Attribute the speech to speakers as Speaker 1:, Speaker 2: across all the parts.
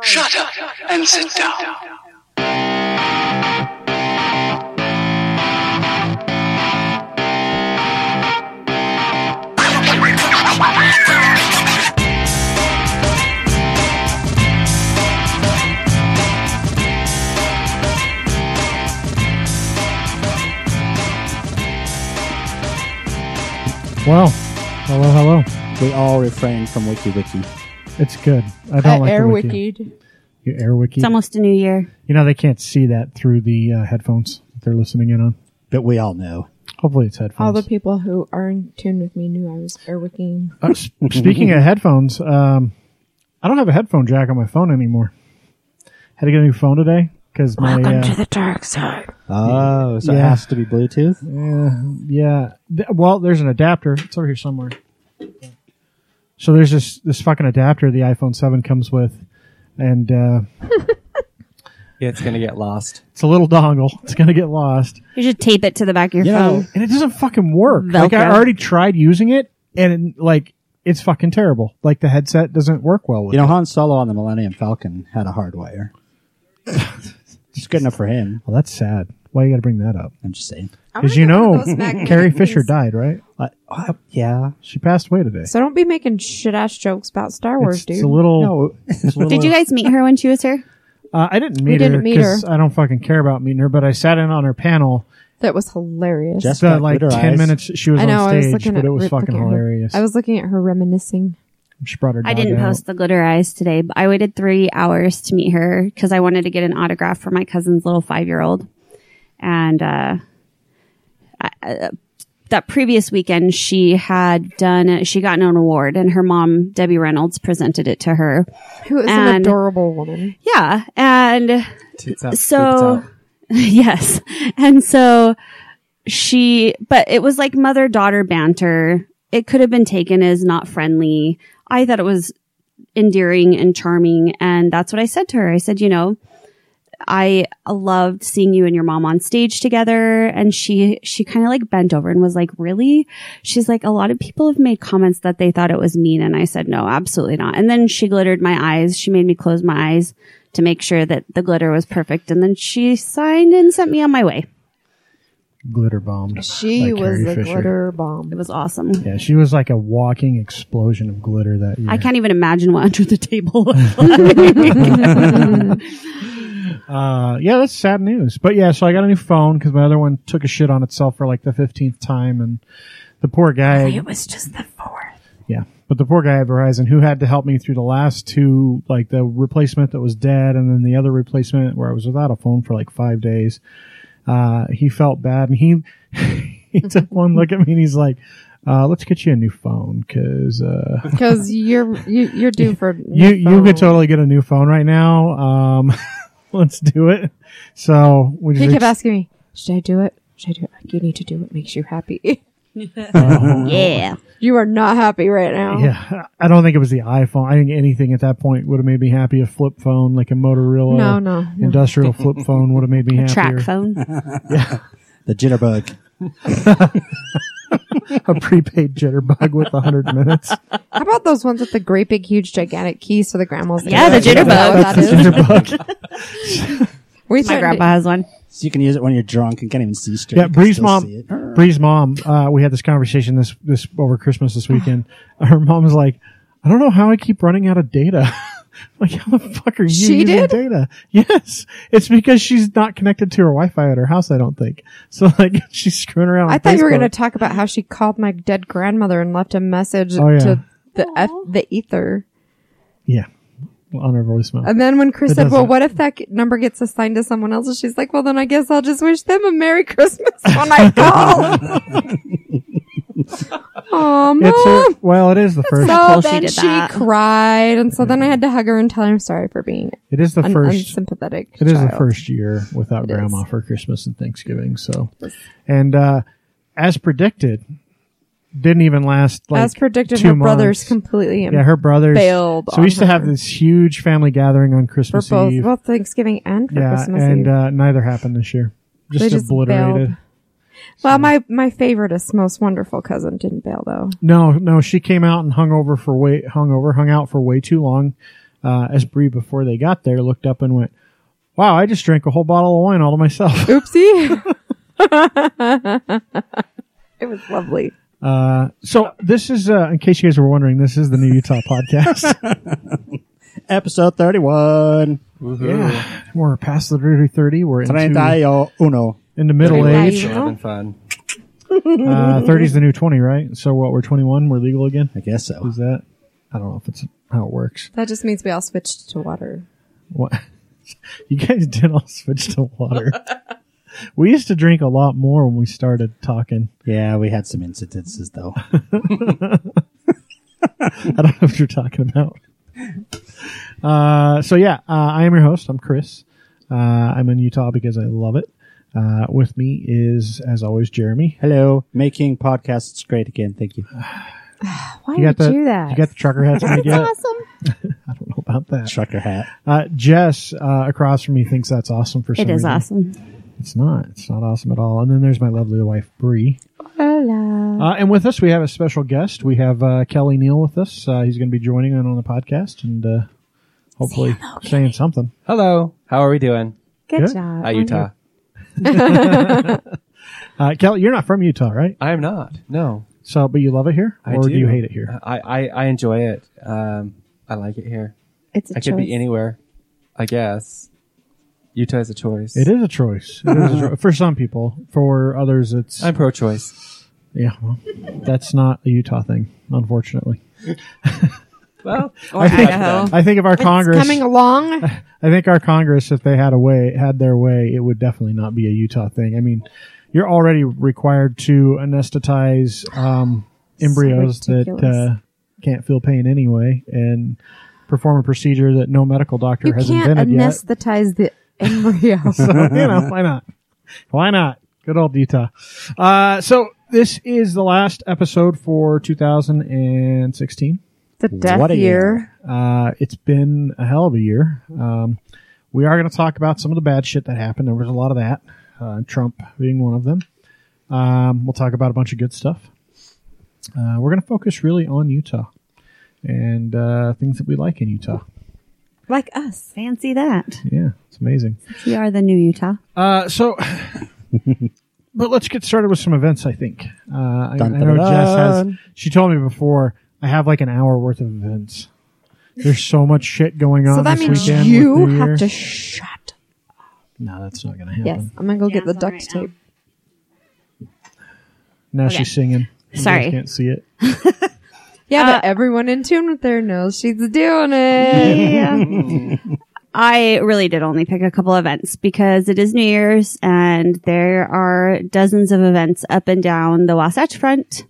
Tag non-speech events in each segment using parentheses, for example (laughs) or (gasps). Speaker 1: Shut up and sit down.
Speaker 2: Wow. Hello, hello.
Speaker 3: We all refrain from wiki wiki.
Speaker 2: It's good. I
Speaker 4: Uh,
Speaker 2: don't like the wiki.
Speaker 4: AirWikied.
Speaker 2: You air wiki.
Speaker 5: It's almost a new year.
Speaker 2: you know they can't see that through the uh, headphones that they're listening in on.
Speaker 3: But we all know.
Speaker 2: Hopefully it's
Speaker 4: All
Speaker 2: headphones.
Speaker 4: the people who are in tune with me knew I was airwicking.
Speaker 2: Uh, s- (laughs) speaking of headphones, um, I don't have a headphone jack on my phone anymore. Had to get a new phone today because my
Speaker 5: Welcome to
Speaker 2: uh,
Speaker 5: the dark side.
Speaker 3: Oh, so it
Speaker 2: Yeah.
Speaker 3: has to be Bluetooth?
Speaker 2: yeah. th- well, there's an adapter. It's over here somewhere. So there's this this fucking adapter the iPhone Seven comes with, and uh,
Speaker 6: Yeah, it's gonna get lost.
Speaker 2: it's a little dongle. (laughs) It's gonna get lost.
Speaker 5: You should tape it to the back of your
Speaker 3: You know,
Speaker 5: phone.
Speaker 2: and it doesn't fucking work. Like I
Speaker 5: Velcro.
Speaker 2: already tried using it, and it, like it's fucking terrible. Like the headset doesn't work well with
Speaker 3: You know,
Speaker 2: it.
Speaker 3: Han Solo on the Millennium Falcon had a
Speaker 2: (laughs)
Speaker 3: hard wire. it's good enough for him.
Speaker 2: Well, that's sad. Why you got to bring that up?
Speaker 3: I'm just saying.
Speaker 2: Because you know, (laughs) Carrie Fisher died, right?
Speaker 3: Uh, uh, yeah.
Speaker 2: She passed away today.
Speaker 4: So don't be making shit ass jokes about Star Wars,
Speaker 2: it's, (laughs)
Speaker 4: dude.
Speaker 2: it's a little.
Speaker 3: No,
Speaker 5: Did you guys meet her when she was here?
Speaker 2: Uh, I didn't meet
Speaker 4: didn't
Speaker 2: her
Speaker 4: meet
Speaker 2: because I don't fucking care about meeting her. But I sat in on her panel.
Speaker 4: that was hilarious.
Speaker 3: Just-
Speaker 2: The
Speaker 3: got
Speaker 2: like
Speaker 3: glitter
Speaker 2: ten
Speaker 3: eyes.
Speaker 2: minutes she was
Speaker 4: I know.
Speaker 2: on
Speaker 4: I was
Speaker 2: stage,
Speaker 4: looking
Speaker 2: but
Speaker 4: at
Speaker 2: it was
Speaker 4: look
Speaker 2: fucking
Speaker 4: at her-
Speaker 2: hilarious.
Speaker 4: I was looking at her reminiscing.
Speaker 2: she brought her.
Speaker 5: I
Speaker 2: dog
Speaker 5: didn't
Speaker 2: out.
Speaker 5: post the glitter eyes today. But I waited three hours to meet her because I wanted to get an autograph for my cousin's little five year old. And uh, I, I- uh, that previous weekend, she had done, she got an award, and her mom, Debbie Reynolds, presented it to her.
Speaker 4: Who is an
Speaker 5: And-
Speaker 4: adorable woman?
Speaker 5: Yeah. And
Speaker 6: Tits up,
Speaker 5: So-
Speaker 6: boots out.
Speaker 5: (laughs) yes. And so she, but it was like mother daughter banter. It could have been taken as not friendly. I thought it was endearing and charming. And that's what I said to her. I said, you know, I loved seeing you and your mom on stage together. And she, she kind of like bent over and was like, really? She's like, a lot of people have made comments that they thought it was mean. And I said, no, absolutely not. And then she glittered my eyes. She made me close my eyes to make sure that the glitter was perfect. And then she signed and sent me on my way.
Speaker 2: glitter bombed. by
Speaker 4: She was
Speaker 2: Carrie
Speaker 4: the
Speaker 2: Fisher.
Speaker 4: glitter
Speaker 5: It
Speaker 4: (laughs) bomb.
Speaker 5: was awesome.
Speaker 2: Yeah, she was like a walking explosion of glitter that year.
Speaker 5: I can't even imagine what (laughs) under the table. looked
Speaker 2: Uh, yeah, that's sad news. But yeah, so I got a new phone because my other one took a shit on itself for like the fifteenth time, and the poor guy.
Speaker 5: it was just the fourth.
Speaker 2: Yeah, but the poor guy at Verizon who had to help me through the last two, like the replacement that was dead, and then the other replacement where I was without a phone for like five days. Uh, he felt bad, and he (laughs) he took one look at me, and he's like, uh, "Let's get you a new phone because uh,
Speaker 4: Because you're you, you're due for
Speaker 2: (laughs) you you
Speaker 4: phone.
Speaker 2: could totally get a new phone right now. Um, (laughs) let's do it." So we
Speaker 4: He
Speaker 2: just
Speaker 4: kept asking me, "Should I do it? Should I do it? Like, you need to do what makes you happy. (laughs)
Speaker 5: Yeah.
Speaker 4: you are not happy right now.
Speaker 2: Yeah, I don't think it was the iPhone. I think anything at that point would have made me happy. A flip phone, like a Motorola,
Speaker 4: No, no, no.
Speaker 2: industrial flip phone, would have made me happier.
Speaker 5: Track phone.
Speaker 3: the jitterbug.
Speaker 2: (laughs) A prepaid jitterbug with hundred minutes.
Speaker 4: How about those ones with the great big huge gigantic keys for the grandmas? that
Speaker 5: Yeah,
Speaker 4: go,
Speaker 5: the
Speaker 4: "Is that
Speaker 5: jitterbug.
Speaker 4: what (laughs) that
Speaker 2: (laughs)
Speaker 4: is?"
Speaker 2: jitterbug.
Speaker 4: We
Speaker 5: My
Speaker 4: started-
Speaker 5: grandpa has one.
Speaker 3: So you can use it when you're drunk and can't even see straight.
Speaker 2: Yeah,
Speaker 3: You can
Speaker 2: Bree's
Speaker 3: still see
Speaker 2: mom.
Speaker 3: it.
Speaker 2: Bree's mom. Uh, we had this conversation this this over Christmas this weekend.
Speaker 4: (laughs)
Speaker 2: Her mom's like, I don't know how I keep running out of data. (laughs) like, how the fuck are you
Speaker 4: She
Speaker 2: using
Speaker 4: did?
Speaker 2: data? (laughs) Yes, it's because she's not connected to her Wi-Fi at her house. I don't think so. Like, (laughs) she's screwing around.
Speaker 4: I
Speaker 2: with
Speaker 4: thought you were
Speaker 2: Facebook.
Speaker 4: going to talk about how she called my dead grandmother and left a message
Speaker 2: Oh, yeah.
Speaker 4: to the F, the ether.
Speaker 2: Yeah. On her voicemail.
Speaker 4: And then when Chris
Speaker 2: It
Speaker 4: said, "Well,
Speaker 2: doesn't-
Speaker 4: what if that g- number gets assigned to someone else?" and she's like, "Well, then I guess I'll just wish them a Merry Christmas when
Speaker 2: (laughs)
Speaker 4: I call." Oh,
Speaker 2: It's
Speaker 4: mom.
Speaker 2: her, well, it is the first.
Speaker 4: So
Speaker 5: cool she
Speaker 4: then she,
Speaker 5: did that.
Speaker 4: cried, and so then I had to hug her and tell her I'm sorry for being
Speaker 2: It is the
Speaker 4: an
Speaker 2: first.
Speaker 4: unsympathetic.
Speaker 2: It is the
Speaker 4: child.
Speaker 2: first year without
Speaker 4: is.
Speaker 2: grandma for Christmas and Thanksgiving. So, and uh, as predicted, didn't even last. Like,
Speaker 4: As predicted,
Speaker 2: two
Speaker 4: her brother's
Speaker 2: months.
Speaker 4: completely
Speaker 2: yeah, her brothers
Speaker 4: bailed
Speaker 2: So we used
Speaker 4: on
Speaker 2: to have
Speaker 4: her.
Speaker 2: this huge family gathering on
Speaker 4: for
Speaker 2: Christmas
Speaker 4: both
Speaker 2: Eve.
Speaker 4: well Thanksgiving and for
Speaker 2: yeah,
Speaker 4: Christmas
Speaker 2: and
Speaker 4: Eve.
Speaker 2: uh, neither happened this year. Just
Speaker 4: They just
Speaker 2: obliterated.
Speaker 4: bailed. well, my my favoriteest, most wonderful cousin didn't bail though.
Speaker 2: No, no, she came out and hung over for way hung over, hung out for way too long. uh, Esprit before they got there looked up and went, "Wow, I just drank a whole bottle of wine all to myself." (laughs)
Speaker 4: Oopsie. (laughs) it was lovely.
Speaker 2: Uh, so this is, uh, in case you guys were wondering, this is the new Utah (laughs) podcast.
Speaker 3: Episode 31.
Speaker 5: Mm-hmm.
Speaker 2: yeah, we're past the dirty thirty. We're into,
Speaker 3: Treinta y uno.
Speaker 2: into middle
Speaker 4: Treinta y
Speaker 2: age.
Speaker 4: uno.
Speaker 6: Having fun.
Speaker 2: Uh, 30 is the new 20, right? So what, we're 21, we're legal again?
Speaker 3: I guess so.
Speaker 2: Is that? I don't know if it's how it works.
Speaker 4: That just means we all switched to water.
Speaker 2: What? (laughs) You guys did all switch to (laughs) water. we used to drink a lot more when we started talking.
Speaker 3: Yeah, we had some incidences though.
Speaker 2: (laughs) I don't know what you're talking about. Uh, so yeah, uh, I am your host. I'm Chris. Uh, I'm in Utah because I love it. Uh, with me is, as always, Jeremy.
Speaker 3: (laughs) Hello, making podcasts great again. Thank you.
Speaker 5: Why
Speaker 2: You got
Speaker 5: did
Speaker 2: the
Speaker 5: you do that?
Speaker 2: you got the trucker hats
Speaker 5: (laughs)
Speaker 2: made yet? I
Speaker 5: awesome.
Speaker 2: don't know about that.
Speaker 3: Trucker hat.
Speaker 2: Uh, Jess uh, across from me thinks that's awesome for some
Speaker 5: It is
Speaker 2: reason.
Speaker 5: awesome.
Speaker 2: It's not. It's not awesome at all. And then there's my lovely wife, Bree.
Speaker 5: Hola.
Speaker 2: Uh, and with us, we have a special guest. We have uh, Kelly Neal with us. Uh, he's going to be joining in on the podcast and uh, hopefully saying something.
Speaker 6: Hello. How are we doing?
Speaker 4: Good,
Speaker 2: Good.
Speaker 4: job.
Speaker 6: Hi, Utah.
Speaker 2: Uh, Kelly, you're not from Utah, right?
Speaker 6: I am not. No.
Speaker 2: So, but you love it here,
Speaker 6: I Uh,
Speaker 2: or do. you hate it
Speaker 4: Uh,
Speaker 2: here?
Speaker 6: I, I, I enjoy it. Um, I like it here.
Speaker 4: It's a
Speaker 6: I could
Speaker 4: choice.
Speaker 6: be anywhere, I guess. Utah is a choice.
Speaker 2: It is a choice. It is
Speaker 4: (laughs)
Speaker 2: a cho- for some people. For others, it's
Speaker 6: I'm pro choice.
Speaker 2: yeah. Well, that's not a Utah thing,
Speaker 4: (laughs)
Speaker 2: unfortunately.
Speaker 6: Well,
Speaker 4: Or Idaho.
Speaker 2: (laughs) I think if our Congress,
Speaker 4: It's coming along.
Speaker 2: I think our Congress, if they had a way, had their way, it would definitely not be a Utah thing. I mean, you're already required to anesthetize um, embryos that
Speaker 4: ridiculous.
Speaker 2: uh, can't feel pain anyway, and perform a procedure that no medical doctor
Speaker 4: You
Speaker 2: has
Speaker 4: can't
Speaker 2: invented yet.
Speaker 4: anesthetize the embryo.
Speaker 2: (laughs) you know, why not? Why not? Good old Utah. Uh, so this is the last episode for 2016.
Speaker 4: the death
Speaker 3: What a
Speaker 4: year.
Speaker 2: Uh, it's been a hell of a year. Um, we are going to talk about some of the bad shit that happened. There was a lot of that, uh, Trump being one of them. Um, we'll talk about a bunch of good stuff. Uh, we're going to focus really on Utah and uh, things that we like in Utah.
Speaker 4: Like us.
Speaker 5: Fancy that.
Speaker 2: Yeah, it's amazing.
Speaker 5: We are the new Utah.
Speaker 2: Uh,
Speaker 3: (laughs)
Speaker 2: so, but let's get started with some events. I think uh, I, I
Speaker 3: Dun, dun,
Speaker 2: know Jess has.
Speaker 3: dun.
Speaker 2: She told me before I have like an hour worth of events. There's so much shit going on.
Speaker 4: So that
Speaker 2: this
Speaker 4: means
Speaker 2: weekend
Speaker 4: you
Speaker 2: with New
Speaker 4: have
Speaker 2: Year's.
Speaker 4: to shut.
Speaker 2: No, that's not going to happen.
Speaker 4: Yes, I'm gonna go
Speaker 5: Yeah,
Speaker 4: get the
Speaker 5: it's on
Speaker 4: duct
Speaker 5: right now.
Speaker 4: tape.
Speaker 2: Now
Speaker 5: Okay.
Speaker 2: she's singing. You guys
Speaker 5: Sorry.
Speaker 2: can't see it.
Speaker 4: Yeah,
Speaker 5: Uh,
Speaker 4: but everyone in tune with their nose. She's doing it.
Speaker 5: I really did only pick a couple events because it is New Year's and there are dozens of events up and down the Wasatch Front.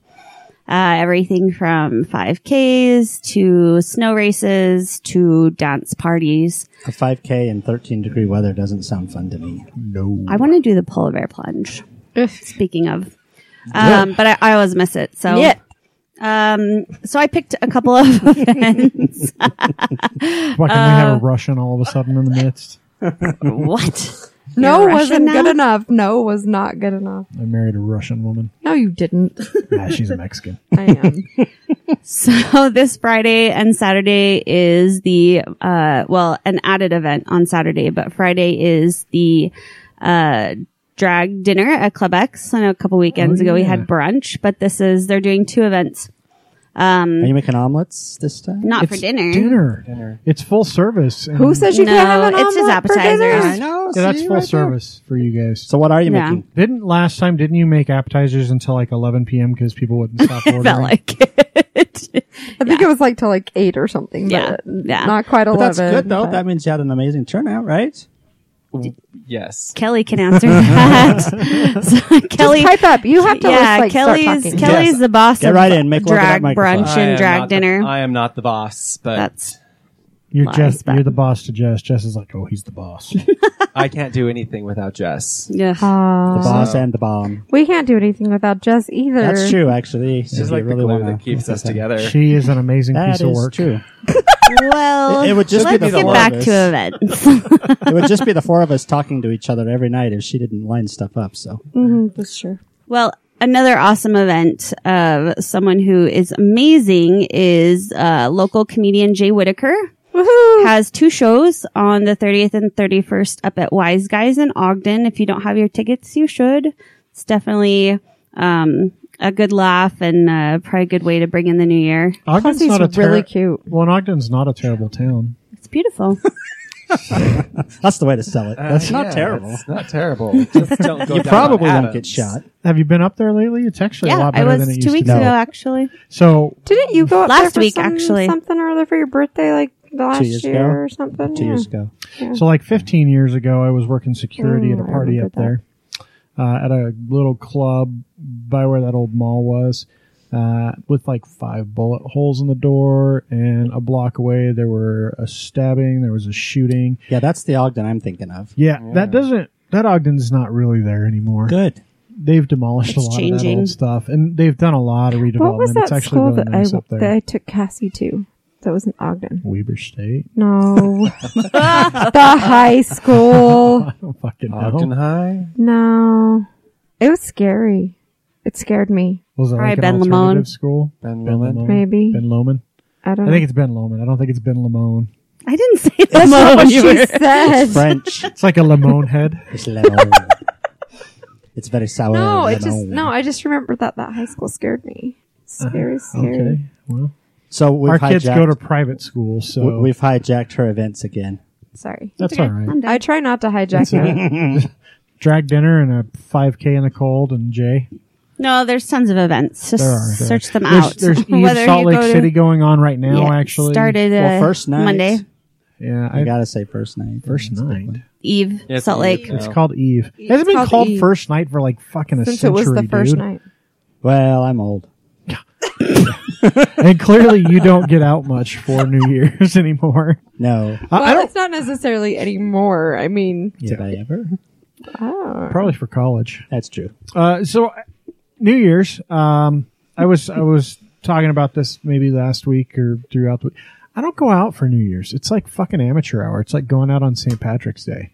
Speaker 5: Uh, everything from 5Ks to snow races to dance parties.
Speaker 3: A 5K in 13 degree weather doesn't sound fun to me.
Speaker 2: No.
Speaker 5: I want to do the polar bear plunge.
Speaker 4: Ugh. (laughs)
Speaker 5: Speaking of, um, but I, I always miss it. So
Speaker 4: Yeah.
Speaker 5: um, so I picked a couple of (laughs) events.
Speaker 2: Why can we
Speaker 4: Uh,
Speaker 2: have a Russian all of a sudden in the midst?
Speaker 5: what?
Speaker 4: No
Speaker 5: You're
Speaker 4: wasn't
Speaker 5: Russian
Speaker 4: good
Speaker 5: now?
Speaker 4: enough. No was not good enough.
Speaker 2: I married a Russian woman.
Speaker 4: No, you didn't.
Speaker 2: Nah, she's a Mexican.
Speaker 4: (laughs) I am.
Speaker 5: (laughs) So this Friday and Saturday is the uh well an added event on Saturday, but Friday is the uh drag dinner at Club X. I know a couple weekends
Speaker 2: Oh,
Speaker 5: ago we
Speaker 2: yeah.
Speaker 5: had brunch, but this is they're doing two events.
Speaker 3: Are you making omelets this time?
Speaker 5: Not for
Speaker 2: It's
Speaker 5: dinner.
Speaker 4: Mm-hmm.
Speaker 2: Dinner.
Speaker 6: Dinner.
Speaker 2: It's full service. and-
Speaker 4: Who says you
Speaker 5: No,
Speaker 4: can't have an
Speaker 5: it's just
Speaker 4: omelet for
Speaker 5: appetizers.
Speaker 4: dinner?
Speaker 5: I
Speaker 3: know.
Speaker 2: Yeah, that's full service for you guys.
Speaker 3: So what are you
Speaker 5: Yeah.
Speaker 3: making?
Speaker 2: Didn't last time? Didn't you make appetizers until like 11 p.m. because people
Speaker 4: (laughs)
Speaker 2: wouldn't stop ordering?
Speaker 5: (laughs) Felt like it. (laughs)
Speaker 4: I think it was like till like eight or something.
Speaker 5: Yeah,
Speaker 4: but
Speaker 5: yeah.
Speaker 4: Not quite
Speaker 3: But
Speaker 4: eleven.
Speaker 3: that's good though.
Speaker 4: but-
Speaker 3: That means you had an amazing turnout, right?
Speaker 6: Yes.
Speaker 5: Kelly can answer
Speaker 3: (laughs)
Speaker 5: that. (laughs) So Kelly,
Speaker 4: Pipe up. You have to
Speaker 5: yeah,
Speaker 4: like, start
Speaker 5: Kelly's
Speaker 4: talking.
Speaker 5: Kelly's
Speaker 3: Yes.
Speaker 5: the boss
Speaker 3: Get
Speaker 5: of
Speaker 3: right in, make love to that
Speaker 5: drag
Speaker 3: microphone.
Speaker 5: brunch and
Speaker 6: I am
Speaker 5: drag
Speaker 6: not the-
Speaker 5: dinner.
Speaker 6: I am not the boss, but
Speaker 5: That's
Speaker 2: You're
Speaker 5: Lies,
Speaker 2: Jess.
Speaker 5: but-
Speaker 2: You're the boss to Jess. Jess is like, oh, he's the boss.
Speaker 6: (laughs) I can't do anything without Jess.
Speaker 5: yeah.
Speaker 3: The
Speaker 4: Uh,
Speaker 3: boss and the bomb.
Speaker 4: we can't do anything without Jess either.
Speaker 3: That's true, actually.
Speaker 6: She's like the glue that keeps us together.
Speaker 2: she is an amazing
Speaker 3: That
Speaker 2: piece of
Speaker 3: is
Speaker 2: work.
Speaker 3: true.
Speaker 5: well,
Speaker 3: It- it would just be
Speaker 5: let's
Speaker 3: the
Speaker 5: get
Speaker 3: four
Speaker 5: back
Speaker 3: of (laughs)
Speaker 5: to events.
Speaker 3: It would just be the four of us talking to each other every night if she didn't line stuff up. So
Speaker 4: Mhm, that's true.
Speaker 5: Well, another awesome event of someone who is amazing is uh, local comedian Jay Whitaker.
Speaker 4: Woohoo!
Speaker 5: has two shows on the 30th and 31st up at Wise Guys in Ogden. If you don't have your tickets, you should. It's definitely um, a good laugh and uh, probably a good way to bring in the new year.
Speaker 2: Ogden's
Speaker 4: Plus, he's
Speaker 2: not a ter-
Speaker 4: really cute.
Speaker 2: Well, and Ogden's not a terrible town. (laughs)
Speaker 5: It's beautiful.
Speaker 3: That's the way to sell it. That's
Speaker 6: Uh,
Speaker 3: not
Speaker 6: yeah,
Speaker 3: terrible.
Speaker 6: It's not terrible. Just don't go
Speaker 3: You
Speaker 6: down
Speaker 3: probably
Speaker 6: on
Speaker 3: won't get
Speaker 6: Adams.
Speaker 3: shot.
Speaker 2: Have you been up there lately? It's actually a
Speaker 5: yeah,
Speaker 2: lot
Speaker 5: I
Speaker 2: better than it
Speaker 5: was
Speaker 2: used
Speaker 5: two weeks
Speaker 2: to
Speaker 5: ago
Speaker 2: be.
Speaker 5: actually.
Speaker 2: So
Speaker 4: Didn't you go up
Speaker 5: Last
Speaker 4: there for
Speaker 5: week,
Speaker 4: some-
Speaker 5: actually.
Speaker 4: something or other for your birthday, like last
Speaker 3: years
Speaker 4: year
Speaker 3: ago?
Speaker 4: or something?
Speaker 3: Two
Speaker 4: Yeah.
Speaker 3: years ago.
Speaker 2: So, like 15 years ago, I was working security at
Speaker 4: Mm,
Speaker 2: a
Speaker 4: I
Speaker 2: party up
Speaker 4: remember
Speaker 2: there uh, at a little club by where that old mall was uh, with like five bullet holes in the door. And a block away, there were a stabbing, there was a shooting.
Speaker 3: Yeah, that's the Ogden I'm thinking of.
Speaker 2: Yeah, that doesn't, that Ogden's not really there anymore.
Speaker 3: Good.
Speaker 2: They've demolished a
Speaker 5: It's
Speaker 2: lot of that
Speaker 5: changing.
Speaker 2: old stuff. And they've done a lot of redevelopment.
Speaker 4: What was
Speaker 2: it's
Speaker 4: that
Speaker 2: actually
Speaker 4: school
Speaker 2: really
Speaker 4: that,
Speaker 2: nice
Speaker 4: I,
Speaker 2: up there.
Speaker 4: that I took Cassie to? That was in Ogden.
Speaker 2: Weber State. (laughs)
Speaker 4: (laughs) No. the high school.
Speaker 2: I don't fucking know.
Speaker 6: Ogden High.
Speaker 4: No. It was scary. It scared me,
Speaker 2: Was it like
Speaker 5: Probably
Speaker 2: an
Speaker 5: Ben Lomond.
Speaker 2: alternative school?
Speaker 6: Ben
Speaker 2: Ben
Speaker 6: Lomond.
Speaker 2: Lomond.
Speaker 4: maybe.
Speaker 2: Ben Loman.
Speaker 4: I don't
Speaker 2: I think it's Ben Lomond. I don't think it's Ben Lamone.
Speaker 5: I
Speaker 2: (laughs)
Speaker 5: didn't say
Speaker 4: That's not
Speaker 5: that.
Speaker 4: what she said.
Speaker 3: French.
Speaker 2: It's like a Lamone head.
Speaker 3: it's lemon.
Speaker 4: (laughs)
Speaker 3: It's very sour.
Speaker 4: No, it just
Speaker 3: lemon.
Speaker 4: no. I just remember that that high school scared me. Scary, scary.
Speaker 2: Uh-huh. Okay. Well,
Speaker 3: So we've
Speaker 2: our
Speaker 3: hijacked,
Speaker 2: kids go to private school, so
Speaker 3: we- we've hijacked her events again.
Speaker 4: Sorry.
Speaker 2: that's all right.
Speaker 4: I try not to hijack it.
Speaker 2: Drag dinner and a 5K in the cold and Jay.
Speaker 5: No, there's tons of events. Just
Speaker 2: There are. there are.
Speaker 5: search them
Speaker 2: there's,
Speaker 5: out.
Speaker 4: (laughs)
Speaker 2: There's Eve
Speaker 5: (laughs) Whether you
Speaker 2: Salt Lake
Speaker 5: go to-
Speaker 2: City going on right now,
Speaker 5: yeah,
Speaker 2: actually.
Speaker 5: started uh,
Speaker 3: Well, first night.
Speaker 5: Monday
Speaker 2: Yeah,
Speaker 3: I
Speaker 2: I,
Speaker 3: gotta say, first night.
Speaker 2: first night.
Speaker 5: Eve
Speaker 6: Yeah, it's
Speaker 5: Salt
Speaker 6: Eve.
Speaker 5: Lake.
Speaker 6: Yeah.
Speaker 2: It's called Eve. It hasn't been
Speaker 4: called
Speaker 2: called
Speaker 4: Eve.
Speaker 2: first night for like fucking a
Speaker 4: Since it
Speaker 2: century,
Speaker 4: was the first
Speaker 2: dude.
Speaker 4: night.
Speaker 3: Well, I'm old.
Speaker 2: And clearly, you don't get out much for (laughs) New Year's anymore.
Speaker 3: No.
Speaker 2: I, I
Speaker 4: Well,
Speaker 2: don't.
Speaker 4: it's not necessarily anymore. I mean,
Speaker 3: Did I ever?
Speaker 4: oh.
Speaker 2: Probably for college.
Speaker 3: That's true.
Speaker 2: Uh, so uh, New Year's, um, I was I was talking about this maybe last week or throughout the week. I don't go out for New Year's. It's like fucking amateur hour. It's like going out on St. Patrick's Day.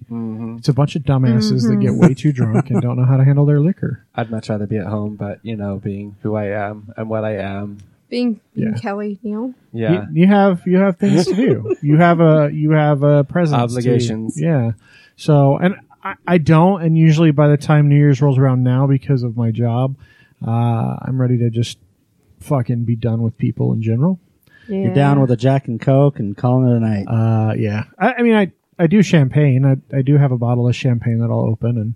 Speaker 2: It's a bunch of dumbasses that get way too drunk and don't know how to handle their liquor.
Speaker 6: I'd much rather be at home, but you know, being who I am and what I am.
Speaker 4: being, being
Speaker 2: Yeah.
Speaker 4: Kelly Neal.
Speaker 6: Yeah.
Speaker 2: You, you have you have things to
Speaker 6: (laughs)
Speaker 2: do. You have a you have a presence to-
Speaker 6: Obligations.
Speaker 2: yeah. So and I, I don't. And usually by the time New Year's rolls around now, because of my job, uh, I'm ready to just fucking be done with people in general.
Speaker 4: Yeah.
Speaker 3: You're down with a Jack and Coke and calling it a night.
Speaker 2: Uh, yeah. I, I mean, I, I do champagne. I, I do have a bottle of champagne that I'll open, and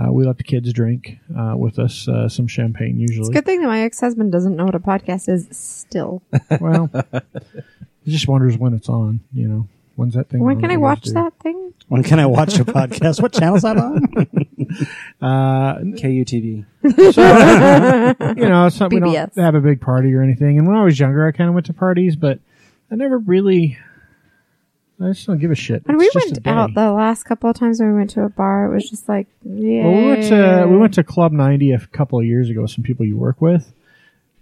Speaker 2: uh, we let the kids drink uh, with us uh, some champagne
Speaker 4: It's a
Speaker 2: usually.
Speaker 4: good thing that my ex husband doesn't know what a podcast is
Speaker 2: (laughs)
Speaker 4: still.
Speaker 2: well, he just wonders when it's on. You know, when's that thing?
Speaker 4: When
Speaker 2: on
Speaker 4: can I
Speaker 2: you guys
Speaker 4: watch
Speaker 2: do?
Speaker 4: that thing?
Speaker 3: when can I
Speaker 2: (laughs)
Speaker 3: watch your podcast? What channel's that on?
Speaker 2: Uh,
Speaker 6: KUTV.
Speaker 2: you know, it's not, we don't
Speaker 4: BBS.
Speaker 2: have a big party or anything. And when I was younger, I kind of went to parties, but I never really. I just don't give a shit. It's
Speaker 4: When we
Speaker 2: just a
Speaker 4: went
Speaker 2: day.
Speaker 4: out the last couple of times when we went to a bar, it was just like, yeah.
Speaker 2: Well, we went to we went to Club 90 a couple of years ago with some people you work with.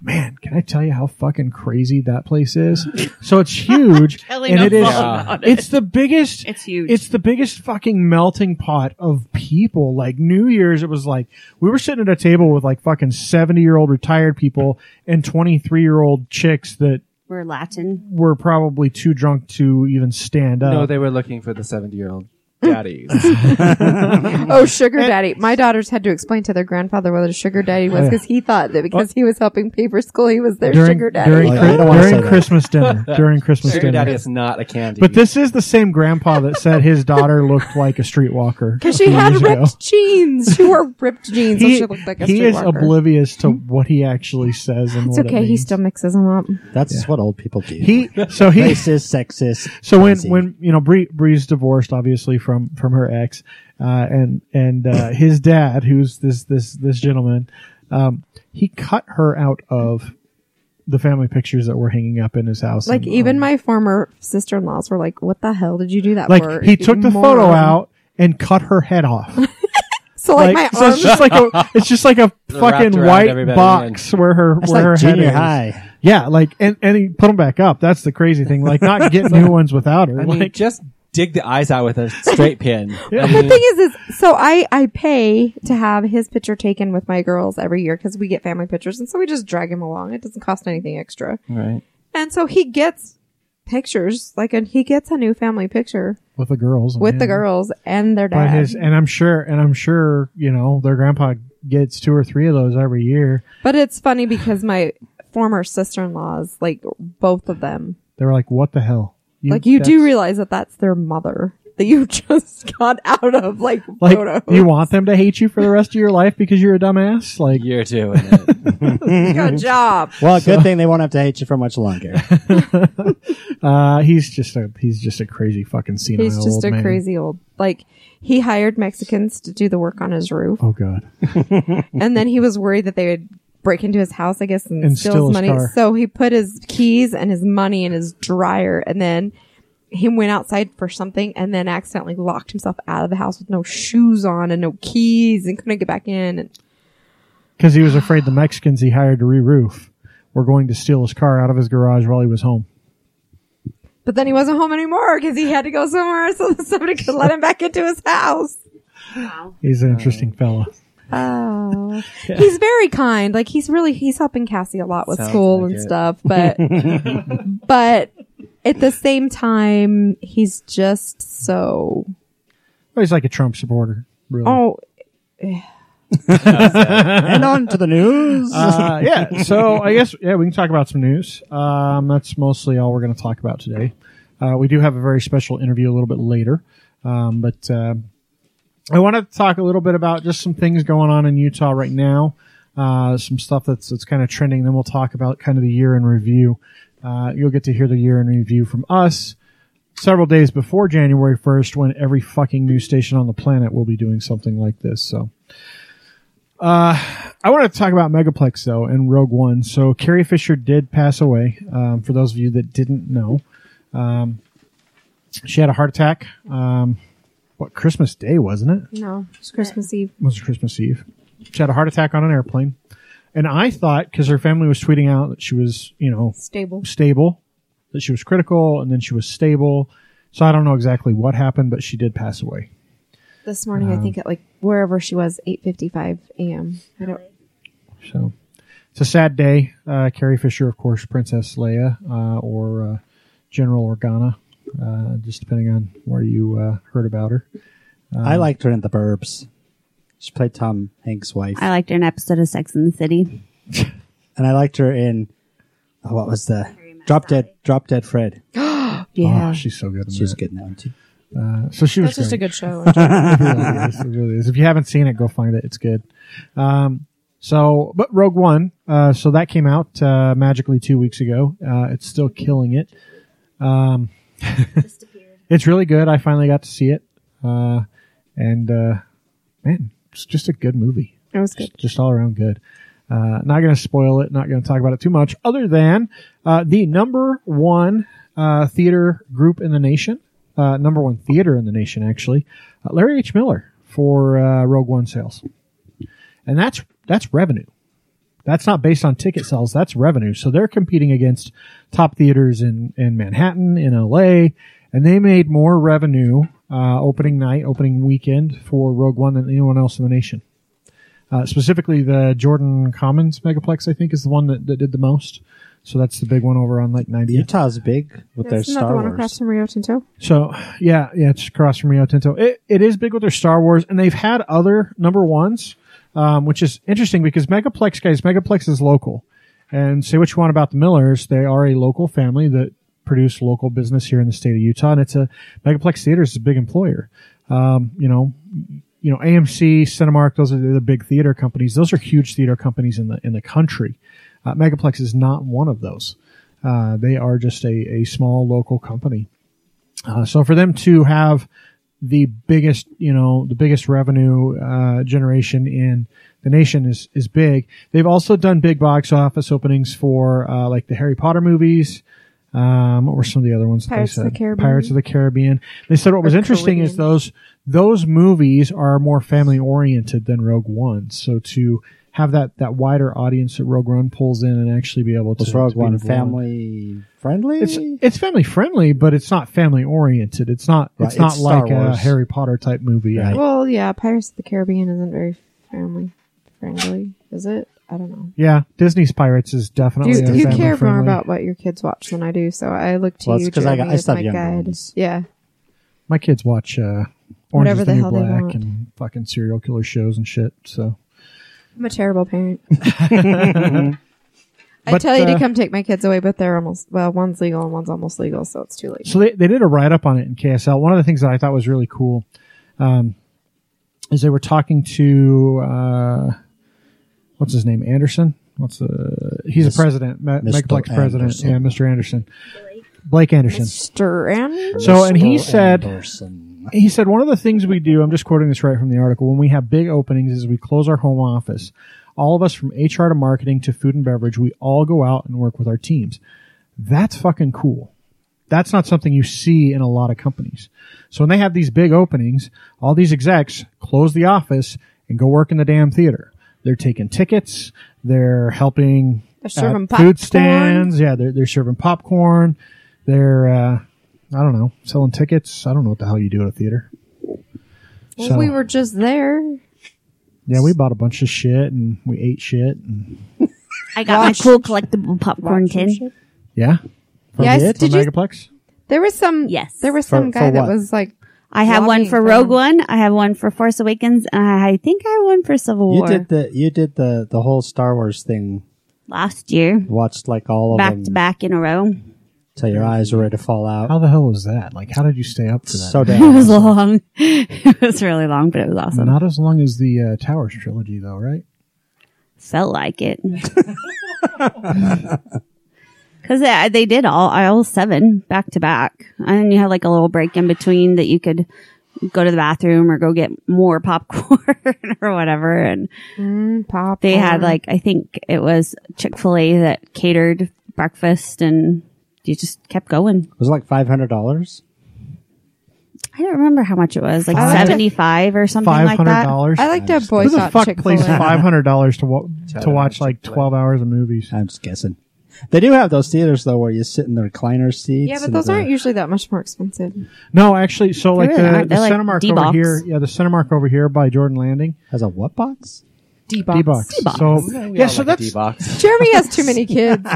Speaker 2: Man, can I tell you how fucking crazy that place is? So
Speaker 5: (laughs)
Speaker 2: it's huge,
Speaker 5: Kelly
Speaker 2: and
Speaker 5: knows
Speaker 2: it is.
Speaker 5: all about it.
Speaker 2: It's the biggest.
Speaker 5: It's huge.
Speaker 2: It's the biggest fucking melting pot of people. Like New Year's, it was like we were sitting at a table with like fucking seventy year old retired people and twenty three year old chicks that
Speaker 5: We're Latin.
Speaker 2: were probably too drunk to even stand up.
Speaker 6: No, they were looking for
Speaker 2: (laughs)
Speaker 6: the seventy-year-old daddies.
Speaker 4: (laughs) oh, sugar daddy. My daughters had to explain to their grandfather what a sugar daddy was because he thought that because he was helping pay for school, he was their
Speaker 2: Oh, during
Speaker 4: sugar daddy.
Speaker 2: during,
Speaker 3: Like,
Speaker 2: Chri-
Speaker 3: I don't wanna
Speaker 2: during
Speaker 3: say that.
Speaker 2: Christmas
Speaker 4: (laughs)
Speaker 2: dinner. During Christmas
Speaker 6: Sugar
Speaker 2: dinner.
Speaker 6: daddy is not a candy.
Speaker 2: But this is the same grandpa that said his daughter looked like a
Speaker 4: (laughs)
Speaker 2: streetwalker.
Speaker 4: Because she had ripped jeans. She wore ripped jeans. so
Speaker 2: He,
Speaker 4: she looked like a
Speaker 2: he is
Speaker 4: streetwalker.
Speaker 2: oblivious to what he actually says and
Speaker 4: It's
Speaker 2: what it
Speaker 4: okay. He
Speaker 2: means.
Speaker 4: still mixes them up.
Speaker 3: That's what old people do.
Speaker 4: (laughs)
Speaker 2: he so he
Speaker 3: racist, sexist.
Speaker 2: so when
Speaker 3: crazy.
Speaker 2: when you know Bree Bree's divorced obviously from from her ex, uh, and and uh, (laughs) his dad who's this this this gentleman, um, he cut her out of the family pictures that were hanging up in his house.
Speaker 4: Like
Speaker 2: and- um,
Speaker 4: even my former sister in laws were like, "What the hell did you do that for?"
Speaker 2: like he took the
Speaker 4: Moron."
Speaker 2: photo out and cut her head
Speaker 4: (laughs)
Speaker 2: off.
Speaker 4: So like, my
Speaker 2: so
Speaker 4: arms.
Speaker 2: it's just like
Speaker 4: (laughs)
Speaker 2: a it's just like a fucking
Speaker 6: around
Speaker 2: white
Speaker 6: everybody
Speaker 2: box where her
Speaker 3: That's
Speaker 2: where
Speaker 3: like
Speaker 2: her head
Speaker 3: junior
Speaker 2: is.
Speaker 3: high.
Speaker 2: Yeah, like and and he put them back up. That's the crazy thing. Like not
Speaker 3: (laughs)
Speaker 2: getting new ones without her.
Speaker 6: I mean,
Speaker 2: like
Speaker 6: just dig the eyes out
Speaker 2: (laughs)
Speaker 6: with a straight pin. I
Speaker 4: the
Speaker 6: mean,
Speaker 4: thing is, is so I I pay to have his picture taken with my girls every year because we get family pictures, and so we just drag him along. It doesn't cost anything extra,
Speaker 6: right.
Speaker 4: and so he gets pictures. Like, and he gets a new family picture
Speaker 2: with the girls.
Speaker 4: with the
Speaker 2: yeah.
Speaker 4: girls and their
Speaker 2: But
Speaker 4: dad.
Speaker 2: his, and I'm sure, and I'm sure, you know, their grandpa gets two or three of those every year.
Speaker 4: but it's funny because my former sister in laws, like both of them,
Speaker 2: They were like, "What the hell?"
Speaker 4: like you do
Speaker 2: that's-
Speaker 4: realize that that's their mother that you (laughs) just got out of like,
Speaker 2: like
Speaker 4: photos.
Speaker 2: you want them to hate you for the rest of your life because you're a dumbass. Like,
Speaker 6: You're doing
Speaker 2: (laughs)
Speaker 6: it.
Speaker 4: (laughs) Good job.
Speaker 3: Well, good thing they won't have to hate you for much
Speaker 2: (laughs)
Speaker 3: longer.
Speaker 2: uh, he's just a he's just a crazy fucking senile
Speaker 4: He's just
Speaker 2: old
Speaker 4: a
Speaker 2: man.
Speaker 4: crazy old like. He hired Mexicans to do the work on his roof,
Speaker 2: Oh god,
Speaker 4: and then he was worried that they would break into his house, I guess, and,
Speaker 2: And
Speaker 4: steal,
Speaker 2: steal
Speaker 4: his
Speaker 2: his
Speaker 4: money.
Speaker 2: car.
Speaker 4: So he put his keys and his money in his dryer, and then he went outside for something, and then accidentally locked himself out of the house with no shoes on and no keys, and couldn't get back in. And
Speaker 2: because he was afraid the Mexicans he hired to re-roof were going to steal his car out of his garage while he was home.
Speaker 4: But then he wasn't home anymore because he had to go somewhere so that somebody could let him back into his house.
Speaker 2: He's an interesting fella.
Speaker 4: Oh, he's very kind. Like he's really he's helping Cassie a lot with
Speaker 6: Sounds
Speaker 4: school
Speaker 6: like
Speaker 4: and
Speaker 6: it.
Speaker 4: stuff, but but at the same time, he's just so
Speaker 2: He's like a Trump supporter. Really.
Speaker 4: oh
Speaker 3: and on to the news.
Speaker 2: Uh, yeah. So I guess yeah, we can talk about some news. Um, that's mostly all we're going to talk about today. Uh, we do have a very special interview a little bit later, um, but uh, I want to talk a little bit about just some things going on in Utah right now. Uh, some stuff that's that's kind of trending. Then we'll talk about kind of the year in review. Uh, you'll get to hear the year in review from us several days before January 1st, when every fucking news station on the planet will be doing something like this. So. I want to talk about Megaplex though and Rogue One. So Carrie Fisher did pass away. Um, for those of you that didn't know, um, she had a heart attack. Um, what Christmas Day wasn't it?
Speaker 4: no, it's Christmas Eve.
Speaker 2: Was it Christmas Eve? She had a heart attack on an airplane, and I thought because her family was tweeting out that she was, you know,
Speaker 4: Stable.
Speaker 2: stable, that she was critical, and then she was stable. So I don't know exactly what happened, but she did pass away.
Speaker 4: This morning, I think at like wherever she was, eight fifty-five a.m. I don't.
Speaker 2: So it's a sad day. Uh, Carrie Fisher, of course, Princess Leia uh, or uh, General Organa, uh, just depending on where you uh, heard about her.
Speaker 3: I liked her in The Burbs. She played Tom Hanks' wife.
Speaker 5: I liked an episode of Sex in the City.
Speaker 3: and I liked her in, oh, what was the, Drop Dead, Drop Dead Fred.
Speaker 2: Oh, she's so good. In
Speaker 3: She's
Speaker 2: that.
Speaker 3: good in that one too.
Speaker 2: Uh, so she was
Speaker 4: That's just a
Speaker 2: great.
Speaker 4: good show.
Speaker 2: It really is. It really is. If you haven't seen it, go find it. It's good. Um, so, but Rogue One, uh, so that came out uh, magically two weeks ago. Uh, it's still killing it. Um, (laughs) it's really good. I finally got to see it, uh, and uh, man, it's just a good movie.
Speaker 4: It was good.
Speaker 2: Just, just all around good. Uh, not going to spoil it. Not going to talk about it too much. Other than uh, the number one uh, theater group in the nation, uh, number one theater in the nation, actually, uh, Larry H. Miller for uh, Rogue One sales, and that's that's revenue. That's not based on ticket sales. That's revenue. So they're competing against top theaters in in Manhattan, in L.A., and they made more revenue uh, opening night, opening weekend for Rogue One than anyone else in the nation. Uh, specifically, the Jordan Commons Megaplex, I think, is the one that, that did the most. So that's the big one over on like 90th.
Speaker 3: Utah's big with their
Speaker 4: That's not
Speaker 3: Star
Speaker 4: the one
Speaker 3: Wars.
Speaker 4: across from Rio Tinto.
Speaker 2: So yeah, yeah, it's across from Rio Tinto. It, it is big with their Star Wars, and they've had other number ones, um, which is interesting because Megaplex guys, Megaplex is local, and say what you want about the Millers, they are a local family that produce local business here in the state of Utah, and it's a Megaplex Theaters is a big employer. Um, you know, you know AMC, Cinemark, those are the big theater companies. Those are huge theater companies in the in the country. Uh, Megaplex is not one of those. Uh, they are just a, a small local company. Uh, so for them to have the biggest, you know, the biggest revenue uh, generation in the nation is is big. They've also done big box office openings for uh, like the Harry Potter movies. Um, what were some of the other ones? that
Speaker 4: Pirates
Speaker 2: they
Speaker 4: of
Speaker 2: said?
Speaker 4: the Caribbean.
Speaker 2: Pirates of the Caribbean. They said what was interesting is
Speaker 4: Caribbean.
Speaker 2: those those movies are more family oriented than Rogue One. So to have that that wider audience that Rogue One pulls in and actually be able to
Speaker 3: Was Rogue
Speaker 2: to be
Speaker 3: One
Speaker 2: involved.
Speaker 3: family friendly?
Speaker 2: It's it's family friendly, but it's not family oriented. It's not
Speaker 3: Right,
Speaker 2: it's not
Speaker 3: it's Star
Speaker 2: like a
Speaker 3: Wars.
Speaker 2: Harry Potter type movie.
Speaker 3: Right.
Speaker 2: I-
Speaker 4: Well, yeah, Pirates of the Caribbean isn't very family friendly, is it? I don't know.
Speaker 2: Yeah, Disney's Pirates is definitely.
Speaker 4: You,
Speaker 2: a
Speaker 4: you
Speaker 2: family
Speaker 4: care more
Speaker 2: friendly.
Speaker 4: about what your kids watch than I do, so I look to
Speaker 3: Well, it's
Speaker 4: you
Speaker 3: 'cause I got-
Speaker 4: Jeremy,
Speaker 3: I
Speaker 4: as
Speaker 3: still have
Speaker 4: my
Speaker 3: younger
Speaker 4: guide.
Speaker 3: ones.
Speaker 4: Yeah,
Speaker 2: my kids watch uh, Orange
Speaker 4: Whatever
Speaker 2: is
Speaker 4: the
Speaker 2: the, New
Speaker 4: hell they want.
Speaker 2: Black and fucking serial killer shows and shit. So
Speaker 4: I'm a terrible parent.
Speaker 3: (laughs)
Speaker 4: I
Speaker 2: But,
Speaker 4: tell you to
Speaker 2: uh,
Speaker 4: come take my kids away, but they're almost well, one's legal and one's almost legal, so it's too late.
Speaker 2: So they, they did a write up on it in KSL. One of the things that I thought was really cool um, is they were talking to uh, what's his name Anderson. What's the he's
Speaker 3: Mis-
Speaker 2: a president, Me-
Speaker 3: Mr.
Speaker 2: Megaplex president,
Speaker 3: Anderson.
Speaker 2: yeah, Mr. Anderson, Blake Anderson.
Speaker 4: Mr. Anderson.
Speaker 2: So and he
Speaker 3: Mr.
Speaker 2: said
Speaker 3: Anderson.
Speaker 2: he said one of the things we do i'm just quoting this right from the article when we have big openings is we close our home office all of us from hr to marketing to food and beverage we all go out and work with our teams that's fucking cool that's not something you see in a lot of companies so when they have these big openings all these execs close the office and go work in the damn theater they're taking tickets they're helping
Speaker 4: They're serving
Speaker 2: at food
Speaker 4: popcorn.
Speaker 2: stands yeah they're, they're serving popcorn they're uh, I don't know, selling tickets. I don't know what the hell you do at a theater.
Speaker 4: Well,
Speaker 2: So-
Speaker 4: we were just there.
Speaker 2: Yeah, we bought a bunch of shit and we ate shit. And,
Speaker 5: I got my cool collectible popcorn tin.
Speaker 2: yeah. From
Speaker 4: Yeah, I s-
Speaker 2: it? From
Speaker 4: did you-
Speaker 2: Megaplex?
Speaker 4: There was some.
Speaker 5: Yes.
Speaker 4: There was
Speaker 3: For-
Speaker 4: some guy
Speaker 3: for
Speaker 4: that
Speaker 3: what?
Speaker 4: was like.
Speaker 5: I have one
Speaker 4: Lobbying
Speaker 5: for
Speaker 4: for
Speaker 5: Rogue
Speaker 4: them.
Speaker 5: One. I have one for Force Awakens. And I think I have one for Civil
Speaker 3: You
Speaker 5: War
Speaker 3: did the you did the the whole Star Wars thing.
Speaker 5: last year,
Speaker 3: Watched like all of
Speaker 5: back
Speaker 3: them
Speaker 5: to back in a row.
Speaker 3: till your eyes were ready to fall out.
Speaker 2: How the hell was that? Like, how did you stay up for that?
Speaker 3: So
Speaker 5: (laughs) It
Speaker 4: (laughs)
Speaker 5: was
Speaker 3: down.
Speaker 5: long. it was really long, but it was awesome.
Speaker 2: Not as long as the uh, Towers trilogy, though, right?
Speaker 5: Felt
Speaker 2: (laughs)
Speaker 5: like it. (laughs) Because they, they did all all seven back to back, and you had like a little break in between that you could go to the bathroom or go get more popcorn (laughs) or whatever. And
Speaker 4: Mm, pop.
Speaker 5: they had
Speaker 2: Uh-huh.
Speaker 5: like I think it was Chick Fil A that catered breakfast, and you just kept going.
Speaker 3: was it like five hundred dollars?
Speaker 5: I don't remember how much it was, like
Speaker 4: I like to-
Speaker 5: seventy five or something
Speaker 2: Uh, Five
Speaker 5: like
Speaker 2: hundred
Speaker 5: that.
Speaker 2: dollars.
Speaker 4: I like to
Speaker 2: Who the
Speaker 4: boycott
Speaker 2: fuck
Speaker 4: Chick Fil
Speaker 2: plays
Speaker 4: A.
Speaker 2: five hundred dollars to wa- to
Speaker 6: out
Speaker 2: watch like
Speaker 6: Chick-fil-A.
Speaker 2: twelve hours of movies?
Speaker 3: I'm just guessing. They do have those theaters though where you sit in the recliner seats.
Speaker 4: Yeah, but
Speaker 3: and
Speaker 4: those
Speaker 3: the-
Speaker 4: aren't usually that much more expensive.
Speaker 2: No, actually, so like
Speaker 5: really
Speaker 2: the,
Speaker 5: aren't.
Speaker 2: the
Speaker 5: They're like
Speaker 2: Cinemark over
Speaker 5: D-box.
Speaker 2: here, yeah, the Cinemark over here by Jordan Landing,
Speaker 3: has a what box?
Speaker 4: D
Speaker 2: D box. So yeah, so that's
Speaker 6: box.
Speaker 4: Jeremy has
Speaker 3: (laughs)
Speaker 4: too many kids.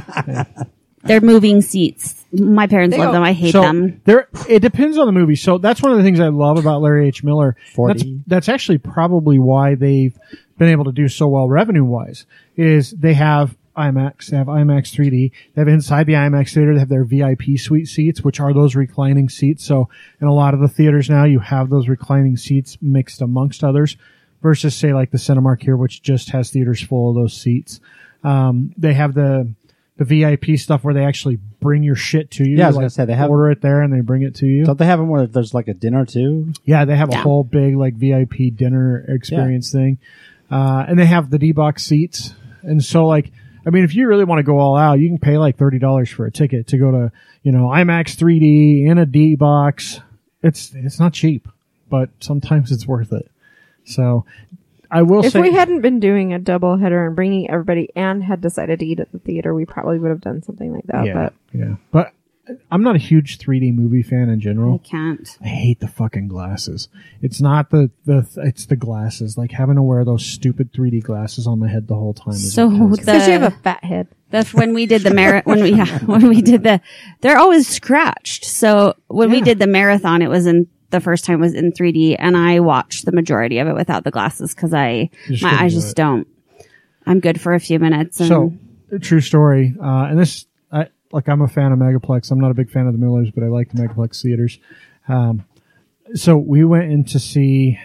Speaker 5: They're moving seats. My parents
Speaker 4: They
Speaker 5: love
Speaker 4: all-
Speaker 5: them. I hate
Speaker 2: so
Speaker 5: them.
Speaker 2: There, it depends on the movie. So that's one of the things I love about Larry H. Miller.
Speaker 3: 40.
Speaker 2: That's, that's actually probably why they've been able to do so well revenue wise. Is they have IMAX, they have IMAX 3D, they have inside the IMAX theater, they have their VIP suite seats, which are those reclining seats. So in a lot of the theaters now, you have those reclining seats mixed amongst others. Versus say like the Cinemark here, which just has theaters full of those seats. Um, they have the the VIP stuff where they actually bring your shit to you.
Speaker 3: Yeah, I was
Speaker 2: like,
Speaker 3: gonna say, they have-
Speaker 2: order it there and they bring it to you.
Speaker 3: Don't they have them where there's like a dinner too?
Speaker 2: Yeah, they have a
Speaker 5: Yeah.
Speaker 2: whole big like VIP dinner experience thing, uh, and they have the D box seats. And so, like, I mean, if you really want to go all out, you can pay like thirty dollars for a ticket to go to you know IMAX 3D in a D box. It's it's not cheap, but sometimes it's worth it. So, I will
Speaker 4: if
Speaker 2: say
Speaker 4: we hadn't been doing a double header and bringing everybody and had decided to eat at the theater, we probably would have done something like that.
Speaker 2: yeah,
Speaker 4: But
Speaker 2: yeah, but I'm not a huge 3D movie fan in general.
Speaker 5: I can't.
Speaker 2: I hate the fucking glasses. It's not the the it's the glasses. Like having to wear those stupid 3D glasses on my head the whole time. is
Speaker 5: So
Speaker 2: what kills me.
Speaker 5: the,
Speaker 4: because you have a fat head.
Speaker 5: the when we did the
Speaker 4: (laughs)
Speaker 5: marathon when we yeah, (laughs) when we did the they're always scratched. So when we
Speaker 2: Yeah.
Speaker 5: did the marathon, it was in the first time was in 3D, and I watched the majority of it without the glasses because I
Speaker 2: just
Speaker 5: my
Speaker 2: couldn't
Speaker 5: eyes
Speaker 2: do
Speaker 5: just
Speaker 2: it.
Speaker 5: don't. I'm good for a few minutes. And
Speaker 2: so a true story. Uh, and this, I, like, I'm a fan of Megaplex. I'm not a big fan of the Millers, but I like the Megaplex theaters. Um, so we went in to see.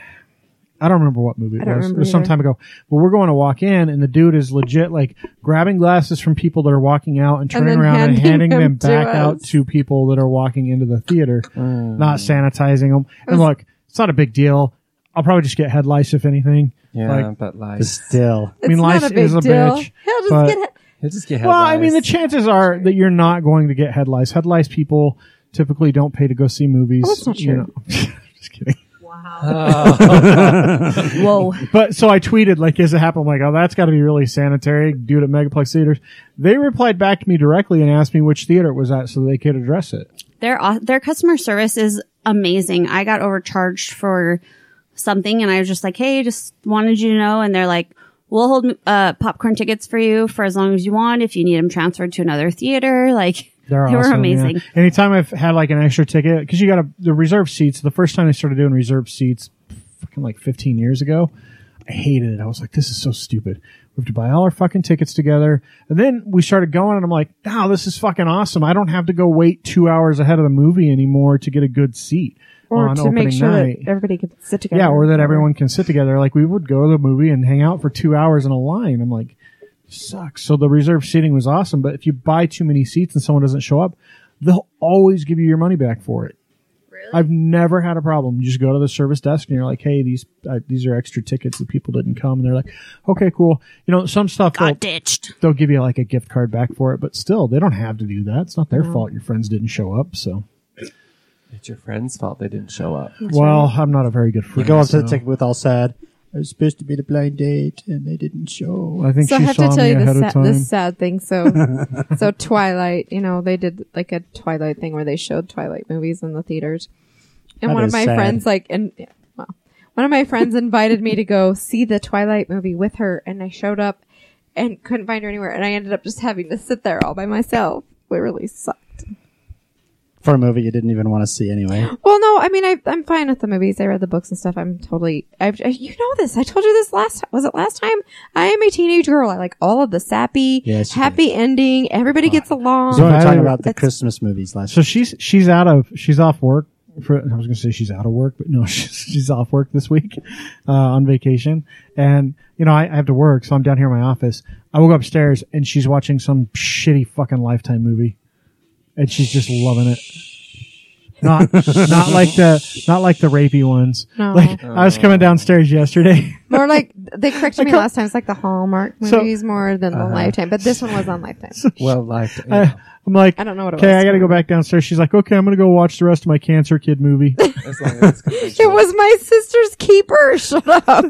Speaker 2: I don't remember what movie it
Speaker 4: I don't
Speaker 2: was. It
Speaker 4: remember
Speaker 2: was some
Speaker 4: either.
Speaker 2: time ago. But we're going to walk in, and the dude is legit like grabbing glasses from people that are walking out and turning
Speaker 4: then
Speaker 2: around and handing
Speaker 4: handing
Speaker 2: them,
Speaker 4: them to
Speaker 2: back out
Speaker 4: us.
Speaker 2: to people that are walking into the theater, not sanitizing them. And look, it's not a big deal. I'll probably just get head lice if anything.
Speaker 6: Yeah,
Speaker 2: Like,
Speaker 6: but
Speaker 3: (laughs)
Speaker 6: like,
Speaker 3: But Still,
Speaker 2: I mean,
Speaker 4: it's
Speaker 2: lice
Speaker 4: not a big
Speaker 2: is a
Speaker 4: deal.
Speaker 2: bitch.
Speaker 4: He'll just
Speaker 2: but-
Speaker 4: get it.
Speaker 6: he'll just get
Speaker 2: Well, I mean, the
Speaker 6: headlines.
Speaker 2: chances are that you're not going to get head lice. Head lice people typically don't pay to go see movies.
Speaker 4: Oh, that's not
Speaker 2: you
Speaker 4: true.
Speaker 2: know. (laughs) Just kidding.
Speaker 4: (clears throat)
Speaker 5: whoa, (laughs)
Speaker 2: But so I tweeted like, "Is it happened?" I'm like, "Oh, that's got to be really sanitary, dude." At Megaplex theaters, they replied back to me directly and asked me which theater it was at so they could address it.
Speaker 5: their au- their customer service is amazing. I got overcharged for something, and I was just like, hey, just wanted you to know, and they're like. we'll hold uh, popcorn tickets for you for as long as you want. If you need them transferred to another theater, (laughs) like
Speaker 2: They're
Speaker 5: they
Speaker 2: awesome,
Speaker 5: were
Speaker 2: yeah.
Speaker 5: amazing.
Speaker 2: Anytime I've had like an extra ticket, because you got to the reserve seats. The first time I started doing reserve seats, fucking like 15 years ago, I hated it. I was like, this is so stupid. We have to buy all our fucking tickets together. And then we started going, and I'm like, wow, this is fucking awesome. I don't have to go wait two hours ahead of the movie anymore to get a good seat
Speaker 4: or
Speaker 2: on
Speaker 4: to
Speaker 2: opening
Speaker 4: make sure
Speaker 2: night.
Speaker 4: that everybody can sit together.
Speaker 2: yeah, or that everyone can sit together. Like we would go to the movie and hang out for two hours in a line. I'm like, sucks. So the reserved seating was awesome, but if you buy too many seats and someone doesn't show up, they'll always give you your money back for it. Really? I've never had a problem. You just go to the service desk and you're like, "Hey, these uh, these are extra tickets that people didn't come," and they're like, "Okay, cool." You know, some stuff they'll,
Speaker 5: Got ditched.
Speaker 2: they'll give you like a gift card back for it, but still, they don't have to do that. It's not their fault your friends didn't show up. So,
Speaker 6: It's your friend's fault they didn't show up.
Speaker 2: well, I'm not a very good
Speaker 3: You
Speaker 2: friend.
Speaker 3: go up to the
Speaker 2: so
Speaker 3: ticket booth all sad. I was supposed to be the blind date and they didn't show.
Speaker 2: I think
Speaker 4: So I
Speaker 2: she
Speaker 4: have
Speaker 2: saw
Speaker 4: to tell
Speaker 2: me
Speaker 4: you
Speaker 2: ahead
Speaker 4: this,
Speaker 2: of
Speaker 4: sa-
Speaker 2: time.
Speaker 4: this sad
Speaker 2: (laughs)
Speaker 4: thing. So, so Twilight, you know, they did like a Twilight thing where they showed Twilight movies in the theaters, and
Speaker 3: That
Speaker 4: one of
Speaker 3: is
Speaker 4: my
Speaker 3: sad.
Speaker 4: friends like and yeah, well, one of my friends invited me to go see the Twilight movie with her, and I showed up and couldn't find her anywhere, and I ended up just having to sit there all by myself. It really sucked.
Speaker 3: For a movie you didn't even want to see (gasps) anyway.
Speaker 4: Well, no, I mean, I, I'm fine with the movies. I read the books and stuff. I'm totally, I've, I, you know this. I told you this last, was it last time? I am a teenage girl. I like all of the sappy,
Speaker 3: Yes, you
Speaker 4: happy ending. Everybody gets along.
Speaker 3: So we were talking
Speaker 2: I-
Speaker 3: about the
Speaker 4: that's-
Speaker 3: Christmas movies last
Speaker 2: So she's she's out of she's off work for I was going to say she's out of work, but no, (laughs) she's, she's off work this week uh, on vacation. And you know I, I have to work, so I'm down here in my office. I will go upstairs and she's watching some shitty fucking Lifetime movie, and she's just loving it.
Speaker 4: (laughs)
Speaker 2: Not not like the not like the rapey ones.
Speaker 4: No.
Speaker 2: Like I was coming downstairs yesterday.
Speaker 4: (laughs)
Speaker 2: (laughs)
Speaker 4: more like, they corrected me last time. It's like the Hallmark
Speaker 2: So-
Speaker 4: movies more than
Speaker 3: uh-huh.
Speaker 4: the Lifetime, but this one was on Lifetime.
Speaker 6: Well, like
Speaker 2: I, I'm like,
Speaker 4: I don't know what it
Speaker 2: okay,
Speaker 4: was.
Speaker 2: I got to go back downstairs. She's like, okay, I'm gonna go watch the rest of my Cancer Kid
Speaker 4: (laughs)
Speaker 2: movie.
Speaker 6: as long as
Speaker 2: (laughs)
Speaker 4: (laughs)
Speaker 6: it's
Speaker 4: It was my sister's keeper. (laughs) Shut up.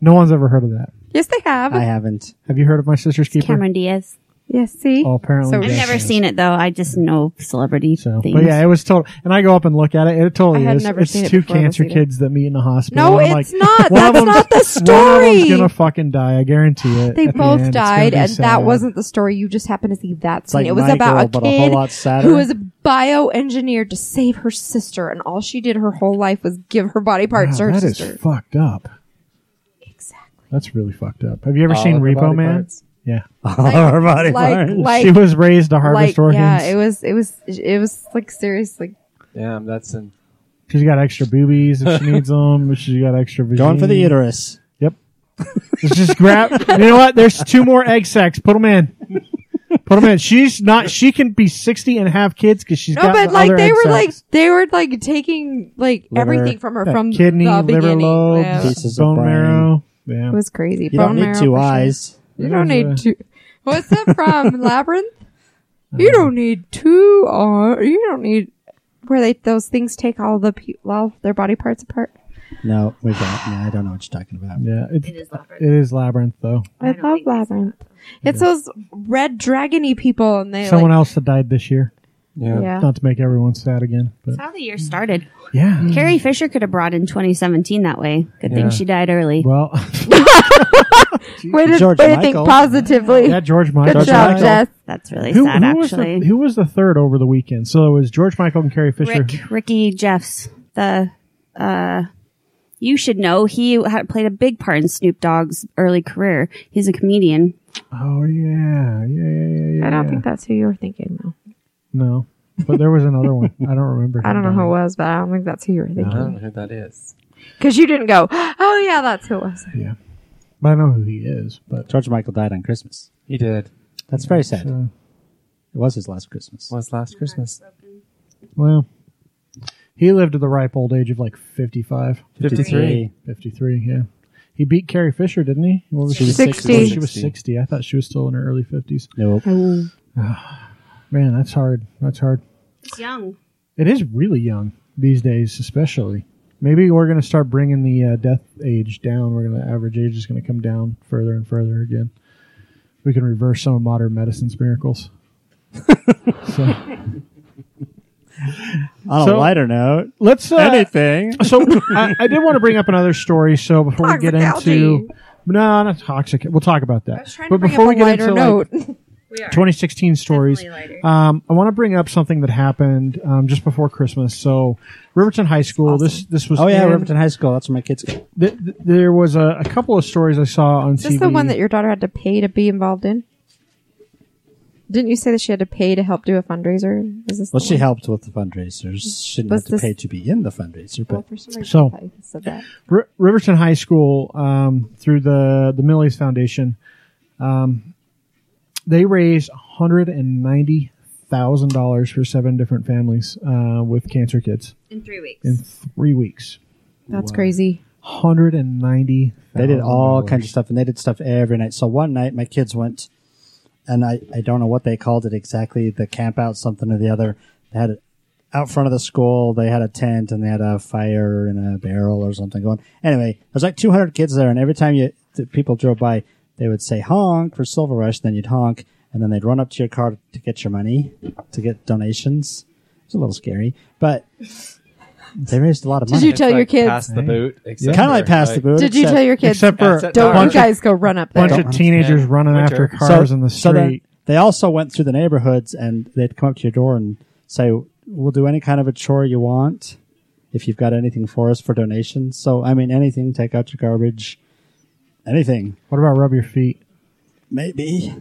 Speaker 2: no one's ever heard of that.
Speaker 4: Yes, they have.
Speaker 3: I haven't.
Speaker 2: Have you heard of My Sister's Keeper?
Speaker 5: Cameron Diaz.
Speaker 4: Yes, see?
Speaker 2: Oh, apparently.
Speaker 4: So-
Speaker 5: I've
Speaker 4: Yes,
Speaker 5: never
Speaker 2: yes.
Speaker 5: seen it though. I just know celebrity
Speaker 2: So,
Speaker 5: things.
Speaker 2: but yeah, it was total. And I go up and look at it. It totally
Speaker 4: I had
Speaker 2: is.
Speaker 4: never
Speaker 2: it's
Speaker 4: seen it
Speaker 2: two
Speaker 4: before I
Speaker 2: cancer
Speaker 4: was eating.
Speaker 2: kids that meet in the hospital.
Speaker 4: No,
Speaker 2: and I'm
Speaker 4: it's
Speaker 2: like, (laughs)
Speaker 4: not.
Speaker 2: one of
Speaker 4: That's
Speaker 2: them's- One of
Speaker 4: not the
Speaker 2: them's
Speaker 4: story.
Speaker 2: gonna fucking die. I guarantee it.
Speaker 4: They
Speaker 2: at the end.
Speaker 4: both
Speaker 2: It's gonna
Speaker 4: died,
Speaker 2: be
Speaker 4: and that
Speaker 2: sad.
Speaker 4: wasn't the story. You just happened to see that scene.
Speaker 3: like
Speaker 4: it was
Speaker 3: My Girl,
Speaker 4: about
Speaker 3: but
Speaker 4: a
Speaker 3: a whole
Speaker 4: kid
Speaker 3: lot sadder.
Speaker 4: who was bioengineered to save her sister, and all she did her whole life was give her body
Speaker 2: Wow,
Speaker 4: parts to her
Speaker 2: Ah, that is
Speaker 4: sister.
Speaker 2: fucked up.
Speaker 4: exactly.
Speaker 2: That's really fucked up. Have you ever
Speaker 6: All
Speaker 2: seen
Speaker 6: of her
Speaker 2: Repo
Speaker 6: body
Speaker 2: Man?
Speaker 6: parts.
Speaker 2: Yeah,
Speaker 3: (laughs) All our body
Speaker 4: like,
Speaker 3: parts.
Speaker 4: like,
Speaker 2: she was raised to harvest
Speaker 4: like,
Speaker 2: organs.
Speaker 4: yeah, it was, it was, it was like seriously.
Speaker 6: Damn, that's an
Speaker 2: She's got extra boobies if she
Speaker 4: (laughs)
Speaker 2: needs them. She's got extra. Vagine.
Speaker 3: Going for the uterus.
Speaker 2: Yep. Let's just grab. You know what? There's two more egg sacs. Put them in. Put them in. She's not. She can be sixty and have kids because she's
Speaker 4: No,
Speaker 2: got
Speaker 4: but
Speaker 2: the
Speaker 4: like
Speaker 2: other
Speaker 4: they
Speaker 2: egg
Speaker 4: were like
Speaker 2: sacs.
Speaker 4: they were like taking like
Speaker 3: Liver,
Speaker 4: everything from her
Speaker 2: Got
Speaker 4: from
Speaker 2: kidney,
Speaker 4: the
Speaker 2: liver
Speaker 4: beginning.
Speaker 2: lobe,
Speaker 4: Yeah.
Speaker 3: Piece- Pieces of
Speaker 2: bone
Speaker 3: brain.
Speaker 2: marrow. Yeah.
Speaker 4: It was crazy.
Speaker 3: You
Speaker 4: Bone
Speaker 3: don't need
Speaker 4: marrow
Speaker 3: two
Speaker 4: for sure.
Speaker 3: eyes.
Speaker 4: You don't
Speaker 2: There's
Speaker 4: need
Speaker 2: a- Uh,
Speaker 4: two. What's that from?
Speaker 2: (laughs)
Speaker 4: Labyrinth. You don't need two. Uh, you don't need where they those things take all the pe- all their body parts apart.
Speaker 3: No, we don't. Yeah, I don't know what you're talking about.
Speaker 2: yeah. It's, it is labyrinth. though.
Speaker 4: I, love labyrinth. It's those red dragony people, and they
Speaker 2: Someone
Speaker 4: like,
Speaker 2: else that died this year.
Speaker 6: yeah.
Speaker 4: yeah.
Speaker 2: Not to make everyone sad again, but
Speaker 5: That's how the year started.
Speaker 2: yeah.
Speaker 5: Carrie Fisher could have brought in 2017 that way. Good
Speaker 6: Yeah.
Speaker 5: thing she died early.
Speaker 2: Well, (laughs)
Speaker 4: Way to,
Speaker 3: George
Speaker 4: way to think
Speaker 3: Michael.
Speaker 4: positively.
Speaker 2: yeah. George
Speaker 4: Good
Speaker 2: Michael.
Speaker 4: job,
Speaker 3: Michael.
Speaker 4: Jess.
Speaker 5: That's really
Speaker 2: Who,
Speaker 5: sad,
Speaker 2: who was
Speaker 5: actually.
Speaker 2: the, who was the third over the weekend? So it was George Michael and Carrie Fisher.
Speaker 5: Rick Ricky Jeffs, the uh, you should know he had played a big part in Snoop Dogg's early career. He's a comedian.
Speaker 2: Oh yeah, yeah, yeah, yeah. yeah
Speaker 4: I don't
Speaker 2: yeah.
Speaker 4: think that's who you were thinking, though.
Speaker 2: No. But there was another one. I don't remember.
Speaker 4: I don't know who it was, but I don't think that's who you were
Speaker 6: I
Speaker 4: thinking
Speaker 2: Uh-huh.
Speaker 6: don't know who that is.
Speaker 4: because you didn't go. Oh yeah, that's who it was.
Speaker 2: Yeah. But I know who he is. But
Speaker 3: George Michael died on Christmas.
Speaker 6: He did.
Speaker 3: That's very sad.
Speaker 2: uh,
Speaker 3: It was his last Christmas.
Speaker 6: Was last Christmas.
Speaker 2: well, he lived to the ripe old age of like 55,
Speaker 6: 53.
Speaker 2: 53. Yeah. He beat Carrie Fisher, didn't he? What was
Speaker 3: She was
Speaker 4: 60.
Speaker 2: She was 60. I thought she was still in her early 50s.
Speaker 3: Nope.
Speaker 2: Man, that's hard. That's hard.
Speaker 5: He's young.
Speaker 2: It is really young these days, especially. Maybe we're going to start bringing the uh, death age down. We're going to average age is going to come down further and further again. We can reverse some of modern medicine's miracles. so,
Speaker 3: On
Speaker 2: So-
Speaker 3: a lighter note,
Speaker 2: let's uh,
Speaker 3: (laughs) anything.
Speaker 2: so I, I did want to bring up another story. So before we
Speaker 4: Toxic
Speaker 2: get into
Speaker 4: algae.
Speaker 2: No, not toxic. We'll talk about that.
Speaker 4: I was trying to bring up a lighter note.
Speaker 5: We are.
Speaker 2: 2016 stories. Um, I want to bring up something that happened um, just before Christmas. So, Riverton High School. This this was.
Speaker 3: Oh yeah,
Speaker 2: in-
Speaker 3: Riverton High School. That's where my kids go.
Speaker 2: th- th- there was a, a couple of stories I saw on
Speaker 4: Is this
Speaker 2: TV.
Speaker 4: the one that your daughter had to pay to be involved in? Didn't you say that she had to pay to help do a fundraiser? Is this
Speaker 3: Well,
Speaker 4: the
Speaker 3: she
Speaker 4: one?
Speaker 3: helped with the fundraisers. She didn't
Speaker 4: Was
Speaker 3: have to
Speaker 4: this-
Speaker 3: pay to be in the fundraiser,
Speaker 4: Well,
Speaker 3: but
Speaker 4: for some reason,
Speaker 2: So-
Speaker 4: I thought you said that.
Speaker 2: R- Riverton High School um, through the the Millie's Foundation. Um, they raised one hundred and ninety thousand dollars for seven different families uh, with cancer kids
Speaker 5: in three weeks.
Speaker 2: in three weeks.
Speaker 4: That's crazy.
Speaker 2: Hundred and ninety.
Speaker 3: they did all kinds of stuff, and they did stuff every night. So one night, my kids went, and I I don't know what they called it exactly. The camp out, something or the other. They had it out front of the school. They had a tent and they had a fire and a barrel or something going. Anyway, there's like 200 kids there, and every time you the people drove by, they would say honk for Silver Rush, then you'd honk, and then they'd run up to your car to get your money to get donations. It's a little scary, but. They raised a lot of
Speaker 4: Did
Speaker 3: money.
Speaker 4: you tell your kids?
Speaker 6: Pass the boot. except
Speaker 3: kind of like
Speaker 6: for,
Speaker 3: past the booth.
Speaker 4: Did you
Speaker 3: except-
Speaker 4: tell your kids?
Speaker 2: Except for
Speaker 6: That's it.
Speaker 4: don't you
Speaker 2: bunch of-
Speaker 4: guys go run up there.
Speaker 2: bunch of teenagers running after
Speaker 6: Winter.
Speaker 2: cars in the
Speaker 3: so then
Speaker 2: street.
Speaker 3: they also went through the neighborhoods and they'd come up to your door and say, "We'll do any kind of a chore you want if you've got anything for us for donations." So I mean, anything. Take out your garbage. Anything,
Speaker 2: what about rub your feet?
Speaker 3: maybe.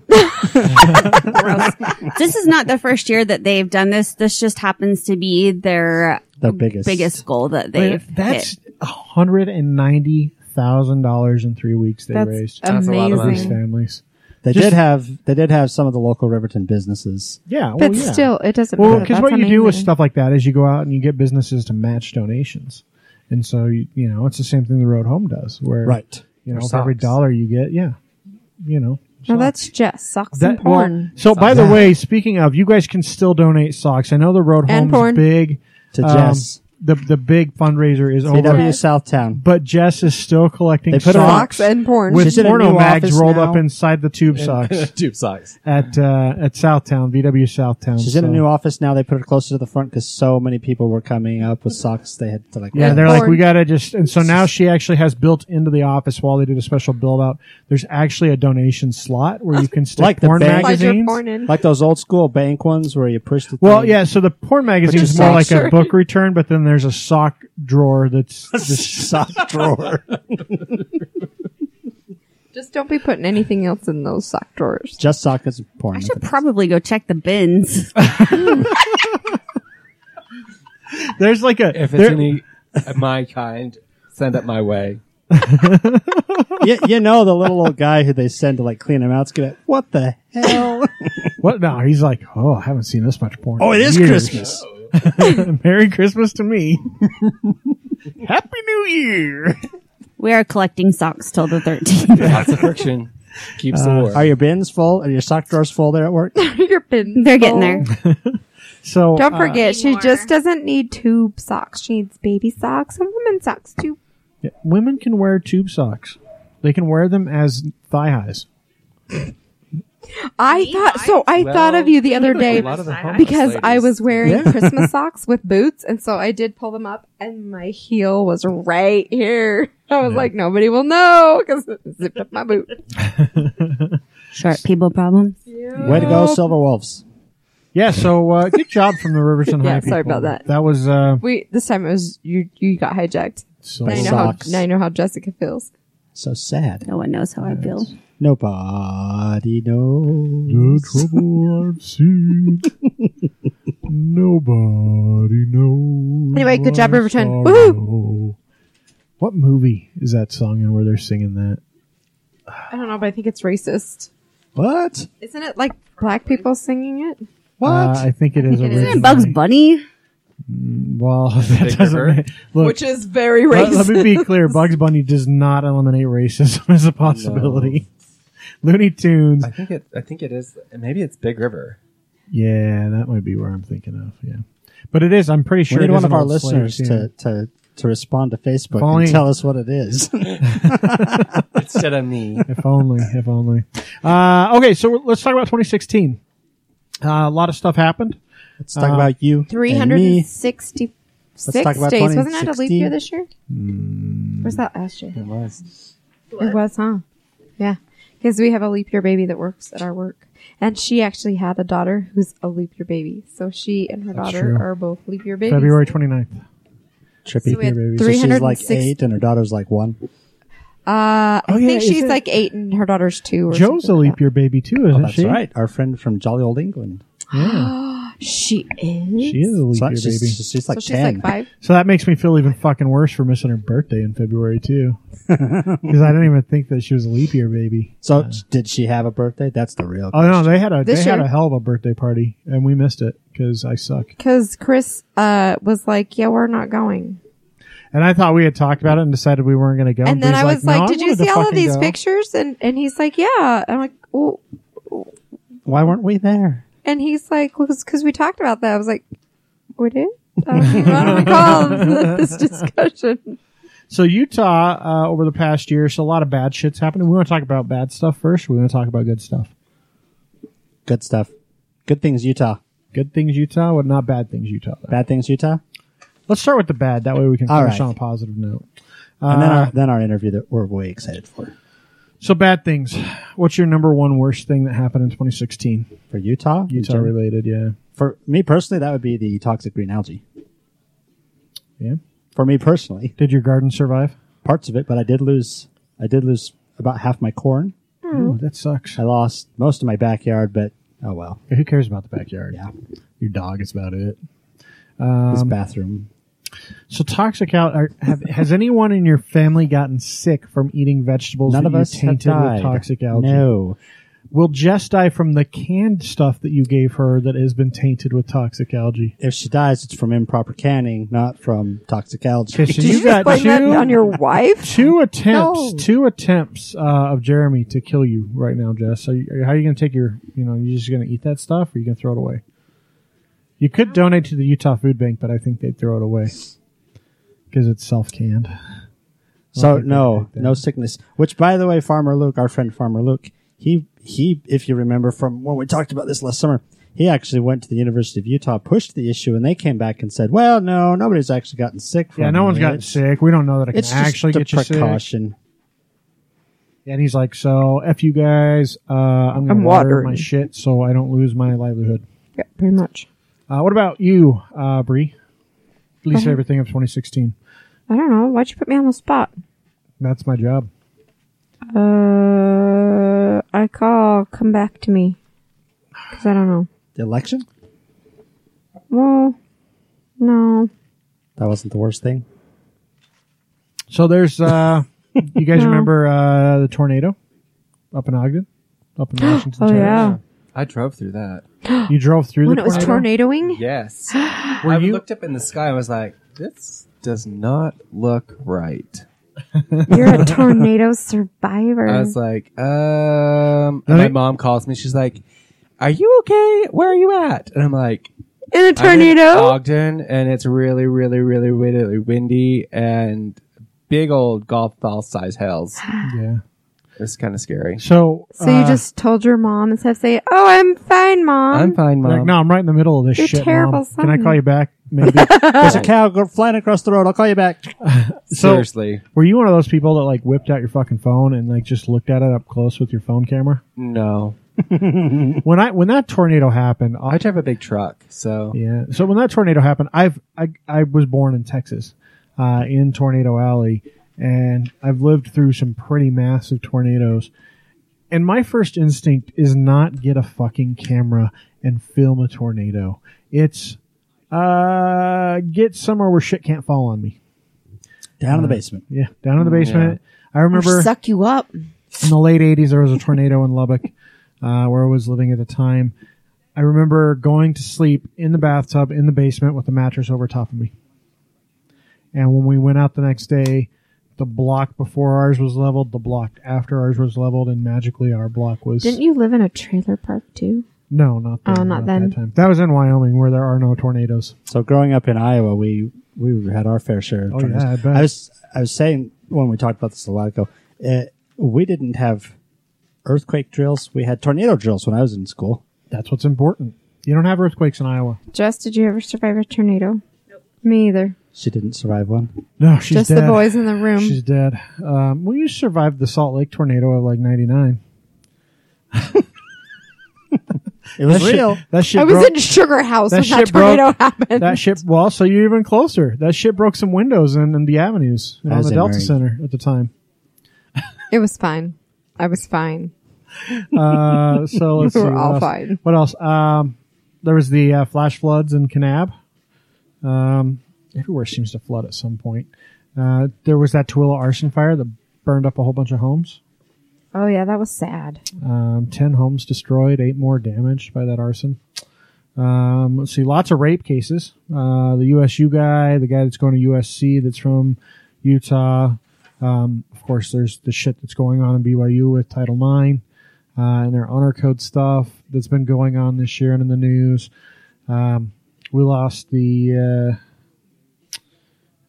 Speaker 5: this is not the first year that they've done this. This just happens to be their
Speaker 3: The biggest.
Speaker 5: biggest goal that
Speaker 2: Wait,
Speaker 5: they've
Speaker 2: that's
Speaker 5: hit.
Speaker 2: hundred and ninety thousand dollars in three weeks they
Speaker 4: That's
Speaker 2: raised
Speaker 6: That's a lot of
Speaker 2: for these
Speaker 4: amazing.
Speaker 2: families.
Speaker 3: They
Speaker 2: Just-
Speaker 3: did have. They did have some of the local Riverton businesses.
Speaker 2: Yeah,
Speaker 4: But
Speaker 2: well, yeah.
Speaker 4: still, it doesn't
Speaker 2: well,
Speaker 4: matter.
Speaker 2: because
Speaker 4: That's
Speaker 2: what you do with
Speaker 4: amazing.
Speaker 2: stuff like that is you go out and you get businesses to match donations, and so you, you know it's the same thing the road home does, where
Speaker 3: Right.
Speaker 2: you know
Speaker 6: Or
Speaker 2: if every
Speaker 6: socks.
Speaker 2: dollar you get, yeah, you know.
Speaker 4: No,
Speaker 2: so-
Speaker 4: that's just socks and
Speaker 2: that- well,
Speaker 4: porn.
Speaker 2: so by the
Speaker 3: Yeah.
Speaker 2: way, speaking of, you guys can still donate socks. I know the road
Speaker 4: And
Speaker 2: home's
Speaker 4: porn.
Speaker 2: big.
Speaker 3: To
Speaker 2: um,
Speaker 3: Jess,
Speaker 2: the the big fundraiser is over,
Speaker 3: CW Southtown.
Speaker 2: but Jess is still collecting
Speaker 3: They put her on-
Speaker 2: socks.
Speaker 4: socks and porn.
Speaker 2: with
Speaker 3: She's in a
Speaker 2: porno
Speaker 3: new
Speaker 2: mags
Speaker 3: office
Speaker 2: rolled
Speaker 3: now.
Speaker 2: up inside the tube
Speaker 3: (laughs)
Speaker 2: socks
Speaker 6: (laughs) Tube socks.
Speaker 2: at uh, at Southtown, VW Southtown.
Speaker 3: She's in a
Speaker 2: so-
Speaker 3: new office now. They put her closer to the front because so many people were coming up with socks. They had to like.
Speaker 2: Yeah,
Speaker 3: wrap
Speaker 2: they're like,
Speaker 4: Or-
Speaker 2: we gotta just, and so now she actually has built into the office while they did a special build out. There's actually a donation slot where you can stick
Speaker 3: Like the
Speaker 2: porn
Speaker 3: bank-
Speaker 4: Slide your
Speaker 2: magazines.
Speaker 4: porn in.
Speaker 3: like those old school bank ones where you push the
Speaker 2: Well,
Speaker 3: thing.
Speaker 2: yeah, so the porn magazine
Speaker 3: your
Speaker 2: is more like
Speaker 3: socks
Speaker 2: a book return, but then there's a sock drawer
Speaker 3: (laughs)
Speaker 2: that's just
Speaker 3: sock drawer
Speaker 4: Just don't be putting anything else in those sock drawers.
Speaker 3: just sockets and porn
Speaker 5: I should probably go check the bins.
Speaker 2: (laughs)
Speaker 5: (laughs)
Speaker 2: there's like a
Speaker 6: If it's
Speaker 2: there-
Speaker 6: any of my kind, send it my way.
Speaker 3: you, you know the little old guy who they send to like clean him out it's gonna what the (laughs) hell
Speaker 2: what now? He's like, oh, I haven't seen this much porn.
Speaker 3: oh it
Speaker 2: in
Speaker 3: is
Speaker 2: years."
Speaker 3: christmas
Speaker 2: (laughs) Merry Christmas to
Speaker 3: (laughs)
Speaker 2: me. Happy New Year.
Speaker 5: we are collecting socks till the 13th.
Speaker 6: Lots of friction keeps the war.
Speaker 3: Uh, are your bins full are your sock drawers full there at work
Speaker 4: (laughs) your pin.
Speaker 5: (laughs) They're getting there.
Speaker 2: So
Speaker 4: Don't
Speaker 2: uh,
Speaker 4: forget, she
Speaker 5: Anymore.
Speaker 4: just doesn't need tube socks. She needs baby socks and women's socks too.
Speaker 2: Yeah, women can wear tube socks. They can wear them as thigh highs.
Speaker 4: I thought so. I
Speaker 6: Well,
Speaker 4: thought of you the other day
Speaker 6: a lot of the homeless
Speaker 4: because I
Speaker 6: ladies.
Speaker 4: was wearing
Speaker 3: Yeah.
Speaker 4: Christmas socks with boots, and so I did pull them up, and my heel was right here. (laughs) I was like, nobody will know because it zipped up my boot.
Speaker 5: Short people problems.
Speaker 3: way to go silver wolves
Speaker 2: Yeah, so uh, good job from the
Speaker 4: (laughs)
Speaker 2: Riverton
Speaker 4: Yeah,
Speaker 2: High
Speaker 4: sorry
Speaker 2: people.
Speaker 4: about that.
Speaker 2: That was uh,
Speaker 4: We this time it was you. You got hijacked.
Speaker 2: so
Speaker 4: Now you know
Speaker 3: Socks.
Speaker 4: how now you know how Jessica feels.
Speaker 3: so sad
Speaker 5: No one knows how I feel.
Speaker 3: nobody
Speaker 2: the
Speaker 3: knows
Speaker 2: trouble I've
Speaker 4: (laughs)
Speaker 2: seen. Nobody knows.
Speaker 4: Anyway, good job,
Speaker 2: my
Speaker 4: Riverton.
Speaker 2: sorrow. What movie is that song in where they're singing that?
Speaker 4: I don't know, but I think it's racist.
Speaker 3: what
Speaker 4: Isn't it like black people singing it?
Speaker 3: what
Speaker 2: Uh, I think it is.
Speaker 5: Isn't
Speaker 2: originally-
Speaker 5: it Bugs Bunny?
Speaker 2: Well, (laughs) that
Speaker 6: Big
Speaker 2: doesn't.
Speaker 6: River?
Speaker 2: Make, look,
Speaker 4: Which is very
Speaker 2: Let,
Speaker 4: racist.
Speaker 2: let me
Speaker 4: (laughs)
Speaker 2: be clear. Bugs Bunny does not eliminate racism (laughs) as a possibility. Looney Tunes.
Speaker 6: I think it. I think it is. Maybe it's Big River.
Speaker 2: Yeah, that might be where I'm thinking of. Yeah, but it is. I'm pretty sure
Speaker 3: we need
Speaker 2: it is
Speaker 3: one of
Speaker 2: an
Speaker 3: our
Speaker 2: old Slayer
Speaker 3: listeners to,
Speaker 2: tune.
Speaker 3: to to respond to facebook
Speaker 2: If only-
Speaker 3: and tell us what it is (laughs)
Speaker 6: Instead of me,
Speaker 2: If only, if only. Uh, okay, so let's talk about 2016. Uh, a lot of stuff happened.
Speaker 3: let's talk
Speaker 2: Uh,
Speaker 3: about you and me
Speaker 4: 366
Speaker 3: Let's talk about
Speaker 4: days. Wasn't that a leap
Speaker 3: 2016?
Speaker 2: Hmm.
Speaker 4: year this year? Was that last year?
Speaker 6: it was.
Speaker 4: It was, huh? Yeah. Because we have a leap year baby that works at our work. And she actually had a daughter who's a leap year baby. So she and her daughter
Speaker 2: true.
Speaker 4: are both leap year babies.
Speaker 2: February 29th.
Speaker 3: Trippy.
Speaker 4: So we had
Speaker 2: baby.
Speaker 3: So she's like
Speaker 4: 306
Speaker 3: eight and her daughter's like one.
Speaker 4: Uh, I
Speaker 2: Oh, yeah,
Speaker 4: think
Speaker 2: is
Speaker 4: she's
Speaker 2: it-
Speaker 4: like eight and her daughter's two. Or
Speaker 2: Joe's a
Speaker 4: something like
Speaker 2: leap year baby too, isn't
Speaker 3: Oh, That's
Speaker 2: she?
Speaker 3: right. Our friend from Jolly Old England.
Speaker 4: that. She is.
Speaker 2: She is a leap
Speaker 3: So
Speaker 2: year
Speaker 3: she's,
Speaker 2: baby.
Speaker 3: she's- she's like
Speaker 4: so she's
Speaker 3: 10.
Speaker 4: like five.
Speaker 2: So that makes me feel even fucking worse for missing her birthday in February
Speaker 3: (laughs)
Speaker 2: too, because I didn't even think that she was a leap year baby.
Speaker 3: so did she have a birthday? That's the real
Speaker 2: Oh no, they had a
Speaker 4: This
Speaker 2: they had
Speaker 4: year.
Speaker 2: a hell of a birthday party and we missed it because I suck.
Speaker 4: Because Chris uh was like, "Yeah, we're not going."
Speaker 2: And I thought we had talked about it and decided we weren't going to go.
Speaker 4: and then
Speaker 2: Bree's
Speaker 4: I was like,
Speaker 2: "No, I
Speaker 4: "Did you
Speaker 2: wanted to
Speaker 4: see all of
Speaker 2: fucking
Speaker 4: these
Speaker 2: go."
Speaker 4: pictures?" And and he's like, "Yeah." I'm like, well,
Speaker 3: Why weren't we there?
Speaker 4: and he's like, "Because we talked about that." I was like, "We did." I don't recall (laughs) this discussion.
Speaker 2: So Utah uh, over the past year, so a lot of bad shits happening. We want to talk about bad stuff first. Or we want to talk about good stuff.
Speaker 3: Good stuff. Good things, Utah.
Speaker 2: Good things Utah, but not bad things Utah. though.
Speaker 3: Bad things, Utah.
Speaker 2: Let's start with the bad. That way we can
Speaker 3: All
Speaker 2: finish
Speaker 3: right.
Speaker 2: on a positive note.
Speaker 3: and then
Speaker 2: Uh,
Speaker 3: our, then our interview that we're way excited for.
Speaker 2: So bad things. What's your number one worst thing that happened in 2016?
Speaker 3: For Utah?
Speaker 2: Utah related, yeah.
Speaker 3: For me personally, that would be the toxic green algae.
Speaker 2: Yeah.
Speaker 3: For me personally,
Speaker 2: Did your garden survive?
Speaker 3: parts of it, but I did lose, I did lose about half my corn.
Speaker 4: Hmm.
Speaker 2: Ooh, that sucks.
Speaker 3: I lost most of my backyard, but oh well.
Speaker 2: Who cares about the backyard?
Speaker 3: Yeah.
Speaker 2: Your dog is about it. Um,
Speaker 3: this bathroom.
Speaker 2: So toxic out. Are, have, has anyone in your family gotten sick from eating vegetables
Speaker 3: None
Speaker 2: that
Speaker 3: of
Speaker 2: you
Speaker 3: us have
Speaker 2: tainted
Speaker 3: died.
Speaker 2: with toxic algae?
Speaker 3: No.
Speaker 2: Will Jess die from the canned stuff that you gave her that has been tainted with toxic algae?
Speaker 3: If she dies, it's from improper canning, not from toxic algae. (laughs)
Speaker 2: Okay, so
Speaker 4: Did you,
Speaker 2: you
Speaker 4: just
Speaker 2: got
Speaker 4: blame that
Speaker 2: two-
Speaker 4: on
Speaker 2: (laughs)
Speaker 4: your wife?
Speaker 2: Two attempts,
Speaker 4: No.
Speaker 2: two attempts uh, of Jeremy to kill you right now, Jess. So you, how are you going to take your? You know, you just going to eat that stuff, or you going to throw it away? You could donate to the Utah Food Bank, but I think they'd throw it away because it's self canned.
Speaker 3: So
Speaker 2: think
Speaker 3: no,
Speaker 2: they'd take that.
Speaker 3: no sickness. Which, by the way, Farmer Luke, our friend Farmer Luke, he he, if you remember from when we talked about this last summer, he actually went to the University of Utah, pushed the issue, and they came back and said, "Well, no, nobody's actually gotten sick from
Speaker 2: Yeah, no
Speaker 3: it.
Speaker 2: one's gotten
Speaker 3: It's-
Speaker 2: sick. We don't know that it can
Speaker 3: It's just
Speaker 2: actually
Speaker 3: a
Speaker 2: get you sick.
Speaker 3: precaution.
Speaker 2: And he's like, "So f you guys, uh, I'm gonna
Speaker 4: I'm
Speaker 2: water
Speaker 4: watering.
Speaker 2: my shit so I don't lose my livelihood."
Speaker 4: Yeah, pretty much.
Speaker 2: Uh, what about you, uh, Bree?
Speaker 4: Uh-huh.
Speaker 2: Least favorite thing of 2016.
Speaker 4: I don't know. Why'd you put me on the spot?
Speaker 2: That's my job.
Speaker 4: Uh, I call. Come back to me. Because I don't know.
Speaker 3: The election?
Speaker 4: Well, no.
Speaker 3: That wasn't the worst thing.
Speaker 2: So there's,
Speaker 4: (laughs)
Speaker 2: uh, you guys
Speaker 4: No.
Speaker 2: remember uh, the tornado up in Ogden, up in Washington?
Speaker 4: (gasps) Oh
Speaker 2: State?
Speaker 4: yeah.
Speaker 6: I drove through that.
Speaker 2: you drove through
Speaker 4: When
Speaker 2: the
Speaker 4: it was
Speaker 2: tornado.
Speaker 4: tornadoing. (gasps)
Speaker 6: Yes.
Speaker 2: Were
Speaker 6: I
Speaker 2: you-
Speaker 6: looked up in the sky. I was like, this does not look right.
Speaker 2: (laughs)
Speaker 4: You're a tornado survivor.
Speaker 6: I was like, um.
Speaker 2: I
Speaker 6: and my
Speaker 2: think-
Speaker 6: mom calls me. She's like, "Are you okay? Where are you at?" And I'm like,
Speaker 4: in a
Speaker 6: "I'm in
Speaker 4: tornado?
Speaker 6: Ogden, and it's really, really, really, really windy and big old golf ball size hells.
Speaker 2: yeah.
Speaker 6: It's kind of scary.
Speaker 2: So,
Speaker 4: So you
Speaker 2: uh,
Speaker 4: just told your mom instead of saying, "Oh, I'm fine, mom."
Speaker 6: I'm fine, mom.
Speaker 2: like, no, I'm right in the middle of this
Speaker 4: You're
Speaker 2: shit.
Speaker 4: terrible
Speaker 2: Mom. Can I
Speaker 4: son.
Speaker 2: call you back?
Speaker 4: (laughs)
Speaker 2: Maybe.
Speaker 3: There's a cow go- flying across the road. I'll call you back.
Speaker 2: so,
Speaker 6: Seriously,
Speaker 2: were you one of those people that like whipped out your fucking phone and like just looked at it up close with your phone camera?
Speaker 6: no.
Speaker 2: When I when that tornado happened, I
Speaker 6: I drive a big truck, so
Speaker 2: Yeah. So when that tornado happened, I've I, I was born in Texas, uh, in Tornado Alley, and I've lived through some pretty massive tornadoes. And my first instinct is not get a fucking camera and film a tornado. It's uh, get somewhere where shit can't fall on me.
Speaker 3: Down
Speaker 2: Uh-huh.
Speaker 3: in the basement.
Speaker 2: Yeah, down in the basement. I remember
Speaker 4: suck you up.
Speaker 2: in the late 80s there was a tornado in lubbock uh, where i was living at the time i remember going to sleep in the bathtub in the basement with a mattress over top of me and when we went out the next day the block before ours was leveled the block after ours was leveled and magically our block was
Speaker 4: Didn't you live in a trailer park too?
Speaker 2: no not then,
Speaker 4: Oh, not then.
Speaker 2: that time that was in wyoming where there are no tornadoes
Speaker 3: So growing up in Iowa, we we had our fair share. Of
Speaker 2: Oh,
Speaker 3: tornadoes.
Speaker 2: yeah, I bet.
Speaker 3: was I was saying when we talked about this a while ago, uh, we didn't have earthquake drills. We had tornado drills when I was in school.
Speaker 2: that's what's important you don't have earthquakes in iowa
Speaker 4: Jess, did you ever survive a tornado? Nope. Me either.
Speaker 3: She didn't survive one.
Speaker 2: No, she's
Speaker 4: Just
Speaker 2: dead.
Speaker 4: the boys in the room.
Speaker 2: She's dead. Um, well, you survived the Salt Lake tornado of like '99.
Speaker 3: It was
Speaker 2: That shit-
Speaker 3: real.
Speaker 2: that shit.
Speaker 4: I was
Speaker 2: broke-
Speaker 4: in Sugar House
Speaker 2: that
Speaker 4: when that
Speaker 2: shit broke-
Speaker 4: tornado happened.
Speaker 2: that ship. Well, so you're even closer. That ship broke some windows in, in the avenues and
Speaker 3: I
Speaker 2: on
Speaker 3: was
Speaker 2: the
Speaker 3: in
Speaker 2: Delta
Speaker 3: Marine.
Speaker 2: Center at the time.
Speaker 4: (laughs) it was fine. I was fine. (laughs)
Speaker 2: Uh, so let's
Speaker 4: We're
Speaker 2: see. what
Speaker 4: all
Speaker 2: else.
Speaker 4: fine.
Speaker 2: What else? Um, there was the uh, flash floods in Kanab. Um, everywhere seems to flood at some point. Uh, there was that Tooele arson fire that burned up a whole bunch of homes.
Speaker 4: Oh yeah, that was sad.
Speaker 2: Um, Ten homes destroyed, eight more damaged by that arson. Um, let's see, lots of rape cases. Uh, the USU guy, the guy that's going to USC, that's from Utah. Um, of course, there's the shit that's going on in BYU with Title IX uh, and their honor code stuff that's been going on this year and in the news. Um, we lost the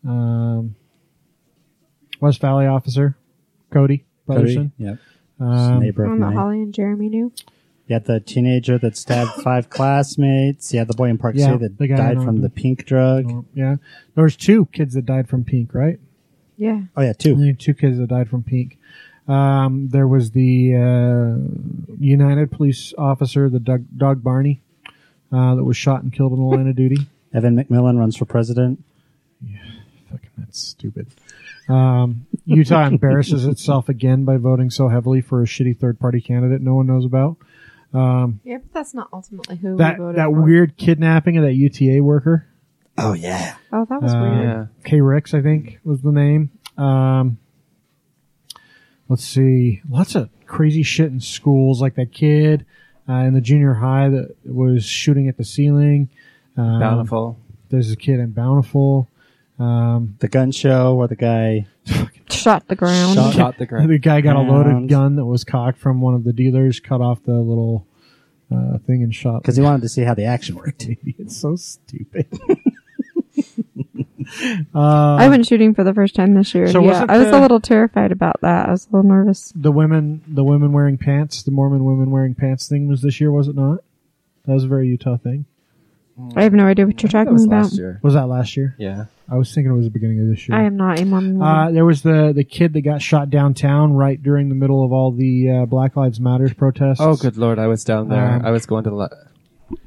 Speaker 2: uh, um, West Valley officer, Cody Brotherson.
Speaker 3: Yep.
Speaker 2: Um,
Speaker 3: neighbor of
Speaker 4: One that
Speaker 3: mine.
Speaker 4: Holly and Jeremy knew.
Speaker 3: You had the teenager that stabbed five classmates. You had the boy in Park
Speaker 2: Yeah,
Speaker 3: City that
Speaker 2: the guy
Speaker 3: died
Speaker 2: in
Speaker 3: from
Speaker 2: Ogden.
Speaker 3: the pink drug.
Speaker 2: Oh, yeah. There was two kids that died from pink, right?
Speaker 4: Yeah.
Speaker 3: Oh yeah, two.
Speaker 2: There were Two kids that died from pink. Um, there was the uh, United Police officer, the Doug, Doug Barney, uh, that was shot and killed in the line of duty.
Speaker 3: Evan McMillan runs for president.
Speaker 2: (laughs) Fucking that's stupid. Um, Utah embarrasses itself again by voting so heavily for a shitty third-party candidate no one knows about.
Speaker 4: Yeah, but that's not ultimately who
Speaker 2: That
Speaker 4: we voted
Speaker 2: that
Speaker 4: for.
Speaker 2: weird kidnapping of that UTA worker.
Speaker 3: Oh yeah.
Speaker 4: Oh, that was
Speaker 2: Uh,
Speaker 4: weird.
Speaker 6: Yeah.
Speaker 2: K Rex, I think was the name. Um, let's see, lots of crazy shit in schools, like that kid uh, in the junior high that was shooting at the ceiling. Um,
Speaker 6: Bountiful.
Speaker 2: There's a kid in Bountiful. Um,
Speaker 3: The gun show where the guy
Speaker 4: Shot the ground.
Speaker 3: Shot-
Speaker 2: (laughs)
Speaker 6: Shot the ground.
Speaker 2: the guy got a
Speaker 3: Round.
Speaker 2: loaded gun that was cocked from one of the dealers, cut off the little uh, thing and shot.
Speaker 3: because he wanted to see how the
Speaker 2: (laughs)
Speaker 3: action worked.
Speaker 2: It's so stupid. (laughs)
Speaker 4: I went shooting for the first time this year.
Speaker 2: Um, So
Speaker 4: yeah,
Speaker 2: wasn't
Speaker 4: I was
Speaker 2: the-
Speaker 4: a little terrified about that. I was a little nervous.
Speaker 2: the women the women wearing pants the mormon women wearing pants thing was this year was it not that was a very utah thing
Speaker 4: I have no idea what you're
Speaker 6: That
Speaker 4: talking
Speaker 6: was
Speaker 4: about.
Speaker 6: last year.
Speaker 2: was that last year
Speaker 6: Yeah.
Speaker 2: i was thinking it was the beginning of this year
Speaker 4: I am not a Mormon. woman.
Speaker 2: uh, there was the the kid that got shot downtown right during the middle of all the uh, black lives matters protests
Speaker 6: Oh, good lord! I was down there.
Speaker 2: Um,
Speaker 6: I was going to the,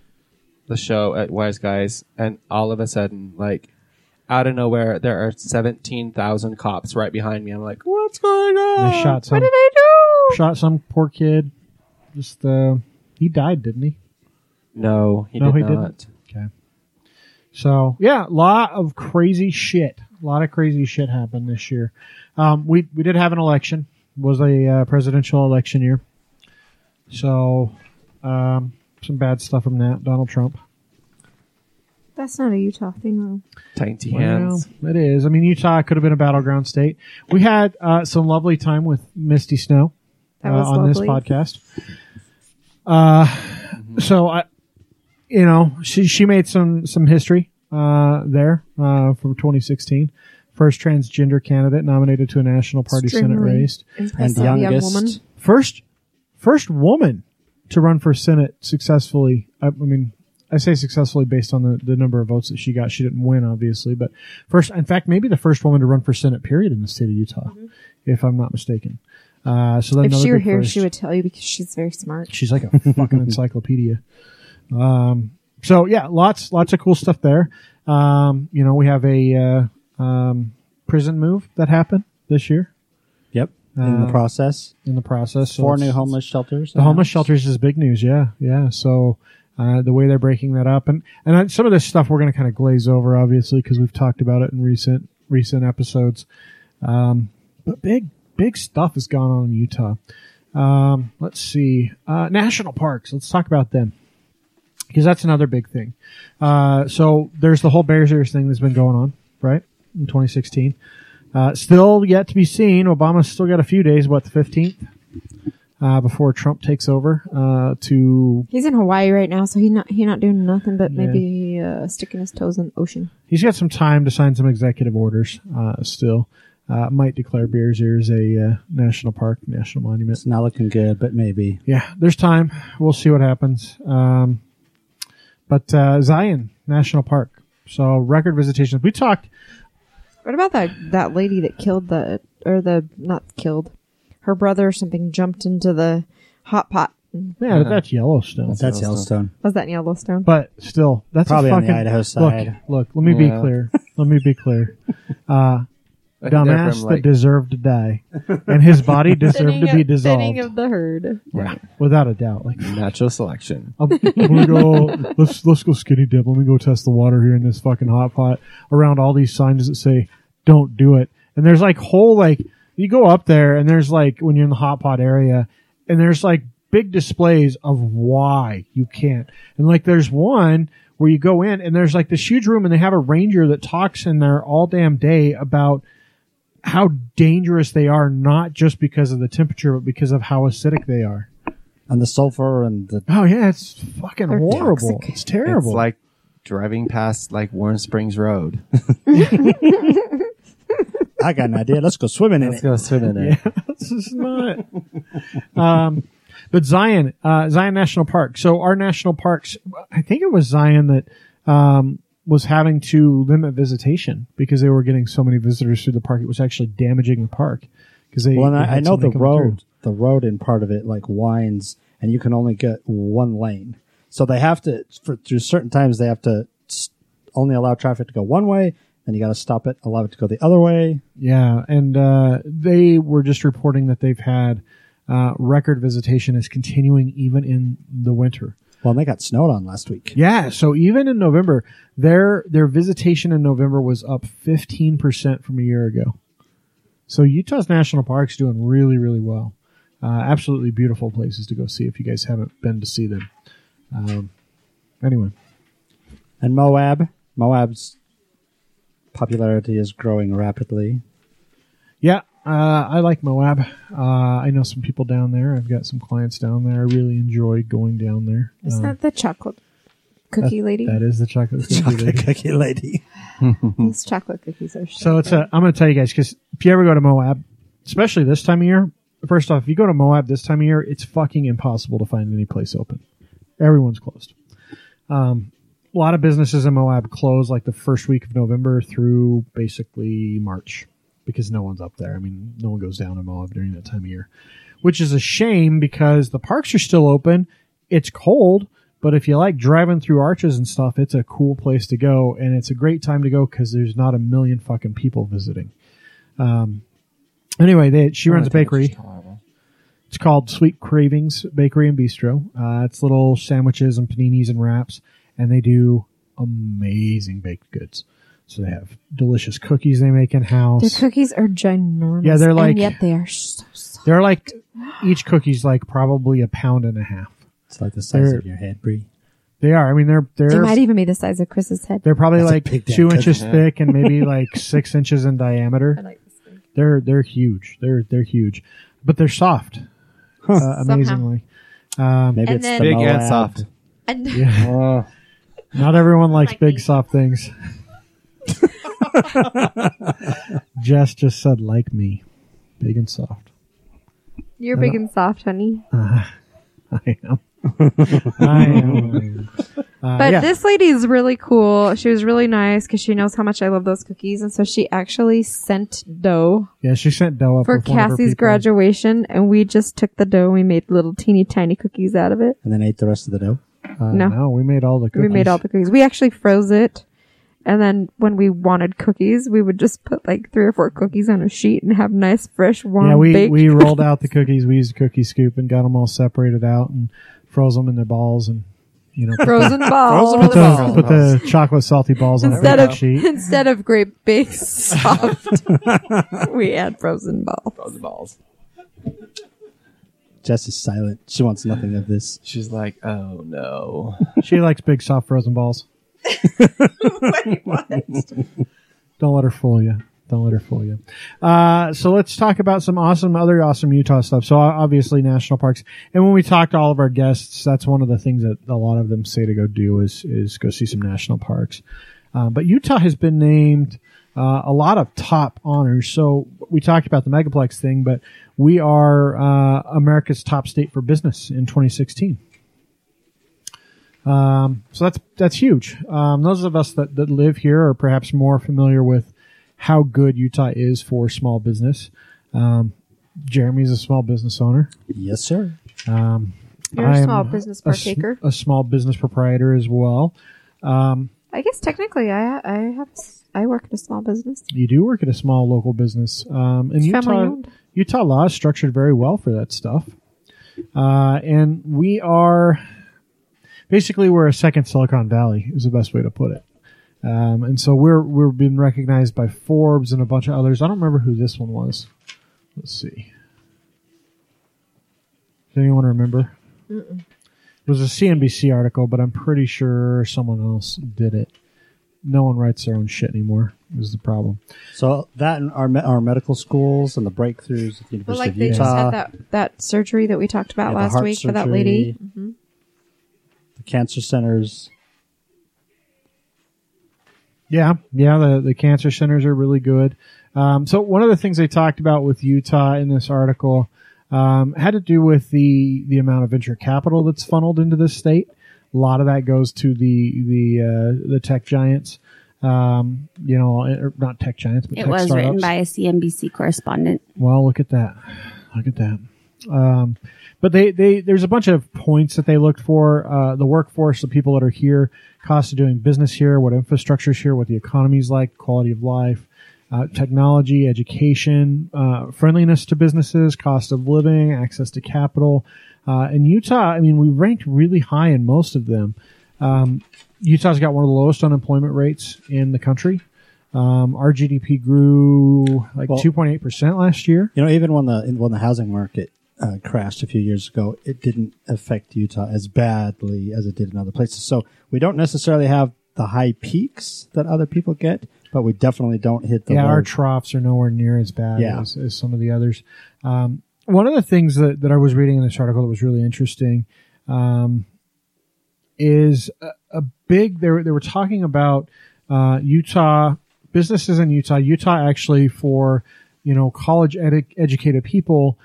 Speaker 6: the show at Wise Guys, and all of a sudden, like out of nowhere, there are seventeen thousand cops right behind me. I'm like, what's going on?
Speaker 2: they shot some
Speaker 4: Uh, what did I do?
Speaker 2: shot some poor kid just uh he died didn't he
Speaker 6: No, he
Speaker 2: No,
Speaker 6: did
Speaker 2: he
Speaker 6: not.
Speaker 2: didn't. okay so yeah lot of crazy shit a lot of crazy shit happened this year um we we did have an election It was a uh, presidential election year so um some bad stuff from that donald trump
Speaker 4: That's not a Utah thing, though.
Speaker 6: Tiny
Speaker 2: Well,
Speaker 6: hands.
Speaker 2: it is i mean utah could have been a battleground state we had uh some lovely time with misty snow
Speaker 4: That
Speaker 2: uh,
Speaker 4: was
Speaker 2: on this
Speaker 4: lovely.
Speaker 2: podcast. Uh, so I, you know, she she made some some history uh, there uh, from 2016, first transgender candidate nominated to a national party senate
Speaker 4: Extremely
Speaker 2: race,
Speaker 4: Impressive
Speaker 3: the
Speaker 4: young
Speaker 3: youngest-
Speaker 4: woman.
Speaker 2: first first woman to run for senate successfully. I, I mean. I say successfully based on the, the number of votes that she got. She didn't win, obviously, but first, in fact, maybe the first woman to run for Senate period in the state of Utah, if I'm not mistaken. Uh, so then
Speaker 4: Mm-hmm. If
Speaker 2: another
Speaker 4: she were
Speaker 2: big
Speaker 4: here,
Speaker 2: first.
Speaker 4: she would tell you because she's very smart.
Speaker 2: She's like a
Speaker 4: (laughs)
Speaker 2: fucking encyclopedia. Um, so yeah, lots lots of cool stuff there. Um, you know, we have a uh, um, prison move that happened this year
Speaker 3: Yep. In the
Speaker 2: Uh,
Speaker 3: process,
Speaker 2: in the process. So
Speaker 3: four
Speaker 2: it's-
Speaker 3: new homeless shelters.
Speaker 2: The homeless
Speaker 3: announced.
Speaker 2: shelters is big news. Yeah, yeah. So. Uh, the way they're breaking that up, and and I- some of this stuff we're going to kind of glaze over, obviously, because we've talked about it in recent recent episodes. Um, but big big stuff has gone on in Utah. Um, let's see, uh, national parks. Let's talk about them because that's another big thing. Uh, so there's the whole Bears Ears thing that's been going on, right? In 2016, uh, still yet to be seen. Obama's still got a few days, what the 15th, uh, before Trump takes over uh, to.
Speaker 4: He's in Hawaii right now, so he not he not doing nothing but maybe uh, sticking his toes in the ocean.
Speaker 2: He's got some time to sign some executive orders. Uh, still, uh, might declare Bears Ears a uh, national park, national monument.
Speaker 3: It's not looking good, but maybe.
Speaker 2: yeah, there's time. We'll see what happens. Um, but uh, Zion National Park So record visitations. We talked.
Speaker 4: What about that that lady that killed the or the not killed her brother or something jumped into the hot pot?
Speaker 2: Yeah, that's Yellowstone.
Speaker 3: That's Yellowstone.
Speaker 4: Was that in Yellowstone?
Speaker 2: But still, that's a
Speaker 3: Probably on the
Speaker 2: fucking-
Speaker 3: Idaho
Speaker 2: look,
Speaker 3: side.
Speaker 2: Look, let me
Speaker 6: Yeah.
Speaker 2: be clear. Let me be clear.
Speaker 6: I think they're
Speaker 2: Dumbass
Speaker 6: from,
Speaker 2: that
Speaker 6: (laughs) like-
Speaker 2: deserved to die, and his body
Speaker 6: (laughs)
Speaker 2: deserved to be dissolved
Speaker 4: of the herd.
Speaker 6: Right.
Speaker 2: without a doubt. Like,
Speaker 6: Natural selection.
Speaker 2: I'm, gonna go. Let's let's go skinny dip. Let me go test the water here in this fucking hot pot around all these signs that say "Don't do it." And there's like whole like you go up there and there's like when you're in the hot pot area and there's like big displays of why you can't. And like there's one where you go in and there's like this huge room and they have a ranger that talks in there all damn day about how dangerous they are, not just because of the temperature, but because of how acidic they are.
Speaker 3: And the sulfur and the
Speaker 2: Oh yeah, it's fucking
Speaker 4: They're
Speaker 2: horrible.
Speaker 4: toxic.
Speaker 2: It's terrible.
Speaker 6: It's like driving past like Warren Springs Road.
Speaker 3: I got an idea. Let's go swimming in
Speaker 6: Let's
Speaker 3: it.
Speaker 6: go swim in it.
Speaker 2: (laughs) this is not. um, but Zion, uh, Zion National Park. So our national parks, I think it was Zion that um, was having to limit visitation because they were getting so many visitors through the park. It was actually damaging the park because they.
Speaker 3: Well, and
Speaker 2: they
Speaker 3: I,
Speaker 2: had
Speaker 3: I know the
Speaker 2: something coming
Speaker 3: road, the road in part of it like winds, and you can only get one lane. So they have to, for through certain times, they have to s- only allow traffic to go one way, and you got to stop it, allow it to go the other way.
Speaker 2: through. Yeah, and uh, they were just reporting that they've had uh, record visitation is continuing even in the winter.
Speaker 3: Well, and they got snowed on last week.
Speaker 2: Yeah, so even in November, their their visitation in November was up 15% from a year ago. So Utah's national parks doing really really well. Uh, absolutely beautiful places to go see if you guys haven't been to see them. Um, anyway,
Speaker 3: And Moab, Moab's popularity is growing (laughs) rapidly.
Speaker 2: yeah, uh, I like Moab. Uh, I know some people down there. I've got some clients down there. I really enjoy going down there.
Speaker 4: Is
Speaker 2: Um,
Speaker 4: that the chocolate cookie lady?
Speaker 2: that is the chocolate. cookie lady.
Speaker 3: cookie lady.
Speaker 4: Those chocolate cookies are
Speaker 2: So it's a. I'm going to tell you guys because if you ever go to Moab, especially this time of year, first off, if you go to Moab this time of year, it's fucking impossible to find any place open. Everyone's closed. Um, a lot of businesses in Moab close like the first week of November through basically March because no one's up there. I mean, no one goes down to Moab during that time of year, which is a shame because the parks are still open. It's cold, but if you like driving through arches and stuff, it's a cool place to go, and it's a great time to go because there's not a million fucking people visiting. Um, anyway, they, she runs a bakery. It's called Sweet Cravings Bakery and Bistro. Uh, it's little sandwiches and paninis and wraps, and they do amazing baked goods. So they have delicious cookies they make in
Speaker 4: Their
Speaker 2: house.
Speaker 4: cookies are ginormous.
Speaker 2: Yeah, they're like-
Speaker 4: and yet they are so soft.
Speaker 2: They're like each cookie's like probably a pound and a half.
Speaker 3: It's like the size
Speaker 2: They're-
Speaker 3: of your head, Bree.
Speaker 2: They are. I mean, they're they're
Speaker 4: They might e- even be the size of Chris's head.
Speaker 2: they're probably
Speaker 3: That's a
Speaker 2: like
Speaker 3: big damn
Speaker 2: two
Speaker 3: cookie. (laughs)
Speaker 2: inches thick and maybe like six inches in diameter.
Speaker 4: like this thing.
Speaker 2: They're they're huge. They're they're huge, but they're soft. Uh, amazingly,
Speaker 3: Maybe
Speaker 4: Um, And
Speaker 3: it's
Speaker 4: then-
Speaker 3: the
Speaker 6: Big
Speaker 3: Moab.
Speaker 6: and soft.
Speaker 4: And
Speaker 6: Oh,
Speaker 2: (laughs) not everyone likes big soft
Speaker 4: (laughs)
Speaker 2: things. Jess just said, "Like me, big and soft." (laughs)
Speaker 4: you're big and soft, honey.
Speaker 2: I
Speaker 3: (laughs)
Speaker 2: am. I am. Uh,
Speaker 4: But
Speaker 2: yeah.
Speaker 4: this lady is really cool. She was really nice because she knows how much I love those cookies, and so she actually sent dough
Speaker 2: yeah, she sent dough up
Speaker 4: for
Speaker 2: with one of her
Speaker 4: Cassie's
Speaker 2: people.
Speaker 4: graduation, and we just took the dough. and We made little teeny tiny cookies out of it.
Speaker 3: and then ate the rest of the dough.
Speaker 2: Uh,
Speaker 4: No.
Speaker 2: no. we made all the
Speaker 4: We
Speaker 2: cookies.
Speaker 4: made all the cookies. We actually froze it. And then when we wanted cookies, we would just put like three or four cookies on a sheet and have nice, fresh, warm
Speaker 2: yeah, we
Speaker 4: baked. (laughs)
Speaker 2: we rolled out the cookies. We used a cookie scoop and got them all separated out and froze them in their balls and you know put
Speaker 4: frozen balls.
Speaker 2: the, put the chocolate salty balls on
Speaker 4: instead
Speaker 2: the
Speaker 4: of
Speaker 2: sheet.
Speaker 4: instead of grape big soft, (laughs) we had frozen balls.
Speaker 6: those balls.
Speaker 3: Jess is silent. She wants nothing of this.
Speaker 6: She's like, oh no.
Speaker 2: She likes big soft frozen balls. (laughs) Don't let her fool you. Don't let her fool you. Uh, so let's talk about some awesome other awesome Utah stuff. So o- obviously national parks. And when we talk to all of our guests, that's one of the things that a lot of them say to go do is is go see some national parks. Uh, but Utah has been named uh, a lot of top honors. So we talked about the megaplex thing, but we are uh, America's top state for business in 2016. Um, so that's that's huge. Um, those of us that, that live here are perhaps more familiar with how good Utah is for small business. Um, Jeremy's a small business owner.
Speaker 3: Yes, sir.
Speaker 2: Um,
Speaker 4: You're a
Speaker 2: I'm
Speaker 4: small business
Speaker 2: a s-
Speaker 4: partaker.
Speaker 2: a, small business proprietor as well.
Speaker 4: I guess technically, I I have I work in a small business.
Speaker 2: You do work at a small local business, um, and
Speaker 4: It's
Speaker 2: Utah
Speaker 4: family-owned.
Speaker 2: Utah law is structured very well for that stuff. Uh, and we are basically we're a second Silicon Valley is the best way to put it. Um, and so we're we're being recognized by Forbes and a bunch of others. I don't remember who this one was. Let's see. Does anyone remember? It was a CNBC article, but I'm pretty sure someone else did it. No one writes their own shit anymore. Is the problem.
Speaker 3: So that and our me- our medical schools and the breakthroughs at the University
Speaker 4: But like
Speaker 3: of
Speaker 4: they just
Speaker 3: Utah,
Speaker 4: had that that surgery that we talked about
Speaker 3: Yeah, the
Speaker 4: last
Speaker 3: heart
Speaker 4: week for that
Speaker 3: surgery.
Speaker 4: (laughs) lady.
Speaker 3: the cancer centers.
Speaker 2: Yeah, yeah, the, the cancer centers are really good. Um, so one of the things they talked about with Utah in this article um, had to do with the the amount of venture capital that's funneled into this state. A lot of that goes to the the uh, the tech giants. Um, you know, or not tech giants, but
Speaker 5: It
Speaker 2: tech
Speaker 5: was written
Speaker 2: startups.
Speaker 5: by a CNBC correspondent.
Speaker 2: Well, look at that. Look at that. Um, but they, they there's a bunch of points that they looked for uh, the workforce, the people that are here, cost of doing business here, what infrastructure's here, what the economy's like, quality of life, uh, technology, education, uh, friendliness to businesses, cost of living, access to capital. Uh, in Utah, I mean, we ranked really high in most of them. Um, Utah's got one of the lowest unemployment rates in the country. Um, our GDP grew like
Speaker 3: Well-
Speaker 2: 2.8% last year.
Speaker 3: You know, even when the when the housing market uh, crashed a few years ago, it didn't affect Utah as badly as it did in other places. So we don't necessarily have the high peaks that other people get, but we definitely don't hit the
Speaker 2: yeah,
Speaker 3: low
Speaker 2: our troughs are nowhere near as bad
Speaker 3: Yeah.
Speaker 2: as, as some of the others. Um, one of the things that, that I was reading in this article that was really interesting um, is a, a big. They were, they were talking about uh, Utah businesses in Utah. Utah actually for you know college edu- educated people,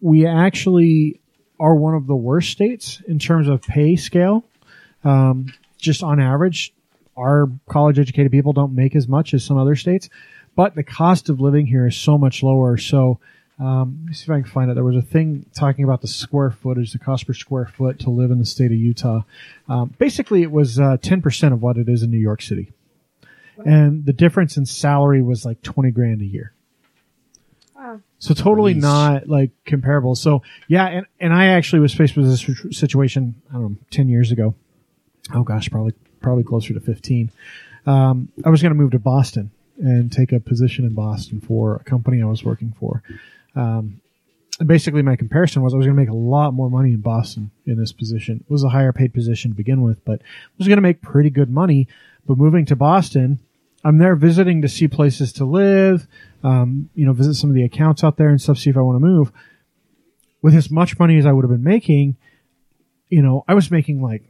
Speaker 2: we actually are one of the worst states in terms of pay scale. Um, just on average, our college educated people don't make as much as some other states, but the cost of living here is so much lower. So, um, let me see if I can find it. There was a thing talking about the square footage, the cost per square foot to live in the state of Utah. Um, basically, it was uh, 10% of what it is in New York City. And the difference in salary was like 20 grand a year. So totally not like comparable. So yeah, and, and I actually was faced with this situ- situation, I don't know, 10 years ago. Oh gosh, probably, probably closer to 15. Um, I was going to move to Boston and take a position in Boston for a company I was working for. Um, And basically my comparison was I was going to make a lot more money in Boston in this position. It was a higher paid position to begin with, but I was going to make pretty good money. But moving to Boston, I'm there visiting to see places to live, um, you know, visit some of the accounts out there and stuff, see if I want to move. With as much money as I would have been making, you know, I was making like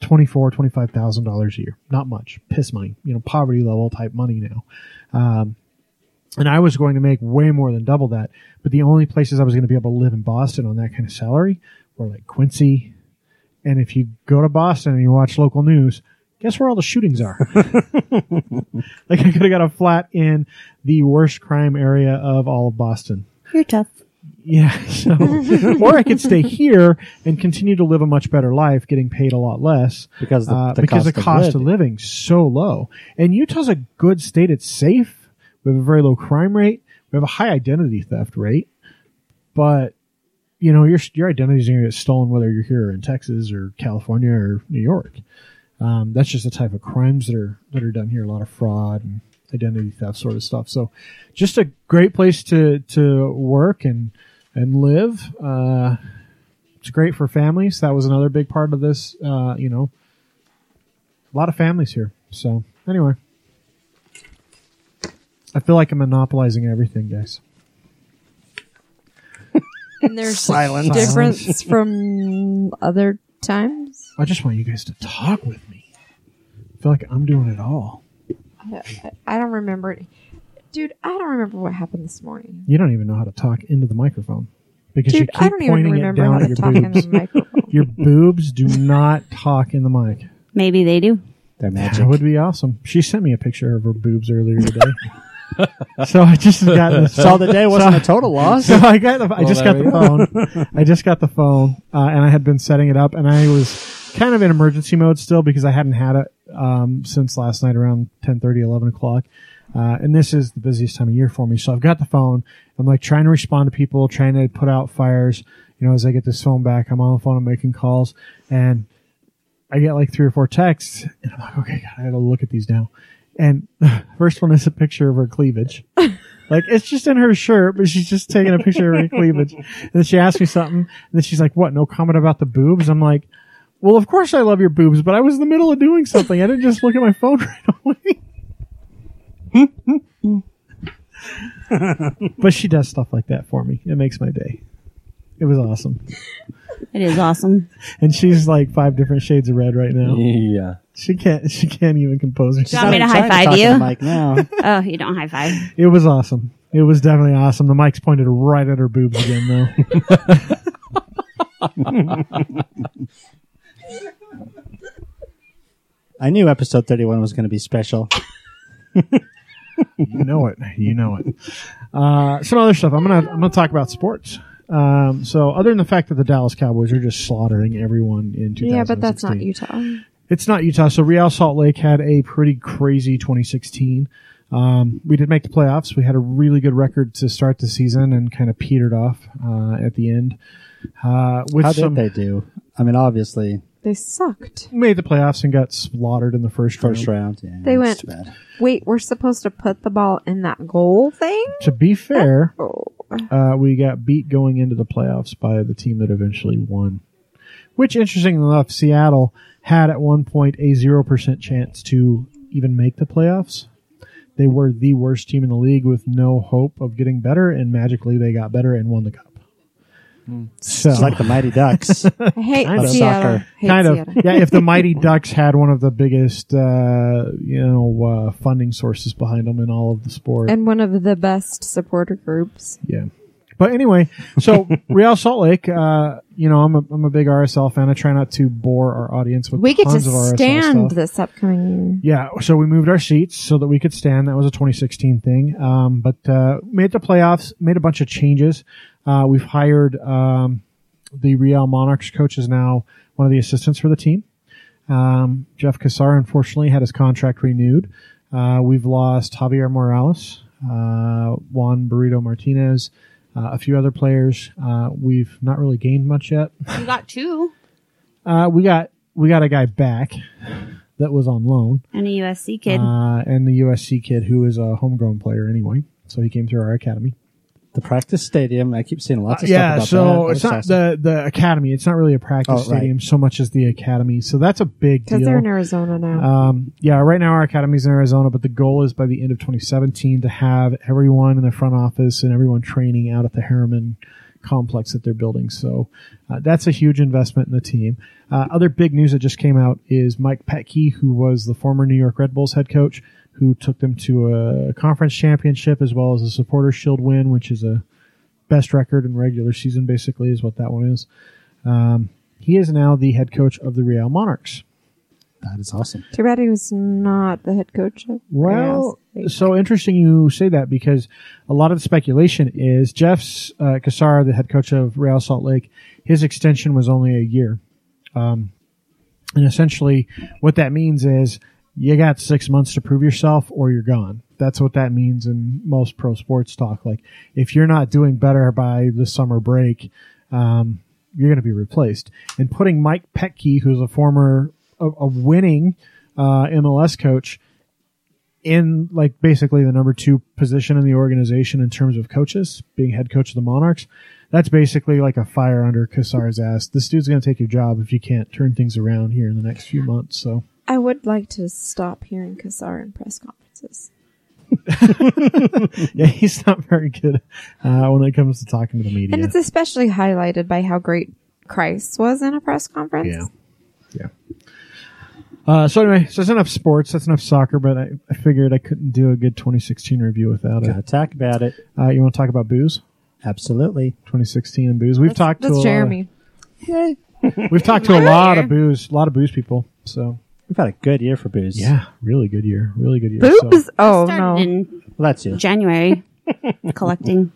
Speaker 2: twenty four, twenty five thousand dollars a year. Not much, piss money, you know, poverty level type money now Um, and I was going to make way more than double that. But the only places I was going to be able to live in Boston on that kind of salary were like Quincy. And if you go to Boston and you watch local news, guess where all the shootings are? like I could have got a flat in the worst crime area of all of Boston.
Speaker 5: You're tough.
Speaker 2: Yeah. (laughs) So, or I could stay here and continue to live a much better life, getting paid a lot less
Speaker 3: because the,
Speaker 2: uh,
Speaker 3: the
Speaker 2: because
Speaker 3: cost
Speaker 2: the cost of,
Speaker 3: living.
Speaker 2: living's so low. And Utah's a good state; it's safe. We have a very low crime rate. We have a high identity theft rate, but you know your your identity's going to get stolen whether you're here in Texas or California or New York. Um, that's just the type of crimes that are that are done here. A lot of fraud and identity theft sort of stuff. So, just a great place to to work and and live. Uh, it's great for families. That was another big part of this. Uh, you know, a lot of families here. So anyway, I feel like I'm monopolizing everything, guys.
Speaker 4: And there's
Speaker 3: Silence.
Speaker 2: (laughs)
Speaker 4: difference from other times.
Speaker 2: I just want you guys to talk with me. I feel like I'm doing it all.
Speaker 4: I- I don't remember. Dude, I don't remember what happened this morning.
Speaker 2: You don't even know how to talk into the microphone. because you
Speaker 4: Dude,
Speaker 2: keep
Speaker 4: I don't even
Speaker 2: pointing it
Speaker 4: remember how
Speaker 2: down
Speaker 4: to
Speaker 2: at your
Speaker 4: talk in
Speaker 2: boobs. (laughs)
Speaker 4: the microphone.
Speaker 2: Your boobs do not talk in the mic.
Speaker 5: Maybe they do.
Speaker 2: (laughs)
Speaker 3: They're magic.
Speaker 2: That would be awesome. She sent me a picture of her boobs earlier today. (laughs) so I just got this.
Speaker 3: so
Speaker 2: (laughs)
Speaker 3: the day wasn't a total loss.
Speaker 2: So I got the, I just
Speaker 6: there
Speaker 2: got
Speaker 6: we
Speaker 2: the phone. I just got the phone, uh, and I had been setting it up, and I was kind of in emergency mode still because I hadn't had it um, since last night around 10, 11 o'clock. Uh, and this is the busiest time of year for me, so I've got the phone. I'm like trying to respond to people, trying to put out fires. You know, as I get this phone back, I'm on the phone, I'm making calls, and I get like three or four texts, and I'm like, okay, God, I gotta look at these now. And (laughs) the first one is a picture of her cleavage. like it's just in her shirt, but she's just taking a picture of her cleavage. And then she asked me something, and then she's like, "What? No comment about the boobs?" I'm like, "Well, of course I love your boobs, but I was in the middle of doing something. I didn't just look at my phone (laughs) right away." but she does stuff like that for me. It makes my day. It was awesome.
Speaker 5: It is awesome.
Speaker 2: And she's like five different shades of red right now.
Speaker 6: (laughs) Yeah.
Speaker 2: She can't. She can't even compose herself.
Speaker 5: want me to
Speaker 3: trying
Speaker 5: high-five
Speaker 3: talk
Speaker 5: you?
Speaker 3: to the
Speaker 2: (laughs)
Speaker 3: mic now.
Speaker 5: oh, you don't high five.
Speaker 2: It was awesome. It was definitely awesome. The mic's pointed right at her boobs again, though.
Speaker 3: I knew episode 31 was going to be special.
Speaker 2: you know it. You know it. Uh, some other stuff. I'm gonna. I'm gonna talk about sports. Um, so, other than the fact that the Dallas Cowboys are just slaughtering everyone in 2016,
Speaker 4: yeah, but that's not Utah.
Speaker 2: It's not Utah. So Real Salt Lake had a pretty crazy 2016. Um, we did make the playoffs. We had a really good record to start the season and kind of petered off uh, at the end. Uh, with
Speaker 3: How
Speaker 2: some,
Speaker 3: did they do? I mean, obviously,
Speaker 4: They sucked.
Speaker 2: made the playoffs and got slaughtered in the first,
Speaker 3: first
Speaker 2: round.
Speaker 3: round. Yeah,
Speaker 4: They
Speaker 3: that's
Speaker 4: went-
Speaker 3: too bad.
Speaker 4: Wait, we're supposed to put the ball in that goal thing?
Speaker 2: To be fair,
Speaker 4: Oh,
Speaker 2: uh, we got beat going into the playoffs by the team that eventually won. Which, interesting enough, Seattle had at one point a 0% chance to even make the playoffs. They were the worst team in the league with no hope of getting better, and magically they got better and won the cup. So,
Speaker 3: It's like the
Speaker 2: (laughs)
Speaker 3: Mighty Ducks.
Speaker 4: I hate
Speaker 2: Kind
Speaker 3: of.
Speaker 4: Seattle.
Speaker 3: Soccer.
Speaker 4: Hate
Speaker 2: kind
Speaker 4: Seattle.
Speaker 2: of yeah if the mighty ducks had one of the biggest uh, you know uh, funding sources behind them in all of the sport
Speaker 4: And one of the best supporter groups.
Speaker 2: yeah. But anyway, so Real Salt Lake, uh, you know, I'm a, I'm a big RSL fan. I try not to bore our audience with
Speaker 4: We get to
Speaker 2: tons of RSL
Speaker 4: stand
Speaker 2: stuff.
Speaker 4: this upcoming year.
Speaker 2: Yeah, so we moved our seats so that we could stand. That was a 2016 thing. Um, but uh, made the playoffs, made a bunch of changes. Uh, we've hired um, the Real Monarchs coach is now one of the assistants for the team. Um, Jeff Cassar, unfortunately, had his contract renewed. Uh, we've lost Javier Morales, uh, Juan Burrito Martinez, uh, a few other players. Uh, we've not really gained much yet.
Speaker 5: You got two
Speaker 2: Uh, we got we got a guy back that was on loan.
Speaker 5: and a USC kid.
Speaker 2: Uh, and the USC kid who is a homegrown player anyway. So he came through our academy.
Speaker 3: the practice stadium. I keep seeing lots of
Speaker 2: Uh, yeah,
Speaker 3: stuff about that.
Speaker 2: so it's not the, the academy. It's not really a practice
Speaker 3: Oh, right.
Speaker 2: stadium so much as the academy. So that's a big
Speaker 4: Because they're in
Speaker 2: deal.
Speaker 4: Arizona now.
Speaker 2: Um, yeah, right now our academy's in Arizona, but the goal is by the end of 2017 to have everyone in the front office and everyone training out at the Harriman complex that they're building. So uh, that's a huge investment in the team. Uh, other big news that just came out is Mike Petke, who was the former New York Red Bulls head coach, who took them to a conference championship as well as a supporter shield win, which is a best record in regular season, basically, is what that one is. Um, he is now the head coach of the Real Monarchs.
Speaker 3: that is awesome.
Speaker 4: Too bad he was not the head coach. Of
Speaker 2: Well,
Speaker 4: Arizona.
Speaker 2: so interesting you say that because a lot of the speculation is Jeff's uh, Kassar, the head coach of Real Salt Lake, his extension was only a year. Um, and essentially, what that means is you got six months to prove yourself or you're gone. That's what that means in most pro sports talk. Like, if you're not doing better by the summer break, um, you're going to be replaced. And putting Mike Petke, who's a former, a, a winning uh, MLS coach, in like basically the number two position in the organization in terms of coaches, being head coach of the Monarchs, that's basically like a fire under Kassar's ass. This dude's going to take your job if you can't turn things around here in the next few months. So (laughs)
Speaker 4: I would like to stop hearing Kassar in press conferences.
Speaker 2: yeah, he's not very good uh, when it comes to talking to the media.
Speaker 4: And it's especially highlighted by how great Christ was in a press conference.
Speaker 2: Yeah. Yeah. Uh, so anyway, so that's enough sports. That's enough soccer. But I, I figured I couldn't do a good 2016 review without
Speaker 3: Got
Speaker 2: it.
Speaker 3: to talk about it.
Speaker 2: Uh, you want to talk about booze?
Speaker 3: Absolutely.
Speaker 2: 2016 and booze. We've talked to a
Speaker 4: That's
Speaker 2: lot
Speaker 4: Jeremy.
Speaker 2: Of, we've talked
Speaker 4: (laughs)
Speaker 2: to a lot of booze, a lot of booze people. So
Speaker 3: We've had a good year for booze.
Speaker 2: yeah, really good year, really good year.
Speaker 4: Boobs?
Speaker 2: So,
Speaker 4: Oh
Speaker 5: Started
Speaker 4: no.
Speaker 5: in
Speaker 3: Well, that's you. (laughs)
Speaker 5: January collecting.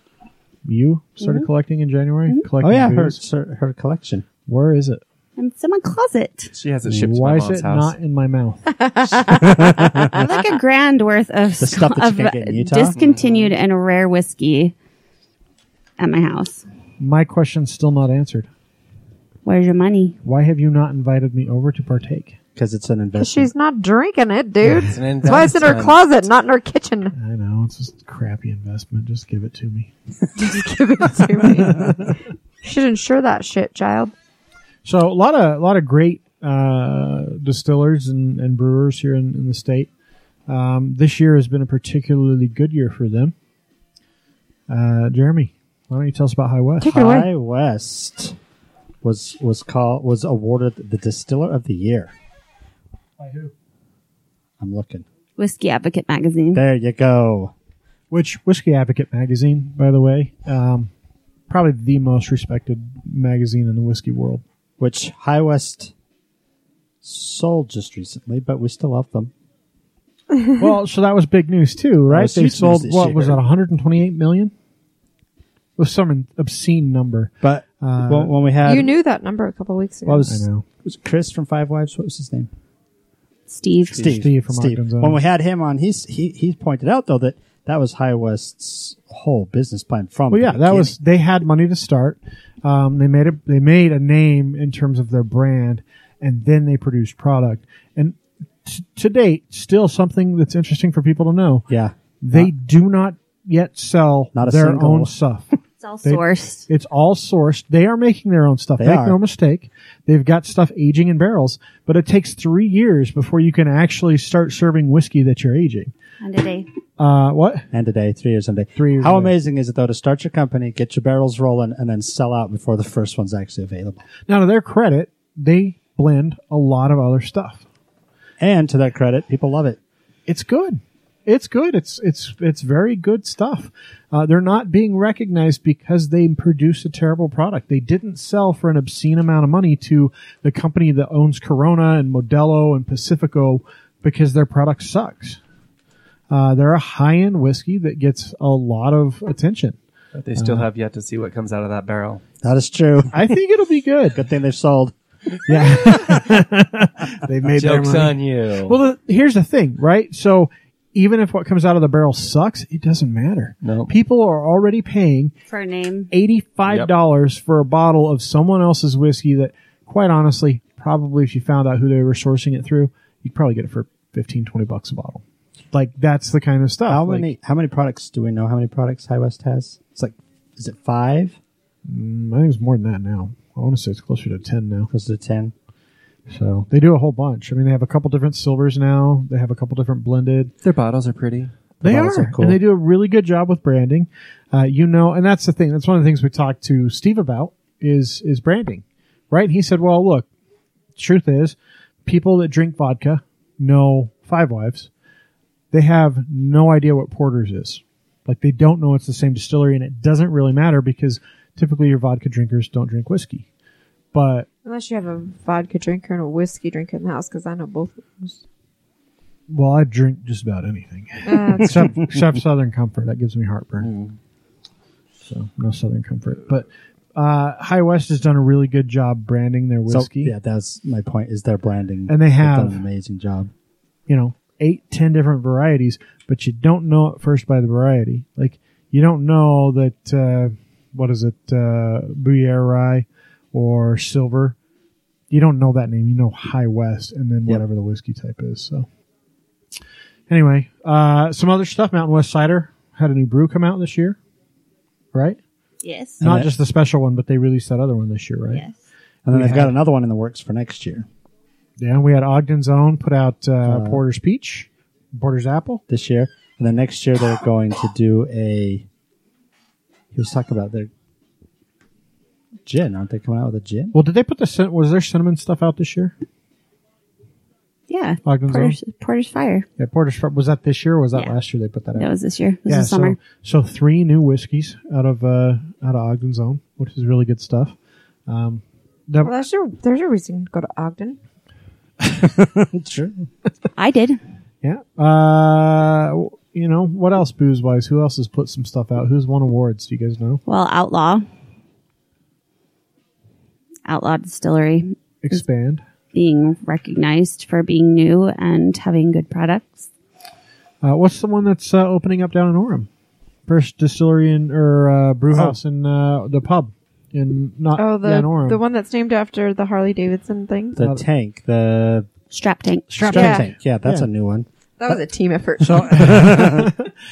Speaker 2: you started
Speaker 4: Mm-hmm.
Speaker 2: collecting in January. Collecting
Speaker 3: Oh yeah, her,
Speaker 2: booze.
Speaker 3: her her collection.
Speaker 2: Where is it?
Speaker 5: It's in my closet.
Speaker 6: She has it shipped to
Speaker 2: Why
Speaker 6: my
Speaker 2: is
Speaker 6: mom's
Speaker 2: it
Speaker 6: house.
Speaker 2: not in my mouth?
Speaker 4: (laughs)
Speaker 5: I have (laughs) like a grand worth of
Speaker 3: The stuff that you
Speaker 5: of
Speaker 3: can't get in Utah?
Speaker 5: discontinued and rare whiskey at my house.
Speaker 2: my question's still not answered.
Speaker 5: Where's your money?
Speaker 2: Why have you not invited me over to partake?
Speaker 3: because it's an investment.
Speaker 4: She's not drinking it, dude.
Speaker 6: It's an
Speaker 4: That's why it's in her
Speaker 6: investment.
Speaker 4: closet, not in her kitchen.
Speaker 2: I know it's just a crappy investment. Just give it to me.
Speaker 4: Give it to me. Should insure that shit, child.
Speaker 2: So a lot of a lot of great uh, distillers and, and brewers here in, in the state. Um, this year has been a particularly good year for them. Uh, Jeremy, why don't you tell us about High West?
Speaker 4: Take it away.
Speaker 3: High West was was called was awarded the distiller of the year.
Speaker 2: By who?
Speaker 3: I'm looking.
Speaker 5: Whiskey Advocate magazine.
Speaker 3: There you go.
Speaker 2: Which Whiskey Advocate magazine, by the way, um, probably the most respected magazine in the whiskey
Speaker 3: (laughs)
Speaker 2: world.
Speaker 3: Which High West sold just recently, but we still love them.
Speaker 2: well, so that was big news too, right?
Speaker 3: was
Speaker 2: They
Speaker 3: huge news
Speaker 2: sold
Speaker 3: this
Speaker 2: what
Speaker 3: year.
Speaker 2: was that 128 million? It was some obscene number.
Speaker 3: But
Speaker 2: Uh,
Speaker 3: when, when we had
Speaker 4: You knew that number a couple weeks ago.
Speaker 3: what
Speaker 2: I
Speaker 3: was,
Speaker 2: know.
Speaker 3: was Chris from Five Wives? What was his name?
Speaker 5: Steve.
Speaker 3: Steve.
Speaker 2: Steve from Arkansas.
Speaker 3: When we had him on, he's he he pointed out though that that was High West's whole business plan from.
Speaker 2: Well,
Speaker 3: the
Speaker 2: yeah, that was
Speaker 3: beginning.
Speaker 2: they had money to start. Um, they made a they made a name in terms of their brand, and then they produced product. And t- to date, still something that's interesting for people to know:
Speaker 3: yeah.
Speaker 2: they do not yet sell
Speaker 3: Not a
Speaker 2: their
Speaker 3: single-
Speaker 2: own
Speaker 3: (laughs)
Speaker 2: stuff.
Speaker 5: It's all
Speaker 2: They-
Speaker 5: sourced.
Speaker 2: It's all sourced. They are making their own stuff.
Speaker 3: They
Speaker 2: Make
Speaker 3: are.
Speaker 2: no mistake. They've got stuff aging in barrels, but it takes three years before you can actually start serving whiskey that you're aging.
Speaker 5: And today.
Speaker 2: Uh, what?
Speaker 3: End of day, three years and day.
Speaker 2: Three years
Speaker 3: How
Speaker 2: a day.
Speaker 3: amazing is it though to start your company, get your barrels rolling, and then sell out before the first one's actually available?
Speaker 2: Now, to their credit, they blend a lot of other stuff.
Speaker 3: And to that credit, people love it.
Speaker 2: It's good. It's good. It's it's it's very good stuff. Uh, they're not being recognized because they produce a terrible product. They didn't sell for an obscene amount of money to the company that owns Corona and Modelo and Pacifico because their product sucks. Uh, they're a high-end whiskey that gets a lot of attention.
Speaker 6: But they
Speaker 2: Uh-huh.
Speaker 6: still have yet to see what comes out of that barrel.
Speaker 3: That
Speaker 2: (laughs)
Speaker 3: is true.
Speaker 2: I think it'll be (laughs) good.
Speaker 3: Good thing they've sold.
Speaker 2: Yeah, they made their
Speaker 6: Jokes
Speaker 2: money.
Speaker 6: on you.
Speaker 2: Well, the, here's the thing, right? So even if what comes out of the barrel sucks, it doesn't matter.
Speaker 6: Nope.
Speaker 2: People are already paying
Speaker 5: For a name.
Speaker 2: $85 for a bottle of someone else's whiskey that, quite honestly, probably if you found out who they were sourcing it through, you'd probably get it for 15, 20 bucks a bottle. Like, that's the kind of stuff.
Speaker 3: How
Speaker 2: Like,
Speaker 3: many how many products do we know? How many products High West has? It's like is it five?
Speaker 2: mm, I think it's more than that now. I want to say it's closer to 10 now.
Speaker 3: Was it ten?
Speaker 2: So they do a whole bunch. I mean, they have a couple different silvers now. They have a couple different blended.
Speaker 6: Their bottles are pretty.
Speaker 2: They are,
Speaker 3: bottles are cool.
Speaker 2: and they do a really good job with branding. Uh, you know, and that's the thing. That's one of the things we talked to Steve about is is branding, right? And he said, "Well, look, truth is, people that drink vodka know Five Wives. They have no idea what Porter's is. Like they don't know it's the same distillery, and it doesn't really matter because typically your vodka drinkers don't drink whiskey. But
Speaker 4: Unless you have a vodka drinker and a whiskey drinker in the house, because I know both. of those.
Speaker 2: well, I drink just about anything
Speaker 4: Uh, it's-
Speaker 2: except except Southern Comfort. That gives me heartburn.
Speaker 3: Mm.
Speaker 2: So no Southern Comfort, but uh, High West has done a really good job branding their whiskey.
Speaker 3: So, yeah, that's my point. Is their branding
Speaker 2: And they
Speaker 3: They've
Speaker 2: have.
Speaker 3: done an amazing job.
Speaker 2: You know, eight ten different varieties, but you don't know it first by the variety. Like you don't know that uh, what is it, uh, Bouillère Rye or Silver. You don't know that name. You know High West, and then
Speaker 3: Yep.
Speaker 2: whatever the whiskey type is. So anyway, uh, some other stuff. Mountain West Cider had a new brew come out this year, right?
Speaker 5: Yes.
Speaker 2: Not
Speaker 3: that-
Speaker 2: just the special one, but they released that other one this year, right?
Speaker 5: Yes.
Speaker 3: And then
Speaker 2: We
Speaker 3: they've got
Speaker 2: had-
Speaker 3: another one in the works for next year.
Speaker 2: Yeah, we had Ogden's Own put out uh, Porter's Peach, Porter's Apple.
Speaker 3: This year. And then next year they're going to do a he was talking about their gin, aren't they coming out with a gin?
Speaker 2: Well, did they put the cin- was there cinnamon stuff out this year?
Speaker 5: Yeah.
Speaker 2: Ogden Zone?
Speaker 5: Porter's, Porter's Fire.
Speaker 2: Yeah, Porter's Fr- was that this year or was that
Speaker 5: Yeah.
Speaker 2: last year they put that out?
Speaker 5: That was this year. This
Speaker 2: yeah,
Speaker 5: is summer.
Speaker 2: So, so three new whiskeys out of uh, out of Ogden Zone, which is really good stuff. Um, that-
Speaker 4: Well, that's your, there's a reason to go to Ogden.
Speaker 2: oh, sure.
Speaker 5: I did.
Speaker 2: Yeah. Uh, w- you know what else booze wise? Who else has put some stuff out? Who's won awards? Do you guys know?
Speaker 5: Well, Outlaw. Outlaw Distillery
Speaker 2: Expand.
Speaker 5: being recognized for being new and having good products.
Speaker 2: Uh, what's the one that's uh, opening up down in Orem? First distillery in or uh, brew house in uh, the pub in not
Speaker 4: Oh, the
Speaker 2: Uh, yeah, in Orem.
Speaker 4: the one that's named after the Harley Davidson thing.
Speaker 3: The
Speaker 2: Not-
Speaker 3: tank, the
Speaker 5: Strap Tank.
Speaker 3: strap
Speaker 4: Yeah.
Speaker 3: tank. Yeah, that's
Speaker 2: Yeah.
Speaker 3: a new one.
Speaker 4: That was a team effort. (laughs)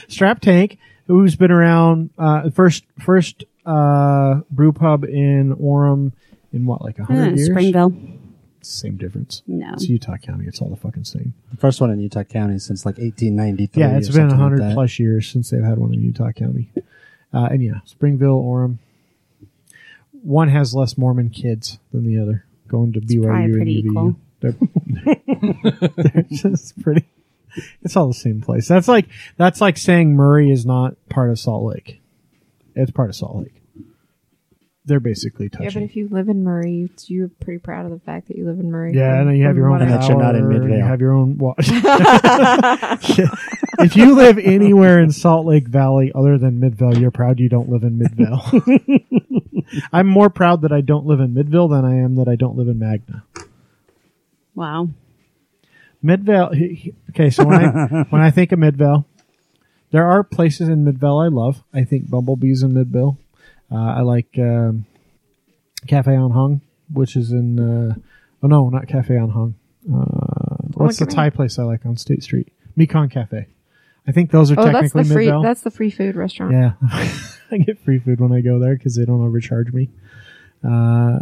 Speaker 2: Strap Tank, who's been around uh, first first uh, brew pub in Orem in what like a
Speaker 5: Uh,
Speaker 2: hundred years?
Speaker 5: Springville.
Speaker 2: Same difference.
Speaker 5: No.
Speaker 2: It's Utah County. It's all the fucking same.
Speaker 3: The first one in Utah County since like 1893.
Speaker 2: Yeah, it's
Speaker 3: or
Speaker 2: been
Speaker 3: something
Speaker 2: hundred
Speaker 3: like that.
Speaker 2: plus years since they've had one in Utah County, uh, and yeah, Springville, Orem. One has less Mormon kids than the other. Going to BYU
Speaker 5: probably
Speaker 2: and
Speaker 5: pretty
Speaker 2: UVU.
Speaker 5: equal.
Speaker 2: They're, they're (laughs) just pretty. It's all the same place. That's like that's like saying Murray is not part of Salt Lake. It's part of Salt Lake. They're basically
Speaker 4: yeah, but
Speaker 2: touching.
Speaker 4: if you live in Murray, it's- you're pretty proud of the fact that you live in Murray.
Speaker 2: Yeah, and you have
Speaker 4: From
Speaker 2: your own
Speaker 4: what I-
Speaker 3: And that you're not in
Speaker 2: power, and You
Speaker 3: Midvale.
Speaker 2: have your own
Speaker 4: (laughs)
Speaker 2: watch. (laughs) if you live anywhere in Salt Lake Valley other than Midvale, you're proud you don't live in
Speaker 4: (laughs)
Speaker 2: Midvale. (laughs) I'm more proud that I don't live in Midville than I am that I don't live in Magna.
Speaker 5: Wow.
Speaker 2: Midvale. he- he- Okay, so when I, when I think of Midvale, there are places in Midvale I love. I think Bumblebee's in Midvale. Uh, I like um, Cafe on Hung, which is in. Uh, oh no, not Cafe on Hung. Uh, what's the
Speaker 4: can I-
Speaker 2: Thai place I like on State Street? Mekong Cafe. I think those are
Speaker 4: Oh, that's
Speaker 2: technically
Speaker 4: the free.
Speaker 2: Midvale.
Speaker 4: That's the free food restaurant.
Speaker 2: Yeah, (laughs) I get free food when I go there because they don't overcharge me. Uh,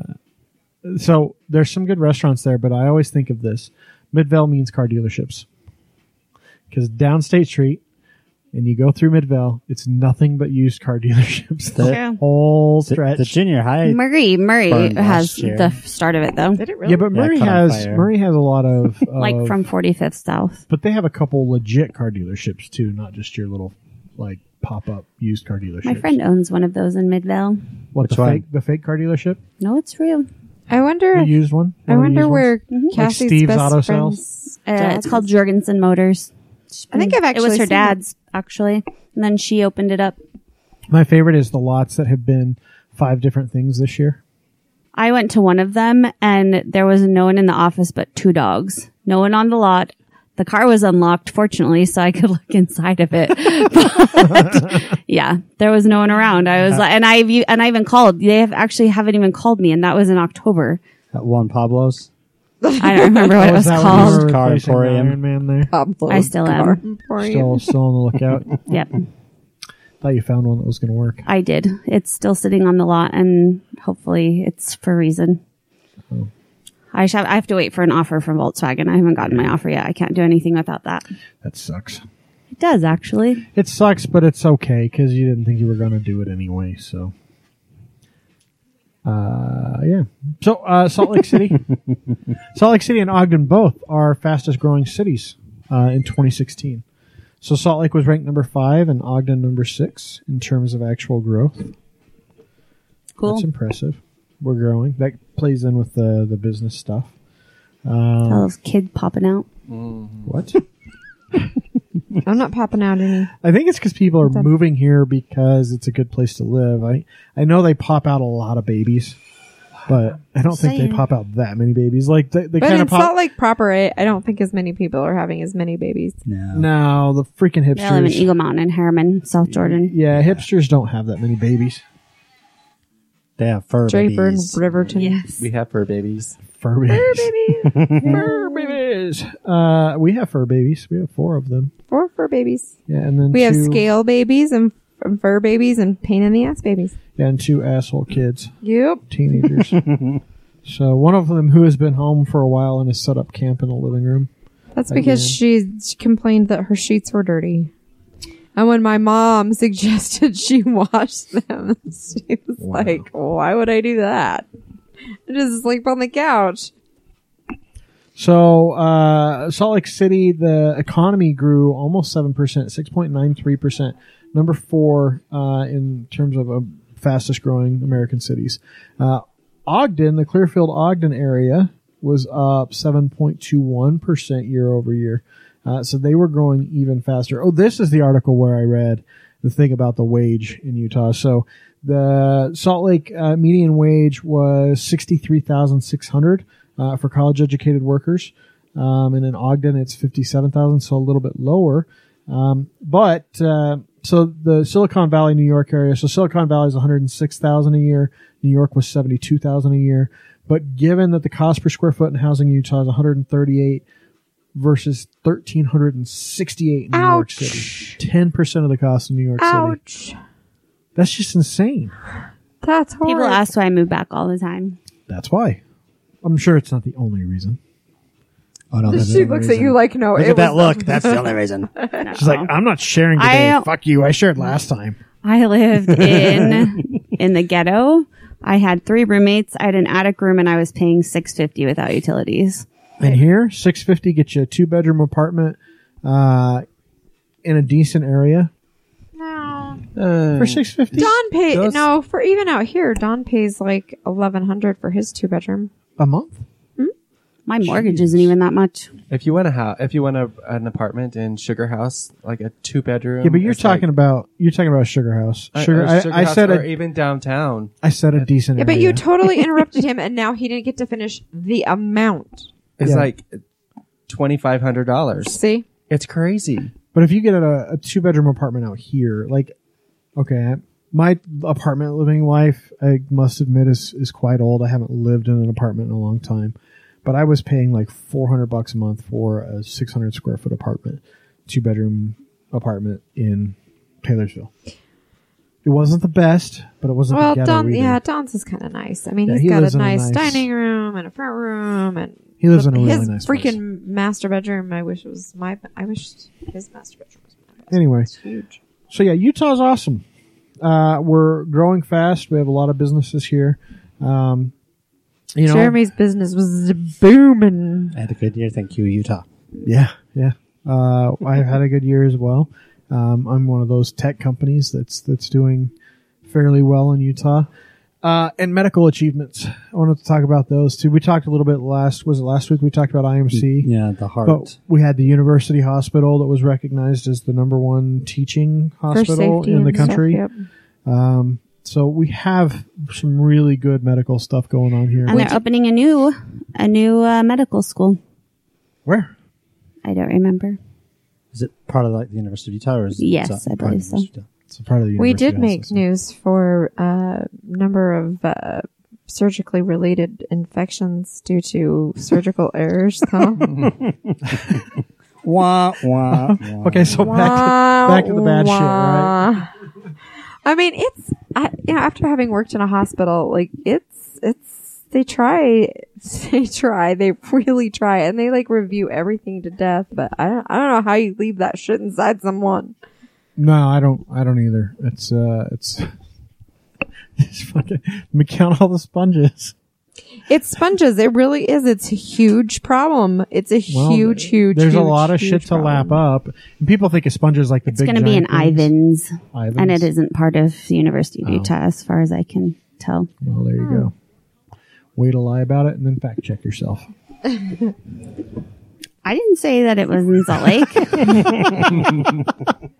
Speaker 2: so there's some good restaurants there, but I always think of this: Midvale means car dealerships because down State Street, and you go through Midvale, it's nothing but used car (laughs) dealerships the
Speaker 5: True.
Speaker 2: whole
Speaker 3: The-
Speaker 2: stretch.
Speaker 3: The junior high.
Speaker 5: Murray Murray
Speaker 3: Burned
Speaker 5: has
Speaker 3: last year.
Speaker 5: the f- start of it though.
Speaker 4: Did it really?
Speaker 2: yeah, but
Speaker 3: Yeah,
Speaker 2: Murray
Speaker 3: caught on
Speaker 2: has
Speaker 3: fire.
Speaker 2: Murray has a lot of
Speaker 5: (laughs) Like
Speaker 2: of-
Speaker 5: from 45th South.
Speaker 2: but they have a couple legit car dealerships too, not just your little like pop up used car dealerships.
Speaker 5: My friend owns one of those in Midvale. Uh,
Speaker 2: what
Speaker 3: Which
Speaker 2: the
Speaker 3: one?
Speaker 2: fake the fake car dealership,
Speaker 5: No, it's real.
Speaker 4: I wonder.
Speaker 2: the used one.
Speaker 4: I
Speaker 2: One of the
Speaker 4: wonder
Speaker 2: used ones?
Speaker 4: where
Speaker 5: Like
Speaker 4: Cassie's
Speaker 2: Steve's
Speaker 4: best
Speaker 2: Auto
Speaker 4: friends.
Speaker 5: Uh,
Speaker 4: job
Speaker 5: it's called
Speaker 4: is.
Speaker 5: Jorgensen Motors.
Speaker 4: I think I've
Speaker 5: it
Speaker 4: actually
Speaker 5: was her
Speaker 4: seen
Speaker 5: dad's actually, and then she opened it up.
Speaker 2: My favorite is the lots that have been five different things this year.
Speaker 5: I went to one of them, and there was no one in the office but two dogs. No one on the lot. The car was unlocked, fortunately, so I could (laughs) look inside of it. But, yeah, there was no one around. I was like, and I have and I even called. They have actually haven't even called me, and that was in October.
Speaker 3: At Juan Pablo's.
Speaker 5: I don't remember what it was
Speaker 2: that when you were
Speaker 3: called?
Speaker 5: called.
Speaker 3: Car
Speaker 2: replacing the
Speaker 3: Emporium.
Speaker 2: Iron Man there.
Speaker 4: Pablo's
Speaker 5: I still am.
Speaker 4: Car Emporium.
Speaker 2: Still, still on the
Speaker 4: (laughs)
Speaker 2: lookout.
Speaker 5: Yep,
Speaker 2: Thought you found one that was going to work.
Speaker 5: I did. It's still sitting on the lot, and hopefully, it's for a reason. I, shall, I have to wait for an offer from Volkswagen. I haven't gotten my offer yet. I can't do anything without that.
Speaker 2: That sucks.
Speaker 5: It does actually.
Speaker 2: It sucks, but it's okay because you didn't think you were going to do it anyway. So, uh, yeah. So, uh, Salt Lake City,
Speaker 4: (laughs)
Speaker 2: Salt Lake City and Ogden both are fastest growing cities uh, in 2016. So, Salt Lake was ranked number five and Ogden number six in terms of actual growth.
Speaker 5: Cool.
Speaker 2: That's impressive. We're growing. That plays in with the the business stuff.
Speaker 5: All those kids popping out.
Speaker 2: What?
Speaker 4: I'm not popping out any.
Speaker 2: I think it's because people are moving here because it's a good place to live. I I know they pop out a lot of babies, but I don't think they
Speaker 5: Saying.
Speaker 2: pop out that many babies. Like they, they
Speaker 4: But
Speaker 2: kind
Speaker 4: in
Speaker 2: of pop.
Speaker 4: Salt Lake proper, I, I don't think as many people are having as many babies.
Speaker 2: no, the freaking
Speaker 5: Yeah, I live in
Speaker 2: hipsters.
Speaker 5: Eagle Mountain, Harriman, South Jordan.
Speaker 2: Yeah, hipsters don't have that many babies.
Speaker 3: They have fur
Speaker 4: Draper and
Speaker 3: babies.
Speaker 4: Riverton.
Speaker 5: Yes.
Speaker 6: We have fur babies.
Speaker 2: Fur babies. (laughs)
Speaker 4: Babies.
Speaker 2: Fur babies. Uh, we have fur babies. We have four of them.
Speaker 4: Four fur babies.
Speaker 2: Yeah, and then
Speaker 4: We have
Speaker 2: two-
Speaker 4: scale babies and and fur babies and pain in the ass babies.
Speaker 2: and two asshole kids.
Speaker 4: Yep.
Speaker 2: teenagers. so one of them who has been home for a while and has set up camp in the living room.
Speaker 4: That's because she, she complained that her sheets were dirty. And when my mom (laughs) suggested she wash them, (laughs) she was like, why would I do that? I just sleep on the couch.
Speaker 2: So, uh, Salt Lake City, the economy grew almost 7%, 6.93%. Number four uh, in terms of uh, fastest growing American cities. Uh, Ogden, the Clearfield Ogden area, was up 7.21% year over year. Uh, so they were growing even faster. Oh, this is the article where I read the thing about the wage in Utah. So the Salt Lake uh, median wage was 63,600 uh, for college educated workers. Um, and in Ogden, it's 57,000, so a little bit lower. Um, but uh, so the Silicon Valley, New York area. So Silicon Valley is 106,000 a year. New York was 72,000 a year. But given that the cost per square foot in housing in Utah is 138 versus 1,368 in New York
Speaker 4: Ouch.
Speaker 2: City, 10% of the cost in New York City.
Speaker 4: Ouch.
Speaker 2: That's just insane.
Speaker 4: That's hard.
Speaker 5: People ask why I move back all the time.
Speaker 2: That's why. I'm sure it's not the only reason.
Speaker 3: Oh no, that's
Speaker 4: She looks at you like, no,
Speaker 3: Look
Speaker 4: it
Speaker 3: at that
Speaker 4: was the-
Speaker 3: look. That's the only (laughs) reason.
Speaker 5: No.
Speaker 2: She's like, I'm not sharing
Speaker 5: I
Speaker 2: today.
Speaker 5: don't-
Speaker 2: Fuck you. I shared last time.
Speaker 5: I
Speaker 2: (laughs)
Speaker 5: lived in in the ghetto. I had three roommates. I had an attic room, and I was paying six fifty without utilities.
Speaker 2: And here, 650 gets you a two bedroom apartment uh, in a decent area
Speaker 6: Uh, Hmm.
Speaker 2: for 650.
Speaker 4: Don pays
Speaker 6: Those-
Speaker 4: no for even out here. Don pays like eleven hundred for his two bedroom.
Speaker 2: a month.
Speaker 5: My mortgage isn't even that much.
Speaker 6: If you want a house, if you want a, an apartment in Sugar House, like a two bedroom.
Speaker 2: Yeah, but you're talking about you're talking about Sugar House.
Speaker 6: Uh,
Speaker 2: Sugar. I, I said
Speaker 6: or E-
Speaker 2: a,
Speaker 6: even downtown.
Speaker 2: I said a decent.
Speaker 4: Yeah, but
Speaker 2: area.
Speaker 3: (laughs)
Speaker 4: you totally interrupted him, and now he didn't get to finish the amount.
Speaker 6: It's
Speaker 2: Yeah.
Speaker 6: like twenty five hundred dollars.
Speaker 4: See,
Speaker 6: It's crazy.
Speaker 2: But if you get a, a two bedroom apartment out here, like, okay, my apartment living life, I must admit, is is quite old. I haven't lived in an apartment in a long time, but I was paying like four hundred bucks a month for a six hundred square foot apartment, two bedroom apartment in Taylorsville. It wasn't the best, but it wasn't
Speaker 4: well,
Speaker 2: the ghetto
Speaker 4: Don,
Speaker 2: either.
Speaker 4: yeah, Don's is kind of nice. I mean,
Speaker 2: Yeah,
Speaker 4: he's
Speaker 2: he
Speaker 4: got
Speaker 2: lives
Speaker 4: a
Speaker 2: in a
Speaker 4: nice,
Speaker 2: nice-
Speaker 4: dining room and a front room, and
Speaker 2: He lives in a
Speaker 4: his
Speaker 2: really nice place.
Speaker 4: freaking master bedroom. I wish it was my. I wish his master bedroom was my. Bedroom.
Speaker 2: Anyway,
Speaker 4: It's huge.
Speaker 2: So yeah, Utah's awesome. Uh, we're growing fast. We have a lot of businesses here. Um, you know,
Speaker 4: Jeremy's business was booming.
Speaker 3: I had a good year. Thank you, Utah.
Speaker 2: Yeah, yeah. Uh, I've had a good year as well. Um, I'm one of those tech companies that's that's doing fairly well in Utah. Uh, and medical achievements. I wanted to talk about those too. We talked a little bit last. Was it last week? We talked about IMC.
Speaker 3: Yeah, the heart.
Speaker 2: But we had the university hospital that was recognized as the number one teaching hospital in the country. Um, so we have some really good medical stuff going on here.
Speaker 5: And they're opening a new a new uh, medical school.
Speaker 2: Where?
Speaker 5: I don't remember.
Speaker 3: Is it part of like the University of Utah? Or is it
Speaker 5: Yes,
Speaker 3: it's
Speaker 5: I
Speaker 3: not part of
Speaker 5: believe
Speaker 3: the
Speaker 5: so.
Speaker 3: University of Utah?
Speaker 2: It's a part of the
Speaker 4: We
Speaker 2: university
Speaker 4: did make
Speaker 2: hospital.
Speaker 4: news for a number of uh, surgically related infections due to surgical errors. Though.
Speaker 2: (laughs)
Speaker 3: Wah, (laughs) wah, wah.
Speaker 2: Okay, so back. back to the bad shit, right?
Speaker 4: I mean, it's I, you know after having worked in a hospital, like it's it's they try (laughs) they try they really try and they like review everything to death. But I don't I don't know how you leave that shit inside someone.
Speaker 2: No, I don't. I don't either. It's uh, it's. (laughs) it's fucking. Let me count all the sponges.
Speaker 4: It's sponges. It really is. It's a huge problem. It's a huge, huge.
Speaker 2: There's a
Speaker 4: huge,
Speaker 2: lot of
Speaker 4: huge
Speaker 2: shit to
Speaker 4: problem.
Speaker 2: lap up, and people think of sponges like the
Speaker 5: It's
Speaker 2: big.
Speaker 5: going to be an
Speaker 2: giant things. Oh.
Speaker 5: Ivans,
Speaker 2: Ivans.
Speaker 5: and it isn't part of the University of Utah, as far as I can tell.
Speaker 2: Well, there you
Speaker 4: Hmm.
Speaker 2: go. Way to lie about it and then fact check yourself.
Speaker 5: I didn't say that it was in Salt
Speaker 2: (laughs)
Speaker 5: Lake.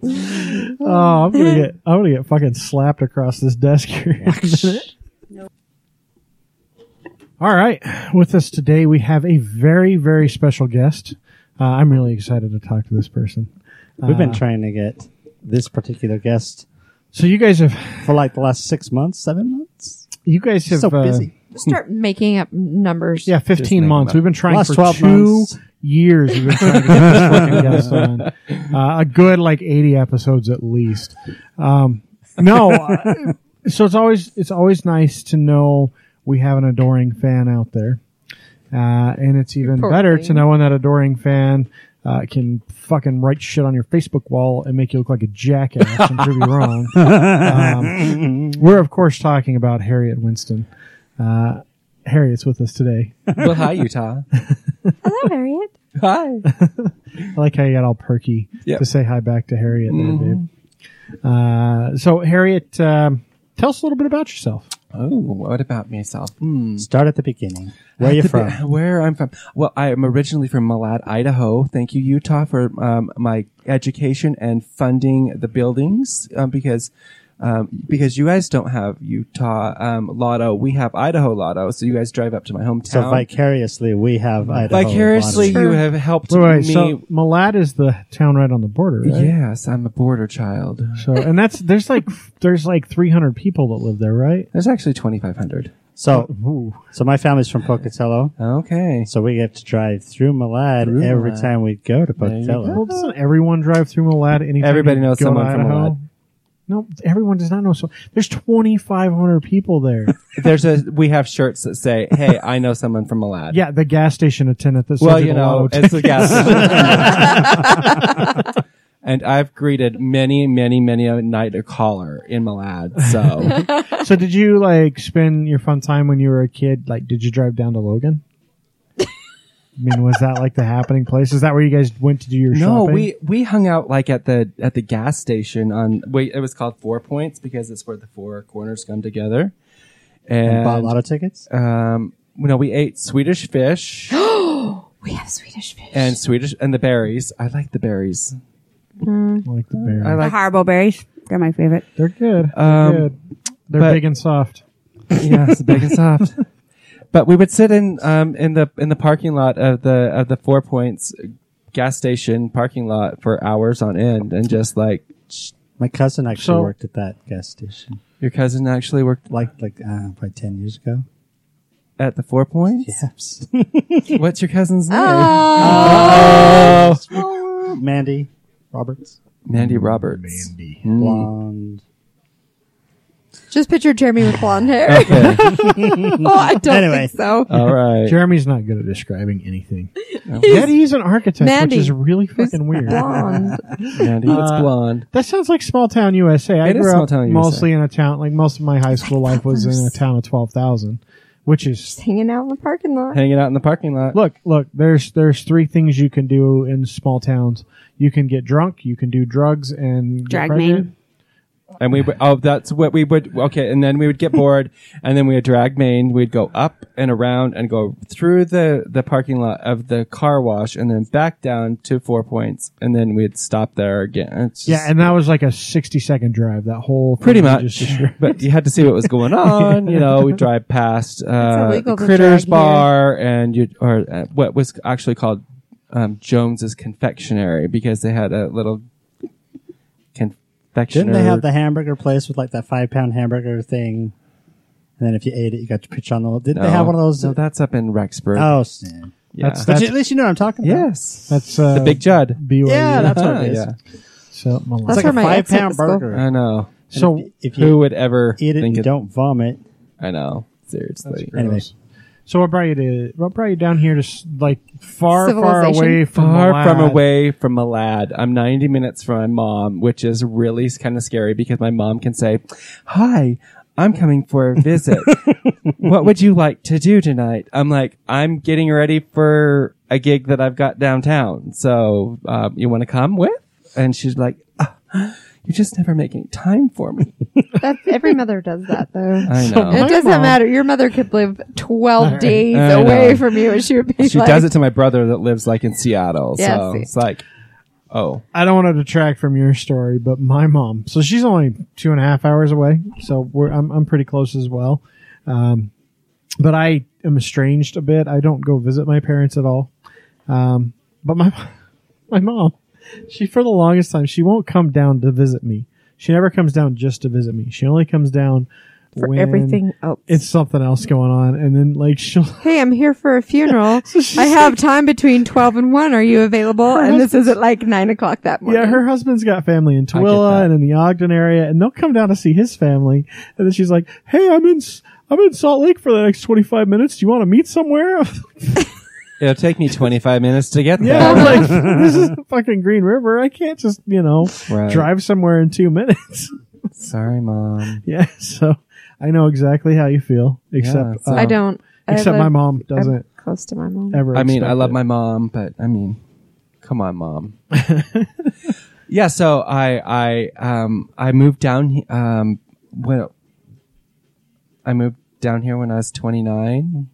Speaker 2: Oh, I'm gonna get I'm gonna get fucking slapped across this desk here. in a minute. All right, with us today we have a very very special guest. Uh, I'm really excited to talk to this person.
Speaker 3: We've been trying to get this particular guest
Speaker 2: So you guys have
Speaker 3: for like the last six months, seven months.
Speaker 2: you guys have
Speaker 3: so
Speaker 2: uh,
Speaker 3: busy.
Speaker 4: Just start making up numbers.
Speaker 2: yeah,
Speaker 6: Just make
Speaker 2: 15
Speaker 6: them
Speaker 2: months.
Speaker 6: up.
Speaker 2: We've been trying
Speaker 3: Last
Speaker 2: for
Speaker 3: 12
Speaker 2: two
Speaker 3: months.
Speaker 2: years. We've been trying to get this fucking guest on uh, a good like 80 episodes at least. Um, no, uh, so it's always it's always nice to know we have an adoring fan out there, uh, and it's even
Speaker 4: Poor
Speaker 2: better to
Speaker 4: thing.
Speaker 2: know when that adoring fan. Uh, can fucking write shit on your Facebook wall and make you look like a jackass and prove you wrong. Um, we're of course talking about Harriet Winston. Uh, Harriet's with us today.
Speaker 6: well,
Speaker 2: (laughs)
Speaker 6: hi, Utah.
Speaker 4: Hello, Harriet.
Speaker 6: Hi.
Speaker 2: I like how you got all perky
Speaker 6: Yep.
Speaker 2: to say hi back to Harriet
Speaker 6: Mm-hmm.
Speaker 2: there, babe. Uh, so, Harriet, um, tell us a little bit about yourself.
Speaker 6: Oh, what about myself? Hmm.
Speaker 3: Mm. Start at the beginning. Where are you
Speaker 6: The
Speaker 3: from?
Speaker 6: bi- (laughs) Where I'm from? Well, I am originally from Malad, Idaho. Thank you, Utah, for um, my education and funding the buildings um, because um, because you guys don't have Utah um, lotto, we have Idaho lotto. So you guys drive up to my hometown.
Speaker 3: So vicariously, we have Idaho.
Speaker 6: Vicariously, you have helped
Speaker 2: Wait, wait,
Speaker 6: me.
Speaker 2: so Malad is the town right on the border, right?
Speaker 6: Yes, I'm a border child.
Speaker 2: So, and that's there's like there's like 300 people that live there, right?
Speaker 6: There's actually 2,500.
Speaker 3: So,
Speaker 2: Ooh.
Speaker 3: so my family's from Pocatello,
Speaker 6: Okay.
Speaker 3: so we get to drive through Malad
Speaker 6: Through
Speaker 3: every
Speaker 6: Malad.
Speaker 3: time we go to
Speaker 6: There you
Speaker 2: Well,
Speaker 3: Pocatello.
Speaker 2: doesn't everyone drive through Malad anytime?
Speaker 6: Everybody
Speaker 2: you
Speaker 6: knows
Speaker 2: go to
Speaker 6: someone from
Speaker 2: Idaho?
Speaker 6: Malad.
Speaker 2: No, everyone does not know. So there's 2,500 people there.
Speaker 6: (laughs) There's a we have shirts that say, "Hey, I know someone from Malad."
Speaker 2: yeah, the gas station attendant. That's
Speaker 6: Well, you know, it's the gas station. and I've greeted many, many, many a night a caller in Malad. So
Speaker 2: so did you like spend your fun time when you were a kid? Like, did you drive down to
Speaker 6: (laughs)
Speaker 2: Logan? I mean, was that like the happening place? Is that where you guys went to do your
Speaker 6: no,
Speaker 2: shopping?
Speaker 6: we we hung out like at the at the gas station on. We, it was called Four Points because it's where the four corners come together.
Speaker 3: And bought
Speaker 6: And,
Speaker 3: a lot of tickets.
Speaker 6: um, you know, we ate Swedish fish
Speaker 4: We have Swedish fish.
Speaker 6: and Swedish and the berries. I like the berries.
Speaker 2: like the bear.
Speaker 5: (laughs)
Speaker 6: I
Speaker 5: The
Speaker 6: like
Speaker 5: horrible berries. They're my favorite.
Speaker 2: They're good. They're
Speaker 6: Um,
Speaker 2: good. They're
Speaker 6: but-
Speaker 2: big and soft.
Speaker 6: yes, big and soft. But we would sit in um, in the in the parking lot of the of the Four Points gas station parking lot for hours on end, and just like
Speaker 3: My cousin actually
Speaker 2: So-
Speaker 3: worked at that gas station,
Speaker 6: your cousin actually worked
Speaker 3: like like uh, probably ten years ago.
Speaker 6: at the Four Points.
Speaker 3: Yes,
Speaker 6: (laughs) What's your cousin's
Speaker 3: (laughs)
Speaker 6: name?
Speaker 4: Oh. Uh,
Speaker 3: Mandy Roberts, Um,
Speaker 6: Mandy Roberts. Mm.
Speaker 3: blonde.
Speaker 4: Just picture Jeremy with
Speaker 2: (laughs)
Speaker 4: blonde hair. (laughs)
Speaker 6: Okay.
Speaker 4: oh, I don't
Speaker 3: Anyway.
Speaker 4: think so.
Speaker 2: Uh,
Speaker 6: All
Speaker 2: (laughs)
Speaker 6: right.
Speaker 2: Jeremy's not good at describing anything. Yet he's an architect,
Speaker 4: Mandy,
Speaker 2: which is really fucking
Speaker 4: Who's
Speaker 2: weird.
Speaker 4: Blonde.
Speaker 6: Mandy, it's
Speaker 2: Uh,
Speaker 6: blonde.
Speaker 2: That sounds like small town USA. I
Speaker 6: It is
Speaker 2: grew
Speaker 6: small
Speaker 2: up
Speaker 6: town
Speaker 2: mostly in a town like most of my high school life was in a town of twelve thousand, which is
Speaker 4: Hanging out in the parking lot.
Speaker 6: Hanging out in the parking lot.
Speaker 2: look, look. There's there's three things you can do in small towns. You can get drunk, you can do drugs, and get
Speaker 5: Drag
Speaker 2: pregnant.
Speaker 5: main.
Speaker 6: And we would, oh, that's what we would, okay. And then we would get bored and then we would drag main. We'd go up and around and go through the, the parking lot of the car wash and then back down to four points. And then we'd stop there again. It's just
Speaker 2: Yeah, and that was like a sixty second drive. That whole thing
Speaker 6: pretty
Speaker 2: was
Speaker 6: much. (laughs)
Speaker 2: just-
Speaker 6: but you had to see what was going on. You know, we drive past, uh,
Speaker 4: illegal to drag
Speaker 6: Critters
Speaker 4: here.
Speaker 6: Bar and you, or uh, what was actually called, um, Jones's Confectionery because they had a little confectionery.
Speaker 3: Didn't they have the hamburger place with like that five pound hamburger thing? And then if you ate it, you got to pitch on the. Didn't they have one of those?
Speaker 6: No, that's up in Rexburg.
Speaker 3: oh, snap.
Speaker 6: yeah.
Speaker 2: that's-
Speaker 3: but you- at least you know what I'm talking about.
Speaker 6: Yes.
Speaker 2: that's uh,
Speaker 6: the Big Judd.
Speaker 2: BYU.
Speaker 3: Yeah, that's what it is.
Speaker 6: Yeah.
Speaker 2: so,
Speaker 3: It's
Speaker 4: That's
Speaker 3: like
Speaker 4: where
Speaker 3: a
Speaker 4: my
Speaker 3: five
Speaker 4: ex went
Speaker 3: pound
Speaker 4: to school.
Speaker 3: burger.
Speaker 6: I know.
Speaker 2: so
Speaker 3: And if, if
Speaker 6: Uh, Who
Speaker 3: you
Speaker 6: would ever
Speaker 3: eat it and
Speaker 6: think
Speaker 3: you don't vomit,
Speaker 6: I know. Seriously.
Speaker 3: Anyway.
Speaker 2: Gross. So what brought you to what brought you down here to s- like far far
Speaker 4: Civilization.
Speaker 2: away from
Speaker 6: Far
Speaker 2: Malad?
Speaker 6: from away from a lad. I'm 90 minutes from my mom, which is really kind of scary because my mom can say, Hi, I'm coming for
Speaker 3: (laughs)
Speaker 6: a visit. what would you like to do tonight? I'm like, I'm getting ready for a gig that I've got downtown. So, um, you want to come with? And she's like, "Ah, You just never make any time for me.
Speaker 4: That's (laughs) every mother does that though.
Speaker 6: I know.
Speaker 4: It
Speaker 2: My
Speaker 4: doesn't
Speaker 2: mom-
Speaker 4: matter. Your mother could live twelve days
Speaker 6: I know.
Speaker 4: away from you, and she would be
Speaker 6: she
Speaker 4: like,
Speaker 6: does it to my brother that lives like in Seattle.
Speaker 4: Yeah,
Speaker 6: so
Speaker 4: see.
Speaker 6: it's like, oh,
Speaker 2: I don't want to detract from your story, but my mom. So she's only two and a half hours away. So we're I'm I'm pretty close as well. Um, but I am estranged a bit. I don't go visit my parents at all. Um, but my (laughs) my mom, she for the longest time she won't come down to visit me. She never comes down just to visit me. She only comes down
Speaker 4: for
Speaker 2: when
Speaker 4: everything else.
Speaker 2: It's something else going on, and then like she'll
Speaker 4: hey, I'm here for
Speaker 2: (laughs)
Speaker 4: a funeral. I have time between twelve and one. Are you available? And this is at like nine o'clock that morning.
Speaker 2: Yeah, her husband's got family in Tooele
Speaker 6: that.
Speaker 2: and in the Ogden area, and they'll come down to see his family. And then she's like, "Hey, I'm in, S- I'm in Salt Lake for the next 25 minutes. Do you want to meet somewhere?" (laughs)
Speaker 6: it'll take me 25 minutes to get
Speaker 2: yeah, I'm
Speaker 4: (laughs)
Speaker 6: there. (laughs)
Speaker 2: like, "This is the fucking Green River. I can't just, you know,
Speaker 6: Right.
Speaker 2: drive somewhere in two (laughs) minutes."
Speaker 6: Sorry, mom.
Speaker 2: yeah, so I know exactly how you feel. Except
Speaker 6: so-
Speaker 2: uh,
Speaker 4: I don't. I
Speaker 2: Except
Speaker 4: live-
Speaker 2: my mom
Speaker 4: I'm
Speaker 2: doesn't
Speaker 4: close to my mom.
Speaker 2: ever.
Speaker 6: I mean, I
Speaker 2: expect
Speaker 6: love
Speaker 2: it.
Speaker 6: my mom, but I mean, come
Speaker 4: (laughs)
Speaker 6: on, mom. yeah, so I I um I moved down he- um when I moved down here when I was 29.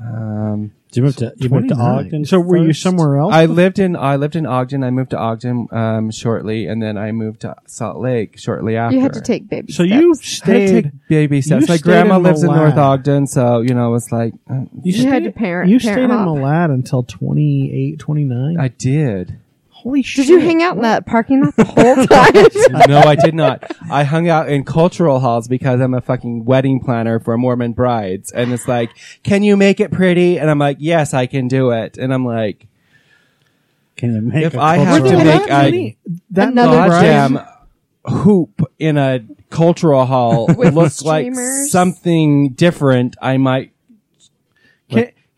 Speaker 6: Um
Speaker 3: you move to you moved to
Speaker 2: 29.
Speaker 3: Ogden?
Speaker 2: So were you
Speaker 3: first?
Speaker 2: somewhere else?
Speaker 6: I lived in I lived in Ogden. I moved to Ogden um shortly and then I moved to Salt Lake shortly after.
Speaker 4: You had to take baby.
Speaker 2: so you
Speaker 4: steps.
Speaker 6: I had to
Speaker 2: stayed.
Speaker 6: take baby steps. My
Speaker 2: stayed
Speaker 6: grandma
Speaker 2: in
Speaker 6: lives in North
Speaker 2: Malad.
Speaker 6: Ogden, so you know, it's like uh,
Speaker 4: You had to parent-
Speaker 2: You
Speaker 4: parent
Speaker 2: stayed in
Speaker 4: hop.
Speaker 2: Malad until 28, 29.
Speaker 6: I did.
Speaker 2: Holy shit!
Speaker 4: Did you hang out in that parking (laughs) lot the
Speaker 2: (laughs)
Speaker 4: whole time?
Speaker 6: no, I did not. I hung out in cultural halls because I'm a fucking wedding planner for Mormon brides. And it's like, can you make it pretty? And I'm like, yes, I can do it. And I'm like,
Speaker 3: Can you make
Speaker 6: If
Speaker 3: a
Speaker 6: I have
Speaker 3: cultural-
Speaker 6: to
Speaker 2: Were
Speaker 6: make
Speaker 2: there that
Speaker 6: a
Speaker 2: many- that
Speaker 4: Another
Speaker 2: number,
Speaker 6: goddamn hoop in a cultural (laughs) hall
Speaker 4: With
Speaker 6: look like
Speaker 4: streamers.
Speaker 6: something different, I might.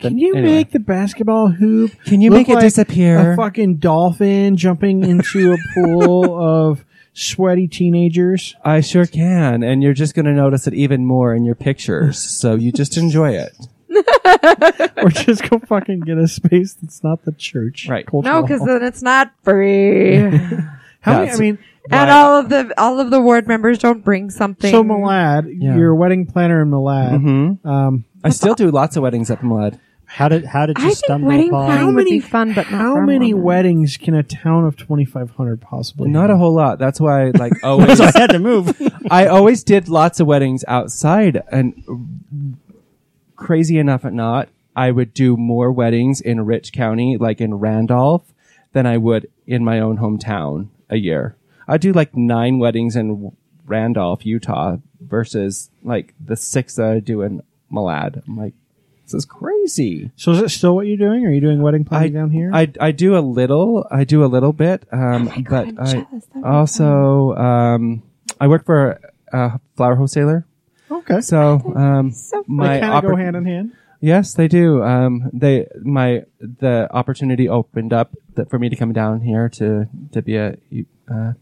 Speaker 2: Can, can you
Speaker 6: anyway.
Speaker 2: make the basketball hoop?
Speaker 6: Can you
Speaker 2: look
Speaker 6: make it
Speaker 2: like
Speaker 6: disappear?
Speaker 2: A fucking dolphin jumping into a
Speaker 6: (laughs)
Speaker 2: pool of sweaty teenagers.
Speaker 6: I sure can. And you're just going to notice it even more in your pictures. So you just enjoy it.
Speaker 2: or just go fucking get a space that's not the church.
Speaker 6: Right.
Speaker 2: Cultural
Speaker 4: no, because
Speaker 2: hall.
Speaker 4: then it's not free. and
Speaker 2: how many, I
Speaker 6: That's-
Speaker 2: mean,
Speaker 4: all of the all of the ward members don't bring something.
Speaker 2: so Malad,
Speaker 6: Yeah.
Speaker 2: you're a wedding planner in Malad.
Speaker 6: hmm
Speaker 2: Um,
Speaker 6: I still do lots of weddings up in Malad.
Speaker 3: How did how did
Speaker 4: I
Speaker 3: you
Speaker 4: think
Speaker 3: stumble
Speaker 4: wedding
Speaker 3: upon?
Speaker 4: planning would
Speaker 2: many-
Speaker 4: be fun, but not
Speaker 2: how
Speaker 4: for
Speaker 2: many
Speaker 4: Mormons.
Speaker 2: weddings can a town of 2,500 possibly?
Speaker 6: Not a
Speaker 2: have?
Speaker 6: whole (laughs) lot. That's why, like, always.
Speaker 3: so I had to move.
Speaker 6: (laughs) I always did lots of weddings outside, and crazy enough or not, I would do more weddings in Rich County, like in Randolph, than I would in my own hometown a year. I do like nine weddings in Randolph, Utah, versus like the six that I do in Malad. I'm like, this is crazy.
Speaker 2: So is it still what you're doing? Are you doing wedding
Speaker 6: I
Speaker 2: planning down here? Oh
Speaker 6: I, I do a little. I do a little bit. Um, but
Speaker 4: I'm
Speaker 6: I
Speaker 4: jealous. That
Speaker 6: also um, I work for a, a flower wholesaler.
Speaker 2: okay.
Speaker 6: So, um,
Speaker 4: so funny.
Speaker 6: my
Speaker 2: they kind of go
Speaker 6: oppor-
Speaker 2: hand in hand.
Speaker 6: yes, they do. Um, they my the opportunity opened up that for me to come down here to to be a uh,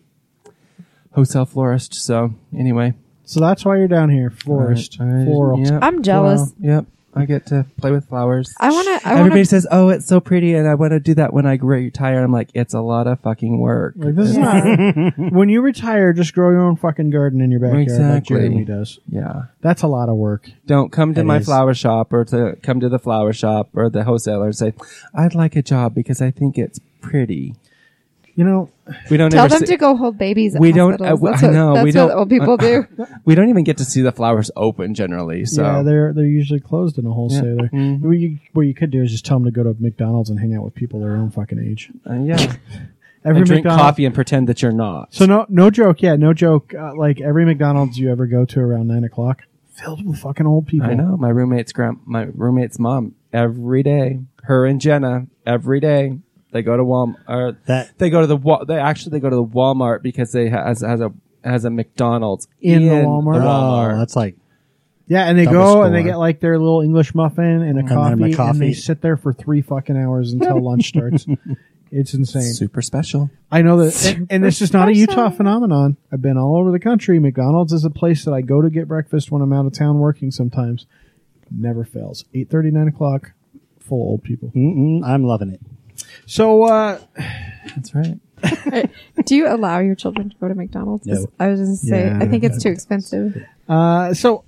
Speaker 6: hotel florist. So anyway,
Speaker 2: So that's why you're down here, florist,
Speaker 6: I- I-
Speaker 2: floral.
Speaker 6: Yep,
Speaker 4: I'm jealous.
Speaker 6: floral, Yep, I get to play with flowers.
Speaker 4: I want to. I want
Speaker 6: Everybody
Speaker 4: to.
Speaker 6: says, "Oh, it's so pretty," and I want to do that when I grow tired. I'm like, it's a lot of fucking work.
Speaker 2: Like this is
Speaker 6: (laughs)
Speaker 2: not. when you retire, just grow your own fucking garden in your backyard, like
Speaker 6: Exactly.
Speaker 2: Jeremy does.
Speaker 6: yeah.
Speaker 2: That's a lot of work.
Speaker 6: Don't come to
Speaker 3: It
Speaker 6: my
Speaker 3: is.
Speaker 6: flower shop or to come to the flower shop or the wholesaler and say, "I'd like a job because I think it's pretty."
Speaker 2: You know,
Speaker 6: We don't
Speaker 4: Tell
Speaker 6: ever
Speaker 4: them
Speaker 6: see,
Speaker 4: to go hold babies. At
Speaker 6: We don't-
Speaker 4: hospitals.
Speaker 6: uh, w-
Speaker 4: that's
Speaker 6: I
Speaker 4: what,
Speaker 6: know,
Speaker 4: That's
Speaker 6: we
Speaker 4: what
Speaker 6: don't- uh,
Speaker 4: old people do.
Speaker 6: we don't even get to see the flowers open generally. So
Speaker 2: yeah, they're they're usually closed in a wholesaler.
Speaker 6: Mhm.
Speaker 2: What, you, what you could do is just tell them to go to McDonald's and hang out with people their own fucking age.
Speaker 6: Uh, yeah.
Speaker 2: (laughs) Every
Speaker 6: and drink
Speaker 2: McDonald's.
Speaker 6: coffee and pretend that you're not.
Speaker 2: So no no joke. Yeah, no joke. Uh, like every McDonald's you ever go to around nine o'clock, filled with fucking old people.
Speaker 6: I know my roommate's grand, my roommate's mom every day. Her and Jenna every day. They go to uh, Walmart. Or
Speaker 3: That
Speaker 6: they go to the Wa- they actually they go to the Walmart because they ha- has has a has a McDonald's
Speaker 2: In the Walmart?
Speaker 6: the
Speaker 2: Oh,
Speaker 6: Walmart.
Speaker 3: oh, that's like
Speaker 2: Yeah, and they
Speaker 3: Double
Speaker 2: go
Speaker 3: score.
Speaker 2: and they get like their little English muffin and a,
Speaker 3: then
Speaker 2: coffee,
Speaker 3: a coffee.
Speaker 2: and they sit there for three fucking hours
Speaker 4: (laughs)
Speaker 2: until lunch starts. It's insane.
Speaker 6: super special.
Speaker 2: I know that, and, and this is not a Utah phenomenon. I've been all over the country. McDonald's is a place that I go to get breakfast when I'm out of town working. Sometimes, never fails. 8:30, 9 o'clock, full old people.
Speaker 3: mm-mm, I'm loving it.
Speaker 2: So, uh,
Speaker 6: That's right.
Speaker 4: (laughs) Do you allow your children to go to McDonald's?
Speaker 3: No.
Speaker 4: I was just say.
Speaker 2: Yeah,
Speaker 4: I think it's too expensive.
Speaker 2: uh,
Speaker 3: (laughs)
Speaker 2: so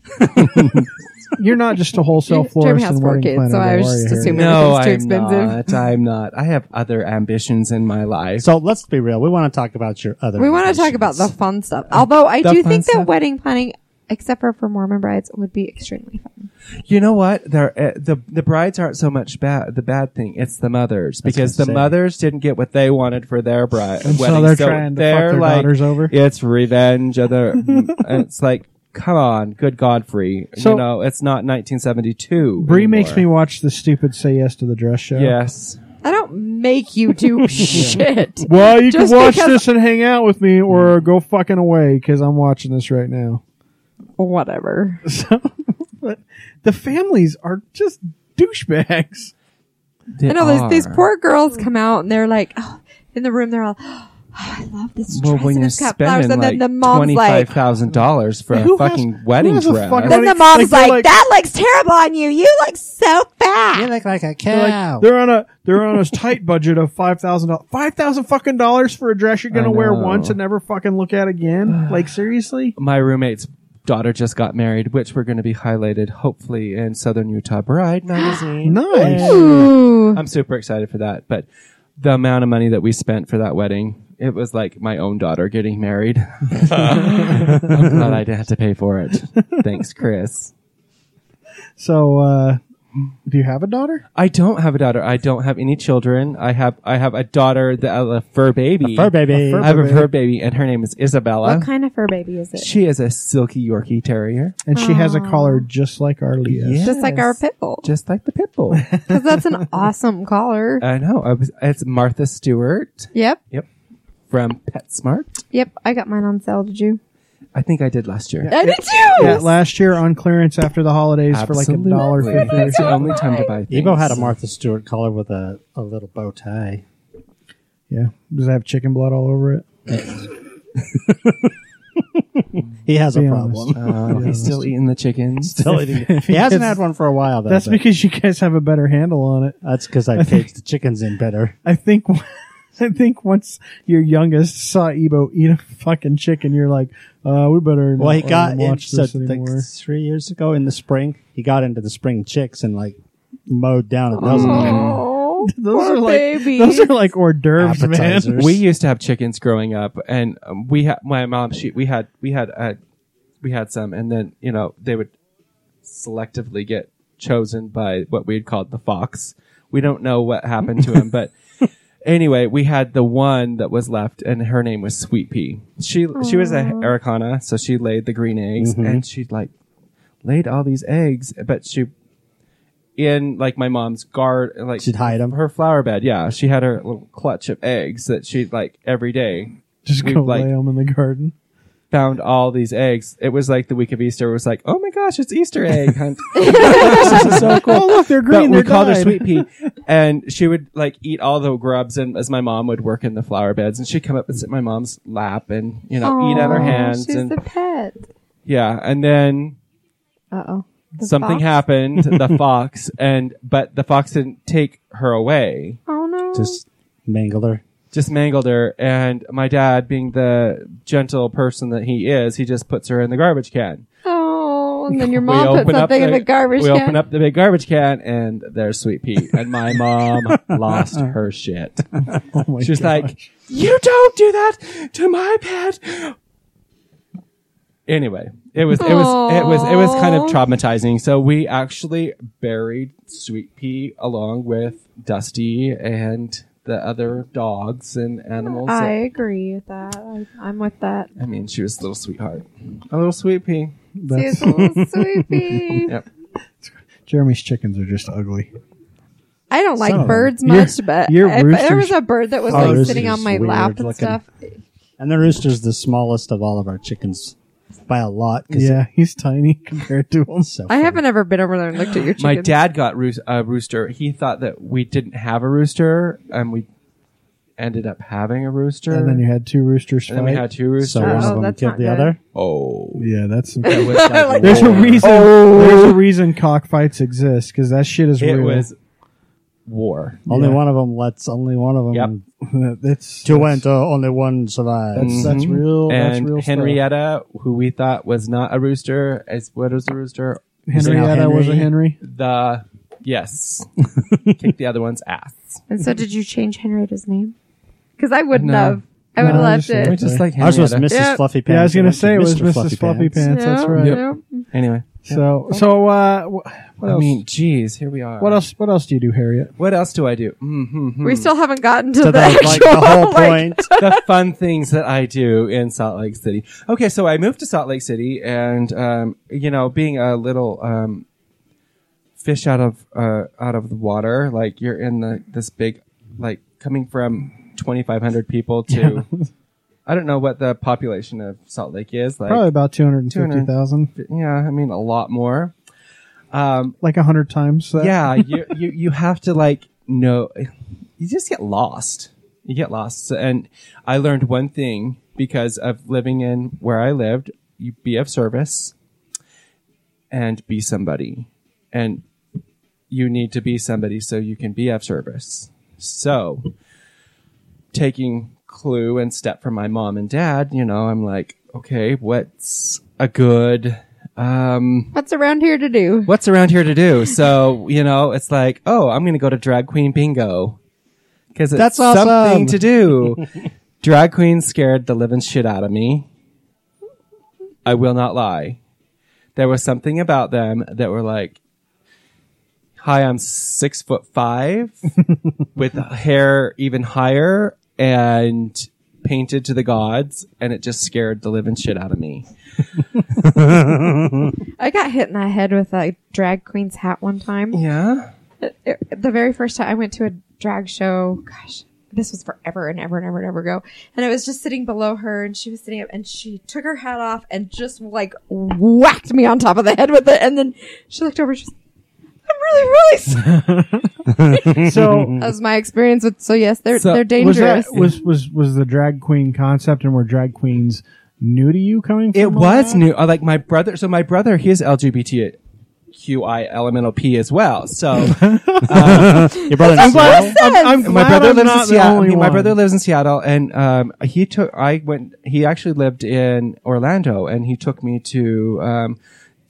Speaker 2: you're not just a wholesale
Speaker 4: Jeremy
Speaker 2: florist
Speaker 4: has
Speaker 2: and
Speaker 4: four
Speaker 2: wedding
Speaker 4: kids,
Speaker 2: planner.
Speaker 4: so I
Speaker 2: though,
Speaker 4: was
Speaker 2: are
Speaker 4: just
Speaker 2: you, Harry?
Speaker 4: assuming-
Speaker 6: No,
Speaker 4: it's too
Speaker 6: I'm
Speaker 4: expensive.
Speaker 6: not. I'm not. I have other ambitions in my life.
Speaker 3: So let's be real. We want to talk about your other.
Speaker 4: We want to talk about the
Speaker 3: ambitions.
Speaker 4: fun stuff. Although I
Speaker 6: The
Speaker 4: do
Speaker 6: fun
Speaker 4: think that
Speaker 6: stuff?
Speaker 4: wedding planning, except for for Mormon brides, would be extremely fun.
Speaker 6: You know what? There, uh, the the brides aren't so much bad. The bad thing it's the mothers because
Speaker 3: what
Speaker 6: the
Speaker 3: I'm saying.
Speaker 6: mothers didn't get what they wanted for their bride
Speaker 2: And so
Speaker 6: wedding.
Speaker 2: they're trying to fuck
Speaker 6: they're
Speaker 2: their
Speaker 6: like,
Speaker 2: daughters over?
Speaker 6: It's revenge. Other, (laughs) it's like, come on, good Godfrey.
Speaker 2: So-
Speaker 6: you know, it's not 1972.
Speaker 2: Bree
Speaker 6: anymore.
Speaker 2: makes me watch the stupid "Say Yes to the Dress" show.
Speaker 6: Yes.
Speaker 4: I don't make you
Speaker 6: (laughs)
Speaker 4: do shit.
Speaker 2: Well, you
Speaker 4: Just
Speaker 2: can watch
Speaker 4: because-
Speaker 2: this and hang out with me, or go fucking away because I'm watching this right now. (laughs)
Speaker 4: Whatever.
Speaker 2: So, but the families are just douchebags. (laughs)
Speaker 6: They
Speaker 4: I know these, these
Speaker 6: are.
Speaker 4: poor girls come out and they're like, oh, in the room, they're all, I love this
Speaker 6: Well,
Speaker 4: dress
Speaker 6: when
Speaker 4: and
Speaker 6: you're
Speaker 4: it's got flowers,
Speaker 6: spending
Speaker 4: and
Speaker 6: like
Speaker 4: then the mom's
Speaker 6: twenty-five
Speaker 4: like,
Speaker 6: thousand dollars for a
Speaker 2: Who has-
Speaker 6: fucking
Speaker 2: who
Speaker 6: wedding
Speaker 2: has a
Speaker 6: dress,
Speaker 2: fucking
Speaker 4: then the
Speaker 2: Like,
Speaker 4: mom's
Speaker 2: they're
Speaker 4: like,
Speaker 2: like-
Speaker 4: that looks terrible on you. You look so fat.
Speaker 3: You look like a
Speaker 2: They're like-
Speaker 3: cow.
Speaker 2: they're on a they're on a tight budget of five thousand dollars. Five thousand fucking dollars for a dress you're gonna
Speaker 6: I
Speaker 2: wear
Speaker 6: know.
Speaker 2: once and never fucking look at (sighs) again. like seriously?
Speaker 6: my roommate's daughter just got married, which we're going to be highlighted hopefully in Southern Utah Bride magazine.
Speaker 2: Nice.
Speaker 4: Ooh.
Speaker 6: I'm super excited for that. But the amount of money that we spent for that wedding, it was like my own daughter getting married. (laughs) I'm glad I didn't have to pay for it. Thanks, Chris.
Speaker 2: So, uh, do you have a daughter?
Speaker 6: I don't have a daughter. I don't have any children. I have I have a daughter, the a fur baby.
Speaker 3: Fur baby.
Speaker 2: fur
Speaker 6: I have a
Speaker 2: baby.
Speaker 6: fur baby, and her name is Isabella.
Speaker 4: What kind of fur baby is it?
Speaker 6: She is a silky Yorkie terrier,
Speaker 2: And she has a
Speaker 4: Aw.
Speaker 2: collar just like our Leah's.
Speaker 6: Yeah.
Speaker 4: Just like our pit bull.
Speaker 6: just Uh, like the pit bull.
Speaker 4: Because that's an
Speaker 6: (laughs)
Speaker 4: awesome collar.
Speaker 6: I know. I was, it's Martha Stewart
Speaker 4: Yep.
Speaker 6: from PetSmart.
Speaker 4: Yep. I got mine on sale. Did you?
Speaker 6: I think I did last year.
Speaker 4: I did
Speaker 6: (laughs)
Speaker 4: too.
Speaker 2: Yeah, last year on clearance after the holidays for like a dollar fifty.
Speaker 6: That's the only time to buy things.
Speaker 3: Ebo had a Martha Stewart collar with a, a little bow tie.
Speaker 2: Yeah, does it have chicken blood all over it?
Speaker 3: He has a
Speaker 2: Be
Speaker 3: problem.
Speaker 6: Oh, he's still eating the chickens.
Speaker 3: Still eating it. (laughs) He hasn't had one for a while though.
Speaker 2: That's
Speaker 3: but
Speaker 2: because you guys have a better handle on it.
Speaker 3: that's
Speaker 2: (laughs)
Speaker 3: because I caged the chickens in better.
Speaker 2: I think. (laughs) I think once your youngest saw Ebo eat a fucking chicken, you're like, uh, we better.
Speaker 3: Well, he
Speaker 2: not
Speaker 3: got in,
Speaker 2: watch
Speaker 3: so,
Speaker 2: this
Speaker 3: like
Speaker 2: anymore.
Speaker 3: three years ago in the spring. He got into the spring chicks and like mowed down a dozen of them.
Speaker 4: Oh,
Speaker 2: Those
Speaker 4: poor
Speaker 2: are like
Speaker 4: baby.
Speaker 2: those are like hors d'oeuvres, man.
Speaker 3: appetizers.
Speaker 6: we used to have chickens growing up, and um, we had my mom. She we had we had uh, we had some, and then you know they would selectively get chosen by what we had called the fox. We don't know what happened to
Speaker 3: (laughs)
Speaker 6: him, but anyway, we had the one that was left, and her name was Sweet Pea. She she was a Araucana, so she laid the green eggs,
Speaker 3: Mm-hmm.
Speaker 6: and she like laid all these eggs, but she in like my mom's guard, like
Speaker 3: She'd hide 'em?
Speaker 6: Her flower bed, yeah. She had her little clutch of eggs that she like every day
Speaker 2: Just
Speaker 6: We've,
Speaker 2: go
Speaker 6: like-
Speaker 2: lay them in the (laughs) garden.
Speaker 6: found all these eggs. It was like the week of Easter. It was like, oh my gosh, it's Easter
Speaker 4: (laughs)
Speaker 6: egg hunt.
Speaker 2: so cool. Oh look, they're green.
Speaker 6: but
Speaker 2: they're
Speaker 6: we called her
Speaker 2: dyed.
Speaker 4: (laughs)
Speaker 6: Sweet Pea, and she would like eat all the grubs. And as my mom would work in the flower beds, and she'd come up and sit in my mom's lap and you know eat out her
Speaker 4: Aw,
Speaker 6: hands
Speaker 4: She's
Speaker 6: and
Speaker 4: the pet.
Speaker 6: yeah. And then
Speaker 4: Uh oh.
Speaker 6: something happened.
Speaker 4: (laughs)
Speaker 6: The fox and but the fox didn't take her away.
Speaker 4: Oh no.
Speaker 3: Just mangled her.
Speaker 6: just mangled her. And my dad, being the gentle person that he is, he just puts her in the garbage can.
Speaker 4: oh, and
Speaker 6: (laughs)
Speaker 4: then your mom put something in the garbage
Speaker 6: We
Speaker 4: can.
Speaker 6: open up the big garbage can, and there's Sweet Pea.
Speaker 4: (laughs)
Speaker 6: And my mom lost her shit.
Speaker 2: Oh my
Speaker 6: She's
Speaker 2: God.
Speaker 6: like, "You don't do that to my pet." Anyway, it was it was it was it was kind of
Speaker 4: Aw.
Speaker 6: traumatizing. So we actually buried Sweet Pea along with Dusty and the other dogs and animals.
Speaker 4: I agree with that. I, I'm with that.
Speaker 6: I mean, she was a little sweetheart, a little sweet pea.
Speaker 2: That's-
Speaker 6: (laughs)
Speaker 4: She's a little sweetie.
Speaker 6: Yep.
Speaker 2: (laughs) Jeremy's chickens are just ugly.
Speaker 4: I don't like
Speaker 3: Some of them.
Speaker 4: birds
Speaker 2: Your-
Speaker 4: much, but
Speaker 2: your
Speaker 4: if there
Speaker 2: roosters-
Speaker 4: was a bird that was
Speaker 3: Oh,
Speaker 4: like
Speaker 3: roosters
Speaker 4: sitting on
Speaker 3: is
Speaker 4: my
Speaker 3: weird
Speaker 4: lap and
Speaker 3: looking.
Speaker 4: stuff,
Speaker 3: And the rooster's the smallest of all of our chickens by a lot. 'cause
Speaker 2: Yeah, he's tiny (laughs) compared to him.
Speaker 3: it's so
Speaker 4: I
Speaker 3: funny.
Speaker 4: haven't ever been over there and looked at your chickens.
Speaker 6: My dad got roos- a rooster. He thought that we didn't have a rooster, and we ended up having a rooster.
Speaker 2: And then you had two roosters
Speaker 6: And then we
Speaker 2: fight.
Speaker 6: had two
Speaker 3: So
Speaker 6: roosters.
Speaker 3: one
Speaker 4: Oh,
Speaker 3: of them
Speaker 4: that's
Speaker 3: killed
Speaker 4: not
Speaker 3: the
Speaker 4: good.
Speaker 3: other.
Speaker 6: oh,
Speaker 2: yeah, that's some- (laughs)
Speaker 6: it was like
Speaker 2: there's a
Speaker 6: war.
Speaker 2: reason. There's
Speaker 6: Oh.
Speaker 2: a reason cockfights exist because that shit is
Speaker 6: It
Speaker 2: real.
Speaker 6: was war.
Speaker 3: Only
Speaker 2: Yeah.
Speaker 3: one of them lets. Only one of them.
Speaker 6: Yep.
Speaker 2: (laughs) that's
Speaker 3: Two
Speaker 2: that's,
Speaker 3: went. uh, only one survived.
Speaker 2: That's that's
Speaker 6: Mhm.
Speaker 2: real. that's
Speaker 6: and
Speaker 2: real.
Speaker 6: Henrietta, who we thought was not a rooster, is what is a rooster?
Speaker 2: stuff.
Speaker 3: Is it now
Speaker 2: Henrietta was a Henry.
Speaker 6: The
Speaker 2: (laughs)
Speaker 6: yes, kick the other one's ass.
Speaker 4: And so, did you change Henrietta's name? Because I wouldn't
Speaker 6: No.
Speaker 4: have. I
Speaker 2: No,
Speaker 4: would have
Speaker 2: I
Speaker 4: left
Speaker 2: just-
Speaker 6: We're
Speaker 4: it.
Speaker 6: just like
Speaker 3: Ours was Mrs.
Speaker 6: Henrietta.
Speaker 4: Yep.
Speaker 3: Fluffy Pants.
Speaker 2: Yeah, I was gonna
Speaker 3: went to
Speaker 2: say it was Mrs. Fluffy Pants. That's
Speaker 4: Nope,
Speaker 2: right.
Speaker 4: nope.
Speaker 6: Anyway,
Speaker 2: So so uh, wh- what
Speaker 6: I
Speaker 2: else?
Speaker 6: mean, geez, here we are.
Speaker 2: what else? What else do you do, Harriet?
Speaker 6: What else do I do? Mm-hmm.
Speaker 4: We still haven't gotten to
Speaker 3: So
Speaker 2: (laughs)
Speaker 4: the,
Speaker 3: that's like the
Speaker 4: actual,
Speaker 3: whole
Speaker 4: (laughs) like-
Speaker 3: point.
Speaker 6: the fun things that I do in Salt Lake City. Okay, so I moved to Salt Lake City, and um, you know, being a little um, fish out of uh, out of the water, like you're in the this big, like coming from 2,500 people to, I don't know what the population of Salt Lake is, like
Speaker 2: Probably about two hundred and fifty thousand,
Speaker 6: yeah, I mean a lot more. Um,
Speaker 2: like a hundred times. That.
Speaker 6: yeah, you, you you have to like know, you just get lost. You get lost. And I learned one thing because of living in where I lived, you be of service and be somebody. And you need to be somebody so you can be of service. So taking clue and step from my mom and dad, you know, I'm like, okay, what's a good um
Speaker 4: What's around here to do?
Speaker 6: what's around here to do? So, you know, it's like, oh, I'm going to go to drag queen bingo because it's
Speaker 3: That's awesome.
Speaker 6: something to do. drag queens scared the living shit out of me. I will not lie. There was something about them that were like, hi, I'm six foot
Speaker 3: (laughs)
Speaker 6: five with hair even higher and painted to the gods. And it just scared the living shit out of me.
Speaker 4: I got hit in the head with a drag queen's hat one time.
Speaker 3: Oh.
Speaker 6: Yeah.
Speaker 4: it- the very first time I went to a drag show, gosh, this was forever and ever and ever and ever ago. And I was just sitting below her and she was sitting up and she took her hat off and just like whacked me on top of the head with it. And then she looked over, she was, I'm really, really sorry.
Speaker 2: So
Speaker 6: (laughs)
Speaker 4: That was my experience with, so yes, they're,
Speaker 6: So,
Speaker 4: they're
Speaker 2: was that
Speaker 4: dangerous.
Speaker 2: was was was the drag queen concept and were drag queens new to you coming? From
Speaker 6: It
Speaker 2: all
Speaker 6: was
Speaker 2: that?
Speaker 6: new. uh, Like my brother, so my brother, he's LGBTQI elemental P as
Speaker 2: (laughs)
Speaker 6: well. So
Speaker 3: Your brother and Seattle?
Speaker 6: I'm- I'm-
Speaker 2: Glad
Speaker 6: my brother
Speaker 2: I'm
Speaker 6: lives in
Speaker 2: not the
Speaker 6: Seattle.
Speaker 2: only
Speaker 6: he- My
Speaker 2: one.
Speaker 6: brother lives in Seattle, and um, he took. I went. He actually lived in Orlando, and he took me to um,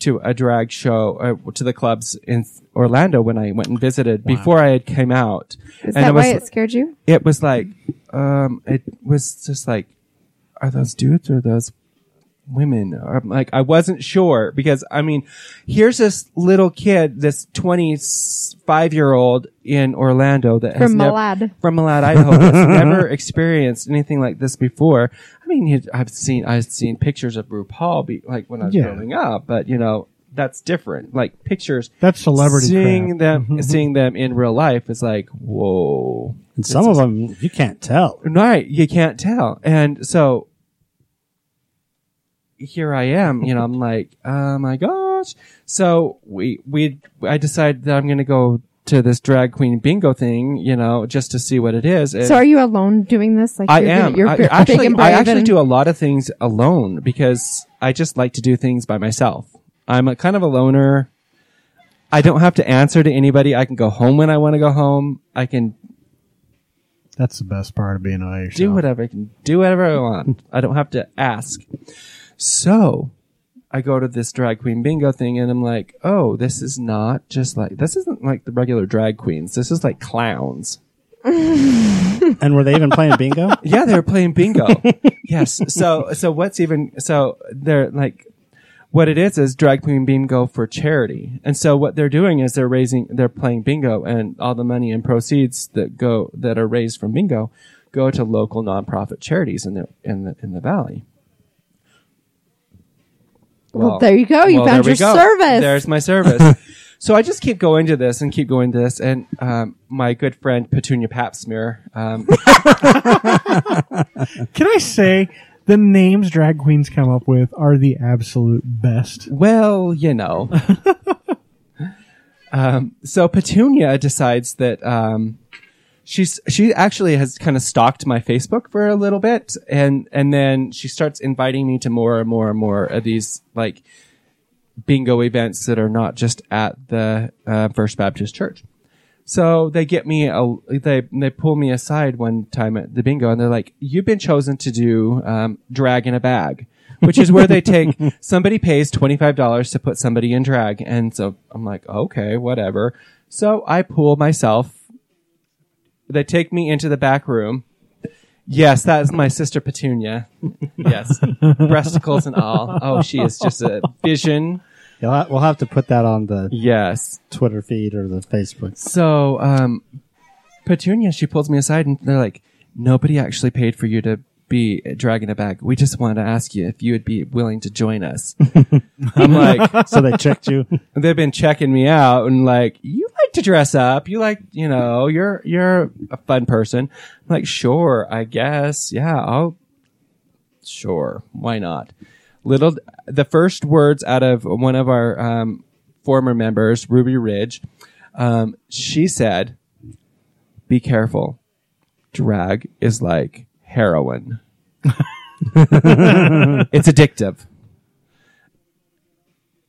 Speaker 6: to a drag show uh, to the clubs in Orlando when I went and visited before I had came out.
Speaker 4: Is
Speaker 6: and
Speaker 4: that
Speaker 6: it was
Speaker 4: why it scared you?
Speaker 6: it was like um it was just like are those dudes or those women Or, like i wasn't sure because i mean here's this little kid this 25 year old in orlando that has
Speaker 4: From
Speaker 6: nev-
Speaker 4: Malad.
Speaker 6: from malad idaho that's (laughs) never experienced anything like this before i mean he- i've seen i've seen pictures of rupaul be, like when i was
Speaker 2: Yeah.
Speaker 6: growing up but you know that's different like pictures
Speaker 2: That's celebrity
Speaker 6: seeing
Speaker 2: crap. Mm-hmm.
Speaker 6: them seeing them in real life is like whoa
Speaker 3: And some of them you can't tell.
Speaker 6: Right. You can't tell. And so here I am, you know,
Speaker 4: (laughs)
Speaker 6: I'm like, oh my gosh. So we, we, I decided that I'm going to go to this drag queen bingo thing, you know, just to see what it is. And
Speaker 4: So are you alone doing this? Like
Speaker 6: I
Speaker 4: you're,
Speaker 6: am.
Speaker 4: You're
Speaker 6: I,
Speaker 4: b- big
Speaker 6: actually,
Speaker 4: and (laughs)
Speaker 6: I
Speaker 4: brave
Speaker 6: actually
Speaker 4: and-
Speaker 6: do a lot of things alone because I just like to do things by myself. I'm a kind of a loner. I don't have to answer to anybody. I can go home when I want to go home. I can
Speaker 2: That's the best part of being all yourself.
Speaker 6: do whatever I can do whatever I want. I don't have to ask. So I go to this drag queen bingo thing and I'm like, oh, this is not just like this isn't like the regular drag queens. This is like clowns.
Speaker 3: And were they even playing
Speaker 2: (laughs)
Speaker 3: bingo?
Speaker 6: (laughs) Yeah, they were playing bingo.
Speaker 4: (laughs)
Speaker 6: yes. So so what's even so they're like what it is is drag queen bingo for charity. And so what they're doing is they're raising they're playing bingo and all the money and proceeds that go that are raised from bingo go to local nonprofit charities in the in the in the valley.
Speaker 4: Well, there you go. You found
Speaker 6: there we
Speaker 4: your
Speaker 6: go.
Speaker 4: service.
Speaker 6: There's my service.
Speaker 4: (laughs)
Speaker 6: so I just keep going to this and keep going to this. And um, my good friend Petunia Papsmere, um,
Speaker 2: Can I say the names drag queens come up with are the absolute best?
Speaker 6: Well, you know. um, so Petunia decides that um, she's she actually has kind of stalked my Facebook for a little bit, and and then she starts inviting me to more and more and more of these like bingo events that are not just at the uh, First Baptist Church. So they get me a they they pull me aside one time at the bingo and they're like, "You've been chosen to do um, drag in a bag," which is where they take somebody pays twenty five dollars to put somebody in drag, and so I'm like, "Okay, whatever." So I pull myself. They take me into the back room. Yes, that is my sister Petunia. Yes, breasticles and all. Oh, she is just a vision.
Speaker 3: You'll ha- we'll have to put that on the
Speaker 6: Yes.
Speaker 3: Twitter feed or the Facebook.
Speaker 6: So, um, Petunia, she pulls me aside and they're like, nobody actually paid for you to be a drag in a bag. We just wanted to ask you if you would be willing to join us. I'm like,
Speaker 3: So they tricked you.
Speaker 6: they've been checking me out and like, you like to dress up. You like, you know, you're, you're a fun person. I'm like, sure, I guess. Yeah, I'll, sure. Why not? Little, the first words out of one of our, um, former members, Ruby Ridge, um, she said, be careful. drag is like heroin. it's addictive.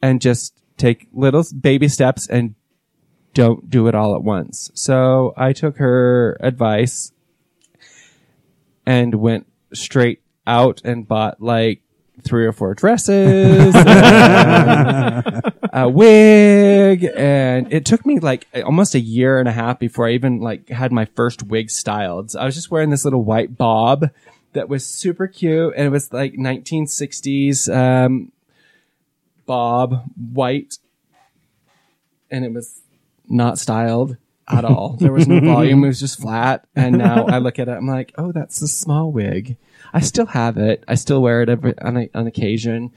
Speaker 6: And just take little s- baby steps and don't do it all at once. So I took her advice and went straight out and bought like three or four dresses, and a wig, and it took me like almost a year and a half before I even like had my first wig styled. So I was just wearing this little white bob that was super cute, and it was like 1960s um, bob white, and it was not styled. At all. There was no volume. It was just flat. And now I look at it. I'm like, oh, that's a small wig. I still have it. I still wear it every, on, on occasion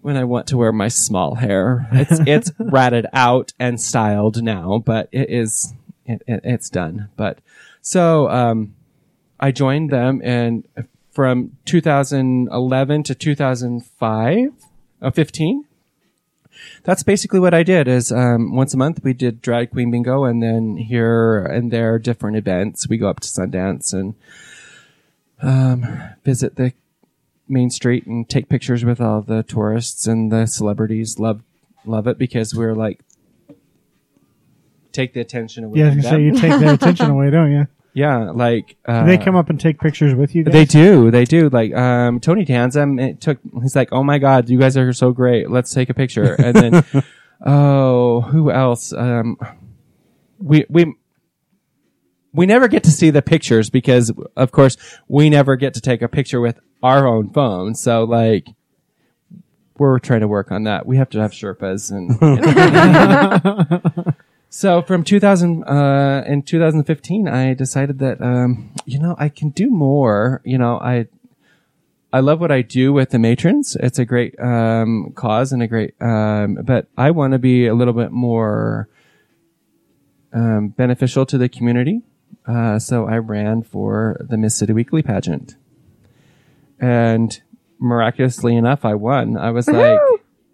Speaker 6: when I want to wear my small hair. It's it's ratted out and styled now, but it is it, it, it's done. But so um, I joined them and from 2011 to 2005, uh, 15. That's basically what I did. Is um, once a month we did drag queen bingo, and then here and there different events. We go up to Sundance and um, visit the main street and take pictures with all the tourists and the celebrities love love it because we're like take the attention away
Speaker 2: Yeah, I was
Speaker 6: from
Speaker 2: gonna say you
Speaker 6: them.
Speaker 2: take their attention away, don't you?
Speaker 6: yeah like uh,
Speaker 2: Do they come up and take pictures with you. Guys?
Speaker 6: they do. They do. Like um, Tony Danza, it took. He's like, "Oh my god, you guys are so great. Let's take a picture."
Speaker 2: (laughs)
Speaker 6: And then, oh, who else? Um, we we we never get to see the pictures because, of course, we never get to take a picture with our own phone. So like. We're trying to work on that. We have to have Sherpas
Speaker 2: (laughs)
Speaker 6: and so from 2000 uh, in 2015, I decided that um, you know I can do more. You know I I love what I do with the matrons. It's a great um, cause and a great, um, but I want to be a little bit more um, beneficial to the community. Uh, so I ran for the Miss City Weekly pageant, and miraculously enough, I won. I was like.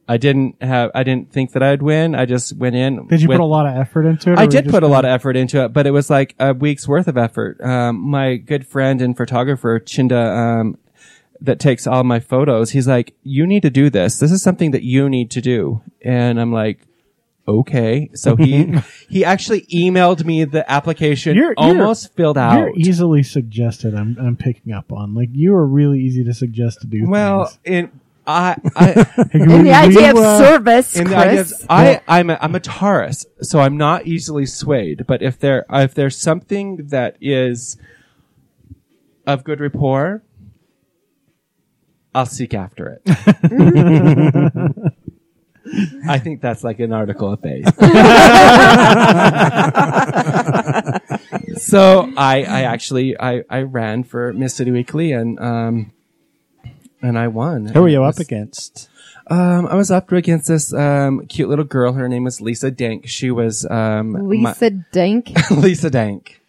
Speaker 6: I didn't have. I didn't think that I'd win. I just went in.
Speaker 2: Did you
Speaker 6: with-
Speaker 2: put a lot of effort into it? or
Speaker 6: I
Speaker 2: were
Speaker 6: did
Speaker 2: you
Speaker 6: put a
Speaker 2: just-
Speaker 6: lot of effort into it, but it was like a week's worth of effort. Um, my good friend and photographer, Chinda, um, that takes all my photos, he's like, you need to do this. This is something that you need to do. And I'm like, okay. So
Speaker 2: (laughs)
Speaker 6: he, he actually emailed me the application
Speaker 2: You're- you're-
Speaker 6: almost filled out.
Speaker 2: You're easily suggested. I'm I'm picking up on like you are really easy to suggest to do.
Speaker 6: well, it,
Speaker 2: (laughs)
Speaker 6: I, I,
Speaker 2: things.
Speaker 4: In
Speaker 2: We-
Speaker 4: the idea of
Speaker 2: we, uh,
Speaker 4: service,
Speaker 6: And the idea
Speaker 4: Chris.
Speaker 6: is, I, I'm a, I'm a Taurus, so I'm not easily swayed. But if there if there's something that is of good rapport, I'll seek after it. I think that's like an article of faith. so I, I actually I, I ran for Miss City Weekly and um and I won.
Speaker 3: Who are
Speaker 6: And
Speaker 3: you
Speaker 6: it
Speaker 3: up
Speaker 6: was-
Speaker 3: against?
Speaker 6: um, I was up against this um, cute little girl. Her name was Lisa Dank. She was um,
Speaker 4: Lisa Dink.
Speaker 6: my- (laughs) Lisa Dank.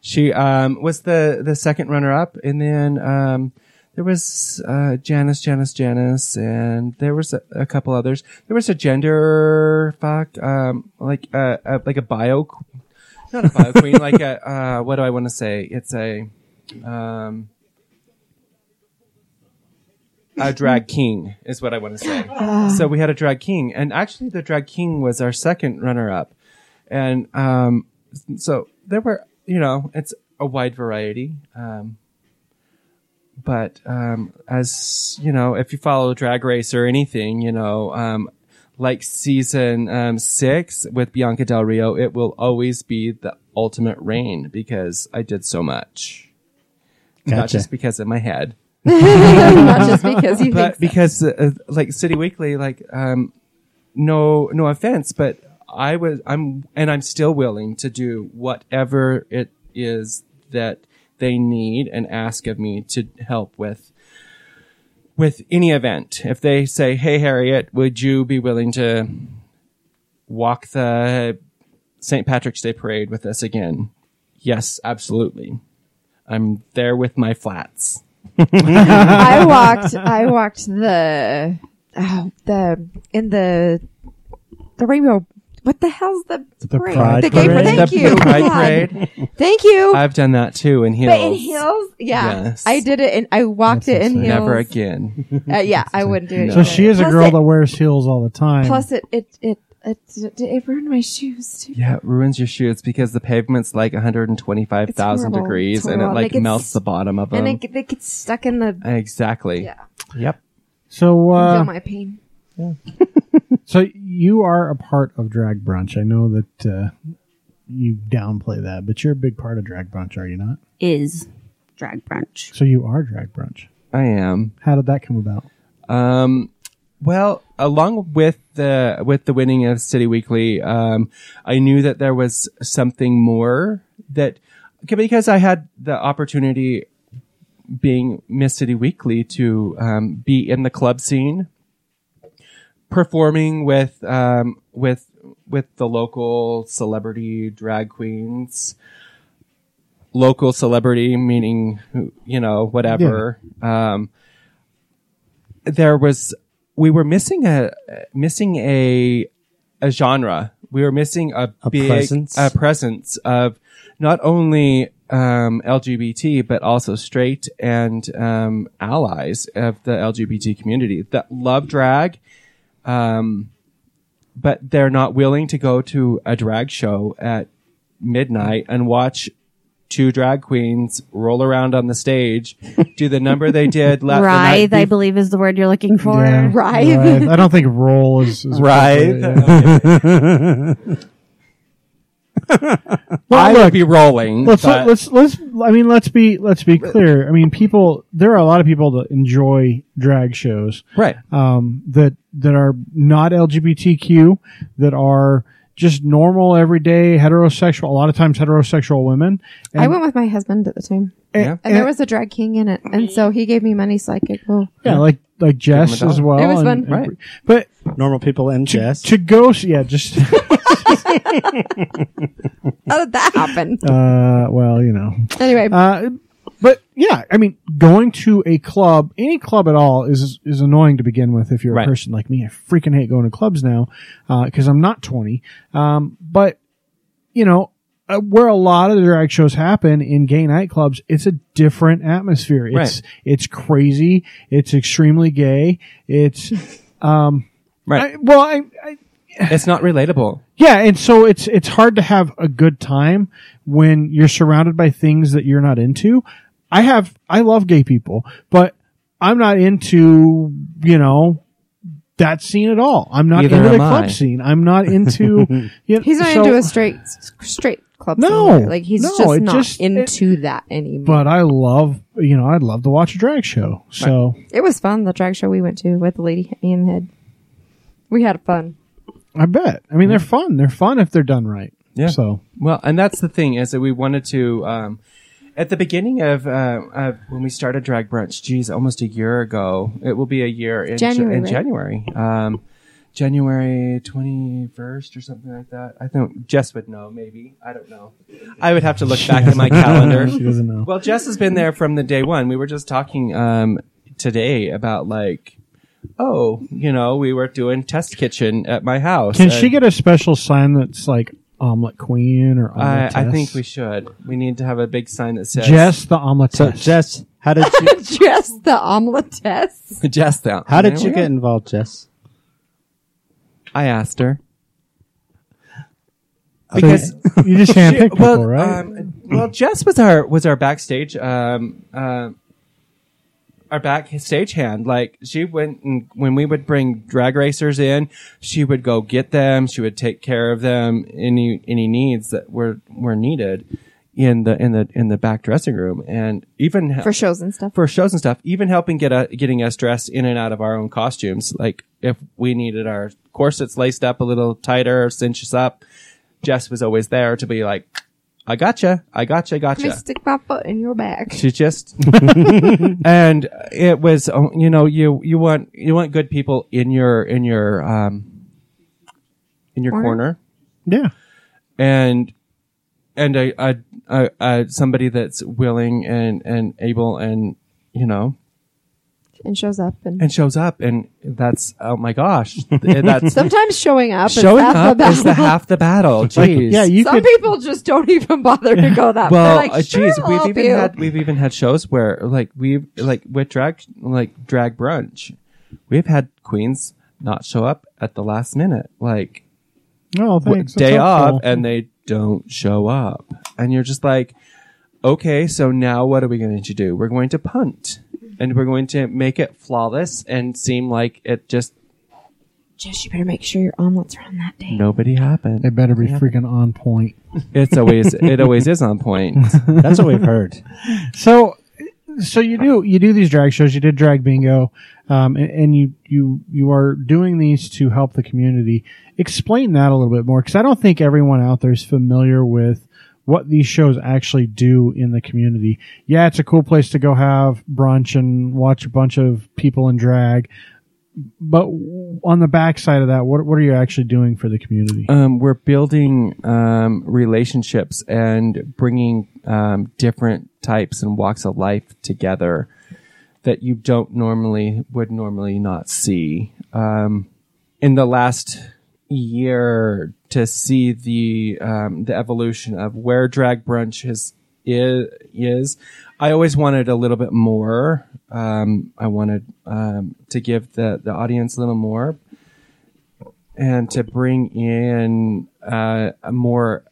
Speaker 6: She um, was the the second runner up, and then um, there was uh, Janice, Janice, Janice, and there was a, a couple others. There was a gender fuck, um, like a, a like a bio, not a bio queen, like a uh, what do I want to say? It's a um, a drag king is what I want to say. so we had a drag king, and actually the drag king was our second runner up, and um, so there were you know it's a wide variety. Um, but um, as you know, if you follow Drag Race or anything, you know, um, like season um, six with Bianca Del Rio, it will always be the ultimate reign because I did so much, not
Speaker 3: Gotcha.
Speaker 6: just because of my head
Speaker 4: Not just because you
Speaker 6: (laughs)
Speaker 4: think
Speaker 6: but because uh, like City Weekly, like um, no no offense, but I was I'm and I'm still willing to do whatever it is that they need and ask of me to help with with any event. If they say, "Hey Harriet, would you be willing to walk the St. Patrick's Day parade with us again?" Yes, absolutely. I'm there with my flats.
Speaker 4: I walked. I walked the oh, the in the the rainbow what the hell's the
Speaker 3: The
Speaker 4: parade?
Speaker 3: Pride
Speaker 4: the gay
Speaker 3: Parade?
Speaker 4: Thank
Speaker 6: the
Speaker 4: you.
Speaker 6: Pride
Speaker 4: God.
Speaker 6: parade.
Speaker 4: Thank you.
Speaker 6: I've done that too in heels.
Speaker 4: but in heels, yeah,
Speaker 6: Yes.
Speaker 4: I did it, and I walked it in heels.
Speaker 6: Never again. (laughs)
Speaker 4: Uh, yeah, I wouldn't do it.
Speaker 2: So
Speaker 4: either.
Speaker 2: she is a
Speaker 4: Plus
Speaker 2: girl
Speaker 4: it-
Speaker 2: that wears heels all the time.
Speaker 4: Plus, it it it it, it, it ruined my shoes. Too.
Speaker 6: Yeah, it ruins your shoes because the pavement's like 125,000
Speaker 4: It's horrible.
Speaker 6: degrees
Speaker 4: It's
Speaker 6: and it
Speaker 4: horrible.
Speaker 6: like
Speaker 4: Like, it's-
Speaker 6: melts the bottom of them.
Speaker 2: Um,
Speaker 4: And they, they get stuck in the
Speaker 6: exactly.
Speaker 4: yeah.
Speaker 6: Yep.
Speaker 2: so
Speaker 4: I feel
Speaker 2: uh,
Speaker 4: my pain.
Speaker 2: so you are a part of drag brunch. I know that uh, you downplay that, but you're a big part of drag brunch, are you not?
Speaker 5: is drag brunch.
Speaker 2: So you are drag brunch.
Speaker 6: I am.
Speaker 2: How did that come about?
Speaker 6: Um, well, along with the with the winning of City Weekly, um, I knew that there was something more that because I had the opportunity being Miss City Weekly to um, be in the club scene, performing with um, with with the local celebrity drag queens. Local celebrity, meaning who- you know whatever. Um, there was we were missing a missing a a genre. We were missing a,
Speaker 3: A
Speaker 6: big
Speaker 3: presence.
Speaker 6: a presence of not only um, LGBT but also straight and um, allies of the LGBT community that love drag, um, but they're not willing to go to a drag show at midnight and watch two drag queens roll around on the stage, do the number they did la- the night
Speaker 5: Writhe, I
Speaker 6: bef-
Speaker 5: believe, is the word you're looking for.
Speaker 2: Yeah,
Speaker 4: Writhe.
Speaker 5: (laughs)
Speaker 2: writhe. (laughs) I don't think roll is, is
Speaker 6: Writhe.
Speaker 2: appropriate, yeah.
Speaker 6: (laughs) I
Speaker 2: (laughs) Well,
Speaker 6: would
Speaker 2: look,
Speaker 6: be rolling.
Speaker 2: let's
Speaker 6: but
Speaker 2: let's let's I mean let's be let's be clear. I mean people there are a lot of people that enjoy drag shows
Speaker 6: right.
Speaker 2: um, that that are not LGBTQ that are just normal everyday heterosexual a lot of times heterosexual women and,
Speaker 4: I went with my husband at the time,
Speaker 6: Yeah.
Speaker 4: and there was a drag king in it, and so he gave me money so I could
Speaker 2: (laughs)
Speaker 4: go.
Speaker 2: yeah, like like Jess
Speaker 6: dollar.
Speaker 2: as well.
Speaker 4: It was
Speaker 2: and-
Speaker 4: fun.
Speaker 2: and-
Speaker 6: Right.
Speaker 2: But
Speaker 3: Normal people and
Speaker 2: to,
Speaker 3: Jess.
Speaker 2: to go s- yeah, just
Speaker 4: How did oh, that happen?
Speaker 2: uh well, you know.
Speaker 4: anyway,
Speaker 2: Uh, but yeah, I mean, going to a club, any club at all, is is annoying to begin with. If you're
Speaker 6: Right.
Speaker 2: a person like me, I freaking hate going to clubs now because I'm not 20. Um, but you know, uh, where a lot of the drag shows happen in gay nightclubs, it's a different atmosphere. It's
Speaker 6: Right.
Speaker 2: it's crazy. It's extremely gay. It's (laughs)
Speaker 6: Right.
Speaker 2: I, well, I, I
Speaker 6: it's not relatable.
Speaker 2: yeah, and so it's it's hard to have a good time when you're surrounded by things that you're not into. I have I love gay people, but I'm not into, you know, that scene at all. I'm not
Speaker 6: Neither
Speaker 2: into the
Speaker 6: am
Speaker 2: club
Speaker 6: I.
Speaker 2: scene. I'm not
Speaker 6: (laughs)
Speaker 2: into you know,
Speaker 4: he's not
Speaker 2: so-
Speaker 4: into a straight s- straight club.
Speaker 2: No,
Speaker 4: singer. like he's
Speaker 2: no,
Speaker 4: just
Speaker 2: it
Speaker 4: not
Speaker 2: just- it-
Speaker 4: into that anymore.
Speaker 2: but I love, you know, I'd love to watch a drag show. So
Speaker 4: it was fun. The drag show we went to with the lady hit me in the head. We had fun. (laughs)
Speaker 2: I bet. I mean, they're fun. They're fun if they're done right.
Speaker 6: Yeah.
Speaker 2: So
Speaker 6: Well, and that's the thing is that we wanted to, um, at the beginning of, uh, of when we started Drag Brunch, geez, almost a year ago. It will be a year in
Speaker 4: January,
Speaker 6: in
Speaker 4: right?
Speaker 6: January. Um, January 21st or something like that. I think Jess would know, maybe. I don't know. I would have to look back
Speaker 2: (laughs)
Speaker 6: at my calendar.
Speaker 2: she doesn't know.
Speaker 6: Well, Jess has been there from the day one. We were just talking um, today about like, oh, you know, we were doing test kitchen at my house.
Speaker 2: Can
Speaker 6: and
Speaker 2: she get a special sign that's like omelet queen or
Speaker 6: I,
Speaker 2: omelet
Speaker 6: I think we should. We need to have a big sign that says
Speaker 2: Jess the omelet
Speaker 3: so Jess, how did
Speaker 2: (laughs)
Speaker 3: you
Speaker 4: Just the omelet test.
Speaker 6: Jess that.
Speaker 3: how did
Speaker 6: There
Speaker 3: you
Speaker 6: we go.
Speaker 3: get involved, Jess?
Speaker 6: I asked her.
Speaker 2: Because (laughs) you just
Speaker 6: (laughs)
Speaker 2: handpick
Speaker 6: She-
Speaker 2: people, right?
Speaker 6: um, well, Jess was our was our backstage um, uh, our backstage hand. Like she went and when we would bring drag racers in, she would go get them. She would take care of them any any needs that were were needed in the in the in the back dressing room, and even
Speaker 4: For shows and stuff.
Speaker 6: for shows and stuff, even helping get uh getting us dressed in and out of our own costumes. Like if we needed our corsets laced up a little tighter, cinch us up, Jess was always there to be like, "I gotcha, I gotcha, I
Speaker 4: Let me
Speaker 6: gotcha."
Speaker 4: stick my foot in your back.
Speaker 6: She just and it was oh, you know you you want you want good people in your in your um in your
Speaker 4: Corner?
Speaker 6: corner
Speaker 2: yeah.
Speaker 6: and and a, a, a, a somebody that's willing and and able and you know
Speaker 4: and shows up and,
Speaker 6: and shows up, and that's oh
Speaker 2: (laughs)
Speaker 6: my gosh, that's
Speaker 4: sometimes showing up
Speaker 6: showing
Speaker 4: is half (laughs)
Speaker 6: up
Speaker 4: the
Speaker 6: is the
Speaker 4: battle.
Speaker 6: half the battle. Jeez,
Speaker 2: yeah, you
Speaker 4: Some
Speaker 2: could.
Speaker 4: people just don't even bother to go that
Speaker 6: well,
Speaker 4: far. Like,
Speaker 6: uh,
Speaker 4: sure,
Speaker 6: geez,
Speaker 4: I'll
Speaker 6: we've
Speaker 4: help
Speaker 6: even
Speaker 4: you.
Speaker 6: had we've even had shows where like we've like with drag like drag brunch, we've had queens not show up at the last minute, like
Speaker 2: Oh,
Speaker 6: w-
Speaker 2: thanks. that's
Speaker 6: day off,
Speaker 2: helpful.
Speaker 6: and they don't show up, and you're just like, okay, so now what are we going to do? We're going to punt, and we're going to make it flawless and seem like it just
Speaker 4: Jess, you better make sure your omelets are on that day.
Speaker 6: nobody happened.
Speaker 2: they better be freaking on point.
Speaker 6: It's always it always is on point.
Speaker 3: That's what we've heard.
Speaker 2: So, so you do you do these drag shows? You did drag bingo, um, and, and you you you are doing these to help the community. Explain that a little bit more, because I don't think everyone out there is familiar with what these shows actually do in the community. Yeah, it's a cool place to go have brunch and watch a bunch of people in drag. But on the backside of that, what what are you actually doing for the community?
Speaker 6: Um, we're building um, relationships and bringing um, different types and walks of life together that you don't normally would normally not see. Um, in the last year, to see the um, the evolution of where drag brunch is is, is I always wanted a little bit more. Um, I wanted um, to give the the audience a little more, and to bring in uh, a more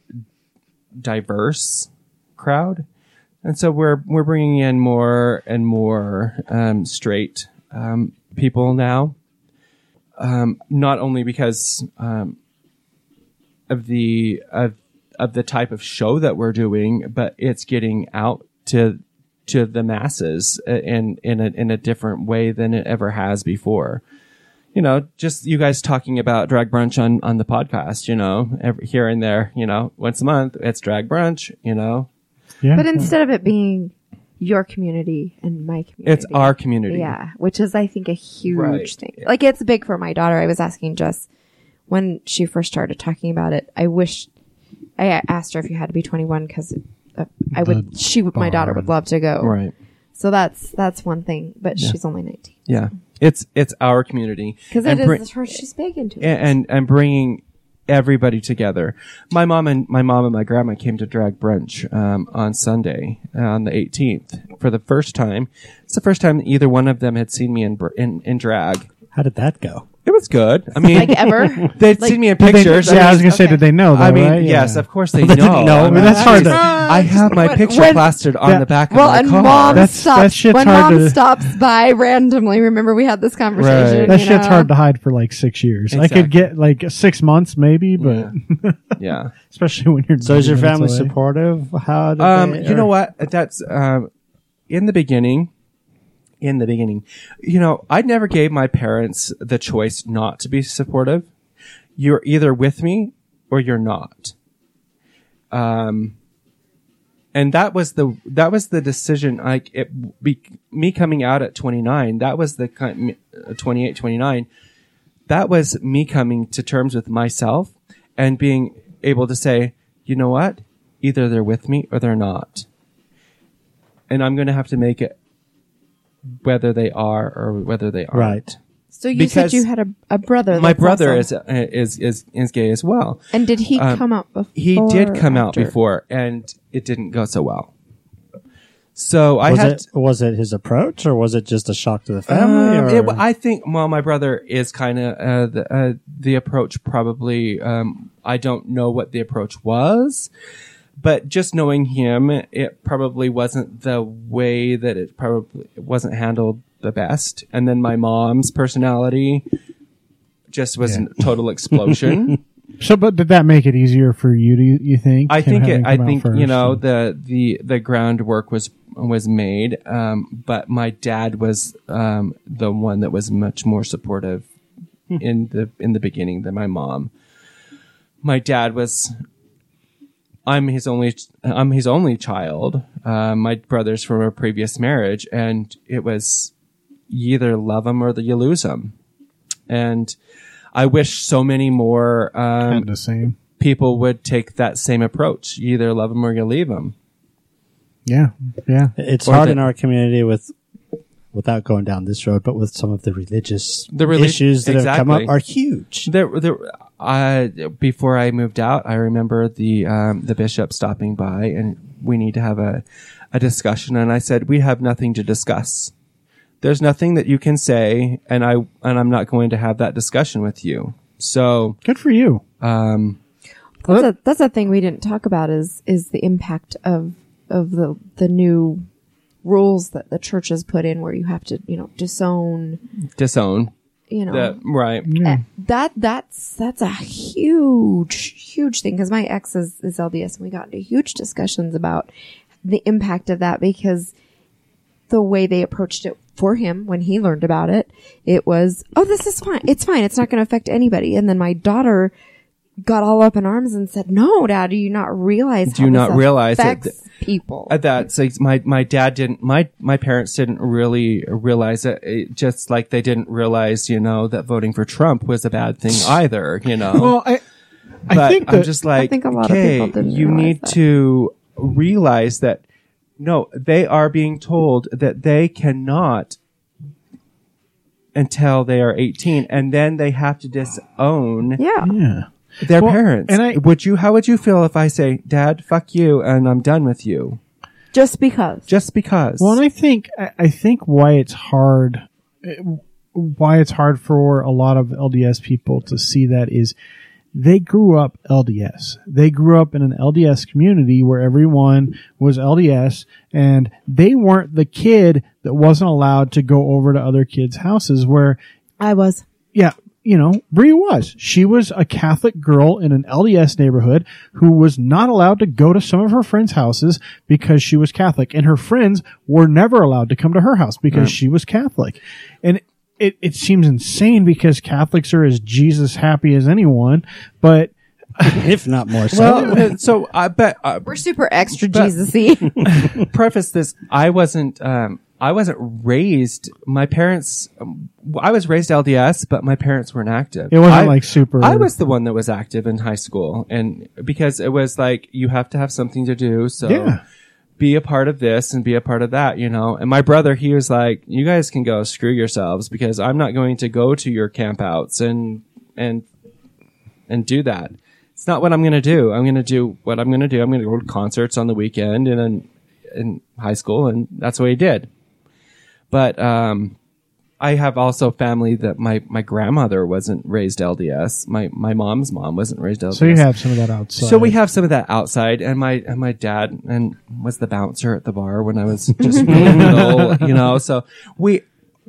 Speaker 6: diverse crowd. And so we're we're bringing in more and more um, straight um, people now, um, not only because um, of the of of the type of show that we're doing, but it's getting out to to the masses uh, in in a, in a different way than it ever has before you know, just you guys talking about drag brunch on on the podcast, you know, every, here and there, you know, once a month it's drag brunch, you know,
Speaker 2: yeah,
Speaker 4: But instead of it being your community and my community,
Speaker 6: it's our community.
Speaker 4: Yeah, which is I think a huge
Speaker 6: Right.
Speaker 4: thing. Like it's big for my daughter. I was asking Jess when she first started talking about it. I wish I asked her if you had to be 21 because uh, I would. She would. My daughter would love to go.
Speaker 6: right.
Speaker 4: So that's that's one thing. But she's only 19
Speaker 6: Yeah, it's it's our community
Speaker 4: because it
Speaker 6: And
Speaker 4: is
Speaker 6: bring-
Speaker 4: her. She's big into it.
Speaker 6: and, and and bringing everybody together. My mom and my mom and my grandma came to drag brunch um, on Sunday on the 18th for the first time. It's the first time either one of them had seen me in br- in, in drag.
Speaker 3: How did that go?
Speaker 6: It was good. I mean,
Speaker 4: like ever.
Speaker 6: (laughs) they'd seen me in
Speaker 2: Did they-
Speaker 6: pictures.
Speaker 2: yeah, I was gonna say,
Speaker 4: okay.
Speaker 2: did they know? Though,
Speaker 6: I mean,
Speaker 2: right?
Speaker 6: yes,
Speaker 2: Yeah.
Speaker 6: of course they,
Speaker 3: They
Speaker 6: know.
Speaker 3: didn't know.
Speaker 6: I
Speaker 3: I
Speaker 6: mean,
Speaker 3: mean,
Speaker 2: that's hard to-
Speaker 6: I have my
Speaker 4: When-
Speaker 6: picture
Speaker 4: when-
Speaker 6: plastered on
Speaker 2: Yeah.
Speaker 6: the back
Speaker 4: Well,
Speaker 6: of
Speaker 4: and
Speaker 6: my car.
Speaker 4: mom
Speaker 2: That's-
Speaker 4: stops
Speaker 2: that shit's
Speaker 4: when
Speaker 2: hard
Speaker 4: mom
Speaker 2: to-
Speaker 4: stops by randomly. Remember, we had this conversation.
Speaker 6: Right.
Speaker 2: That
Speaker 4: you
Speaker 2: shit's
Speaker 4: know?
Speaker 2: hard to hide for like six years. I
Speaker 6: Exactly.
Speaker 2: could get like six months maybe, but (laughs)
Speaker 6: yeah.
Speaker 2: especially when you're.
Speaker 3: So
Speaker 2: (laughs)
Speaker 3: is your
Speaker 2: 90
Speaker 3: family
Speaker 2: minutes away.
Speaker 3: supportive? How did
Speaker 6: Um,
Speaker 3: they-
Speaker 6: you
Speaker 3: or-
Speaker 6: know what? That's um, in the beginning. In the beginning, you know, I never gave my parents the choice not to be supportive. You're either with me or you're not. Um, and that was the that was the decision. Like it, be, me coming out at 29. That was the kind- uh, 28, 29. that was me coming to terms with myself and being able to say, you know what? Either they're with me or they're not. And I'm going to have to make it whether they are or whether they aren't.
Speaker 3: Right.
Speaker 4: So you said
Speaker 6: Because
Speaker 4: you had a, a brother.
Speaker 6: My
Speaker 4: that's
Speaker 6: brother
Speaker 4: also-
Speaker 6: is, uh, is, is, is gay as well.
Speaker 4: And did he
Speaker 6: Um,
Speaker 4: come out before?
Speaker 6: He did come out
Speaker 4: after?
Speaker 6: before and it didn't go so well. So I
Speaker 3: Was
Speaker 6: had,
Speaker 3: it was it his approach or was it just a shock to the family?
Speaker 6: Um,
Speaker 3: or-
Speaker 6: it- I think. Well, my brother is kind of uh, the uh, the approach. Probably, um, I don't know what the approach was, but just knowing him, it probably wasn't the way that it probably it wasn't handled the best. And then my mom's personality just was a
Speaker 3: (laughs)
Speaker 6: total explosion.
Speaker 2: So, but did that make it easier for you? Do you, you think?
Speaker 6: I
Speaker 2: him
Speaker 6: think
Speaker 2: having
Speaker 6: it, I
Speaker 2: come out
Speaker 6: think
Speaker 2: first?
Speaker 6: you know the the the groundwork was was made, um, but my dad was um, the one that was much more supportive
Speaker 2: Hmm.
Speaker 6: in the in the beginning than my mom. My dad was. I'm his only. I'm his only child. Uh, my brother's from a previous marriage, and it was you either love him or you lose him. And I wish so many more um,
Speaker 2: Kinda the same.
Speaker 6: people would take that same approach. You either love them or you leave them.
Speaker 2: Yeah, yeah.
Speaker 3: it's
Speaker 6: or
Speaker 3: hard
Speaker 6: the-
Speaker 3: in our community with without going down this road, but with some of the religious
Speaker 6: The relig-
Speaker 3: issues that have come up
Speaker 6: exactly.
Speaker 3: are huge. (laughs)
Speaker 6: There, there. I before I moved out, I remember the um, the bishop stopping by, and we need to have a a discussion. And I said, we have nothing to discuss. There's nothing that you can say, and I and I'm not going to have that discussion with you. So,
Speaker 2: Good for you.
Speaker 6: um,
Speaker 4: That's a, that's a thing we didn't talk about is is the impact of of the the new rules that the church has put in where you have to you know disown
Speaker 6: disown.
Speaker 4: you know
Speaker 6: That, right.
Speaker 4: that that's that's a huge huge thing because my ex is, is lds and we got into huge discussions about the impact of that because the way they approached it for him when he learned about it it was oh this is fine it's fine it's not going to affect anybody and then my daughter got all up in arms and said no dad do you not realize
Speaker 6: Do
Speaker 4: how
Speaker 6: you
Speaker 4: this
Speaker 6: not realize that
Speaker 4: affects people
Speaker 6: at uh, that so it's- my my dad didn't my my parents didn't really realize it, it just like they didn't realize you know that voting for Trump was a
Speaker 2: (laughs)
Speaker 6: bad thing either you know
Speaker 2: Well, I, I
Speaker 6: but
Speaker 2: think
Speaker 6: I'm
Speaker 2: that-
Speaker 6: just like
Speaker 4: think a lot of
Speaker 6: okay
Speaker 4: people didn't
Speaker 6: you
Speaker 4: realize
Speaker 6: need
Speaker 4: that."
Speaker 6: to realize that no they are being told that they cannot until they are 18 and then they have to disown
Speaker 4: yeah
Speaker 2: yeah.
Speaker 6: their
Speaker 2: Well,
Speaker 6: parents
Speaker 2: and I-
Speaker 6: would you how would you feel if I say dad fuck you and I'm done with you
Speaker 4: just because
Speaker 6: just because
Speaker 2: Well, and I think I I think why it's hard, eh, why it's hard for a lot of LDS people to see that is they grew up LDS. They grew up in an LDS community where everyone was LDS, and they weren't the kid that wasn't allowed to go over to other kids' houses where
Speaker 4: i was
Speaker 2: yeah, you know, Brie was. She was a Catholic girl in an LDS neighborhood who was not allowed to go to some of her friends' houses because she was Catholic, and her friends were never allowed to come to her house because she was Catholic. And it, it seems insane because Catholics are as Jesus happy as anyone, but
Speaker 3: if not more so.
Speaker 6: Well, uh, so I bet uh,
Speaker 4: we're super extra (laughs)
Speaker 6: But-
Speaker 4: jesus-y
Speaker 6: preface this. I wasn't. Um, I wasn't raised. My parents. Um, I was raised LDS, but my parents weren't active.
Speaker 2: It wasn't,
Speaker 6: I-
Speaker 2: like, super-
Speaker 6: I was the one that was active in high school, and because it was like you have to have something to do. So
Speaker 2: Yeah.
Speaker 6: be a part of this and be a part of that, you know. And my brother, he was like, "You guys can go screw yourselves because I'm not going to go to your campouts and and and do that. It's not what I'm going to do. I'm going to do what I'm going to do. I'm going to go to concerts on the weekend and then in high school, and that's what he did. But um, I have also family that my my grandmother wasn't raised LDS. My my mom's mom wasn't raised LDS.
Speaker 2: so you have some of that outside.
Speaker 6: So we have some of that outside, and my and my dad and was the bouncer at the bar when I was
Speaker 2: (laughs)
Speaker 6: just really little, you know. So we,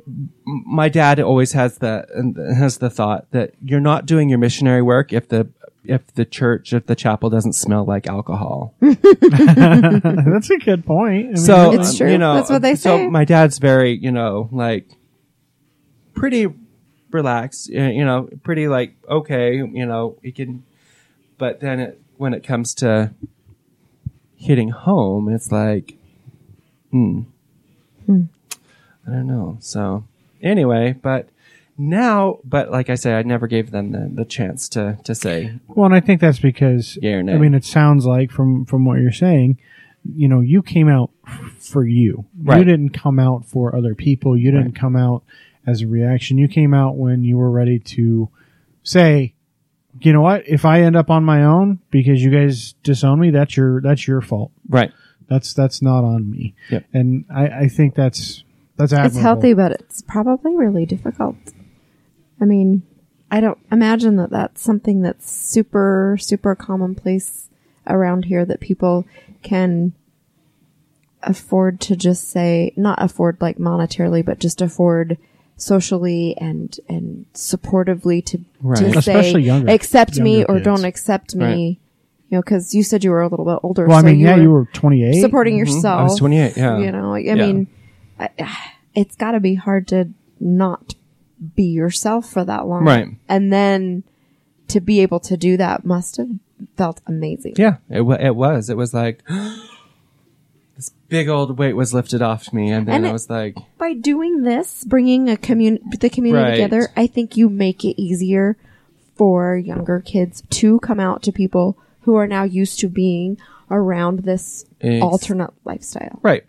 Speaker 6: m- my dad always has the and has the thought that you're not doing your missionary work if the if the church if the chapel doesn't smell like alcohol.
Speaker 2: (laughs) that's a good point. I mean,
Speaker 6: So
Speaker 4: It's
Speaker 6: um,
Speaker 4: true.
Speaker 6: You know,
Speaker 4: That's what they
Speaker 6: so
Speaker 4: say.
Speaker 6: my dad's very you know like pretty relaxed, y- you know, pretty like okay, you know, he can. But then it, when it comes to hitting home, it's like, hmm,
Speaker 4: Hmm.
Speaker 6: I don't know. So anyway, but now, but like I say, I never gave them the, the chance to to say
Speaker 2: Well, and I think that's because
Speaker 6: Yeah or nay.
Speaker 2: I mean, it sounds like from from what you're saying, you know, you came out f- for you. You
Speaker 6: Right.
Speaker 2: didn't come out for other people. You didn't come out as a reaction. You came out when you were ready to say, you know what? If I end up on my own because you guys disown me, that's your that's your fault.
Speaker 6: right.
Speaker 2: That's that's not on me.
Speaker 6: Yep.
Speaker 2: And I, I think that's that's admirable.
Speaker 4: It's healthy, but it's probably really difficult. I mean, I don't imagine that that's something that's super, super commonplace around here that people can afford to just say, not afford like monetarily, but just afford socially and and supportively to,
Speaker 6: Right.
Speaker 4: to say,
Speaker 2: Especially younger-
Speaker 4: accept me
Speaker 2: younger
Speaker 4: or
Speaker 2: kids.
Speaker 4: don't accept me.
Speaker 6: Right.
Speaker 4: You know, because you said you were a little bit older.
Speaker 2: Well, I
Speaker 4: so
Speaker 2: mean,
Speaker 4: you
Speaker 2: yeah,
Speaker 4: were
Speaker 2: you were 28.
Speaker 4: supporting yourself.
Speaker 6: Mm-hmm. I was 28, yeah.
Speaker 4: You know, I
Speaker 6: Yeah.
Speaker 4: mean, I, (sighs) it's got to be hard to not be yourself for that long.
Speaker 6: Right.
Speaker 4: And then to be able to do that must have felt amazing.
Speaker 6: Yeah, it, wa it was. It was like (gasps) this big old weight was lifted off me, and then
Speaker 4: And
Speaker 6: I
Speaker 4: it-
Speaker 6: was like,
Speaker 4: By doing this, bringing a commun- the community
Speaker 6: Right.
Speaker 4: together, I think you make it easier for younger kids to come out to people who are now used to being around this
Speaker 6: Ex-
Speaker 4: alternate lifestyle.
Speaker 6: right,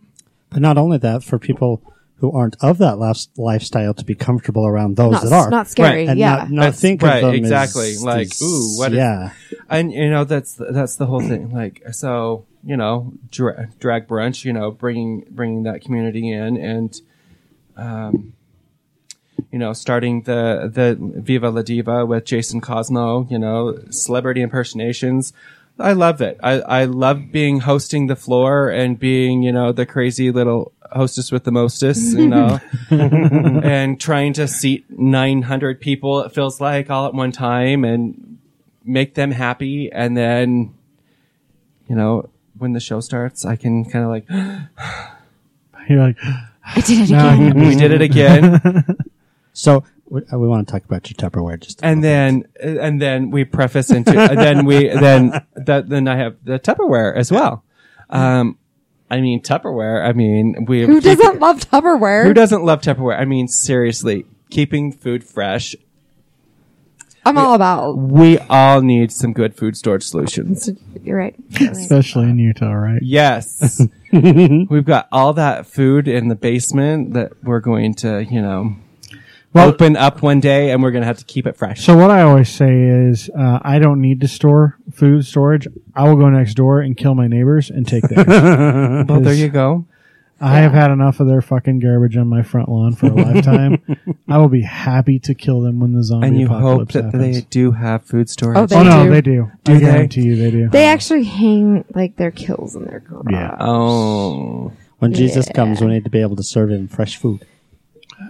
Speaker 3: But not only that, for people who aren't of that lifes- lifestyle to be comfortable around those
Speaker 4: not,
Speaker 3: that are.
Speaker 4: not scary.
Speaker 6: Right,
Speaker 3: And
Speaker 4: yeah.
Speaker 3: not, not
Speaker 6: That's-
Speaker 3: think of
Speaker 6: right,
Speaker 3: them as
Speaker 6: exactly. Like,
Speaker 3: these-
Speaker 6: ooh, what is-
Speaker 3: yeah.
Speaker 6: and you know that's that's the whole thing like so you know dra- drag brunch you know bringing bringing that community in and um you know starting the the viva la diva with jason cosmo you know celebrity impersonations i love it i i love being hosting the floor and being you know the crazy little hostess with the mostess you
Speaker 3: (laughs)
Speaker 6: know (laughs) and trying to seat 900 people it feels like all at one time and make them happy and then you know when the show starts i can kind of like (gasps)
Speaker 2: You're like,
Speaker 4: I did it
Speaker 2: now I
Speaker 4: again.
Speaker 2: can-
Speaker 6: we did it again
Speaker 3: So we, uh, we want to talk about your Tupperware just a
Speaker 6: and
Speaker 3: little
Speaker 6: then and then we preface into and then we then that then i have the tupperware as well um i mean tupperware i mean we
Speaker 4: Who doesn't love Tupperware?
Speaker 6: who doesn't love tupperware i mean seriously keeping food fresh
Speaker 4: I'm all about.
Speaker 6: we all need some good food storage solutions
Speaker 4: You're right.
Speaker 2: especially in Utah, right?
Speaker 6: Yes.
Speaker 2: (laughs)
Speaker 6: We've got all that food in the basement that we're going to, you know,
Speaker 2: Well-
Speaker 6: open up one day and we're going to have to keep it fresh.
Speaker 2: So what I always say is, uh, I don't need to store food storage. I will go next door and kill my neighbors and take theirs.
Speaker 6: (laughs) well, there you go.
Speaker 2: I have had enough of their fucking garbage on my front lawn for a
Speaker 6: (laughs)
Speaker 2: lifetime. I will be happy to kill them when the zombie
Speaker 6: And you hope
Speaker 2: apocalypse
Speaker 6: that
Speaker 2: happens.
Speaker 6: they do have food storage.
Speaker 4: Oh,
Speaker 6: Oh,
Speaker 4: they
Speaker 2: oh no,
Speaker 4: do.
Speaker 2: they do.
Speaker 6: Do
Speaker 2: I
Speaker 6: they?
Speaker 2: guarantee you, they do.
Speaker 4: They actually hang like their kills in their garage.
Speaker 2: Yeah. Uh,
Speaker 6: Oh.
Speaker 3: bit. When Jesus comes, we need to be able to serve him fresh food.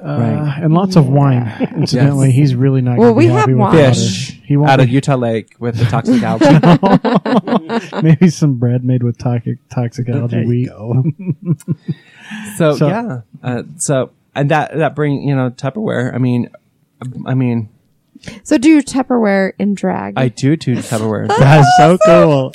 Speaker 2: Uh, and lots of wine. Incidentally,
Speaker 6: Yes.
Speaker 2: he's really not.
Speaker 4: Well,
Speaker 2: gonna be
Speaker 4: we
Speaker 2: happy
Speaker 4: have
Speaker 2: with
Speaker 4: wine.
Speaker 2: water.
Speaker 6: fish
Speaker 2: He won't
Speaker 6: out of
Speaker 2: be-
Speaker 6: Utah Lake with
Speaker 2: (laughs)
Speaker 6: the toxic algae.
Speaker 2: Maybe some bread made with toxic toxic algae wheat. (laughs)
Speaker 6: So,
Speaker 2: So-
Speaker 6: yeah, uh, so and that that bring you know Tupperware. I mean, I mean,
Speaker 4: So do Tupperware and drag.
Speaker 6: I do
Speaker 4: (laughs)
Speaker 6: do Tupperware.
Speaker 3: That's so cool.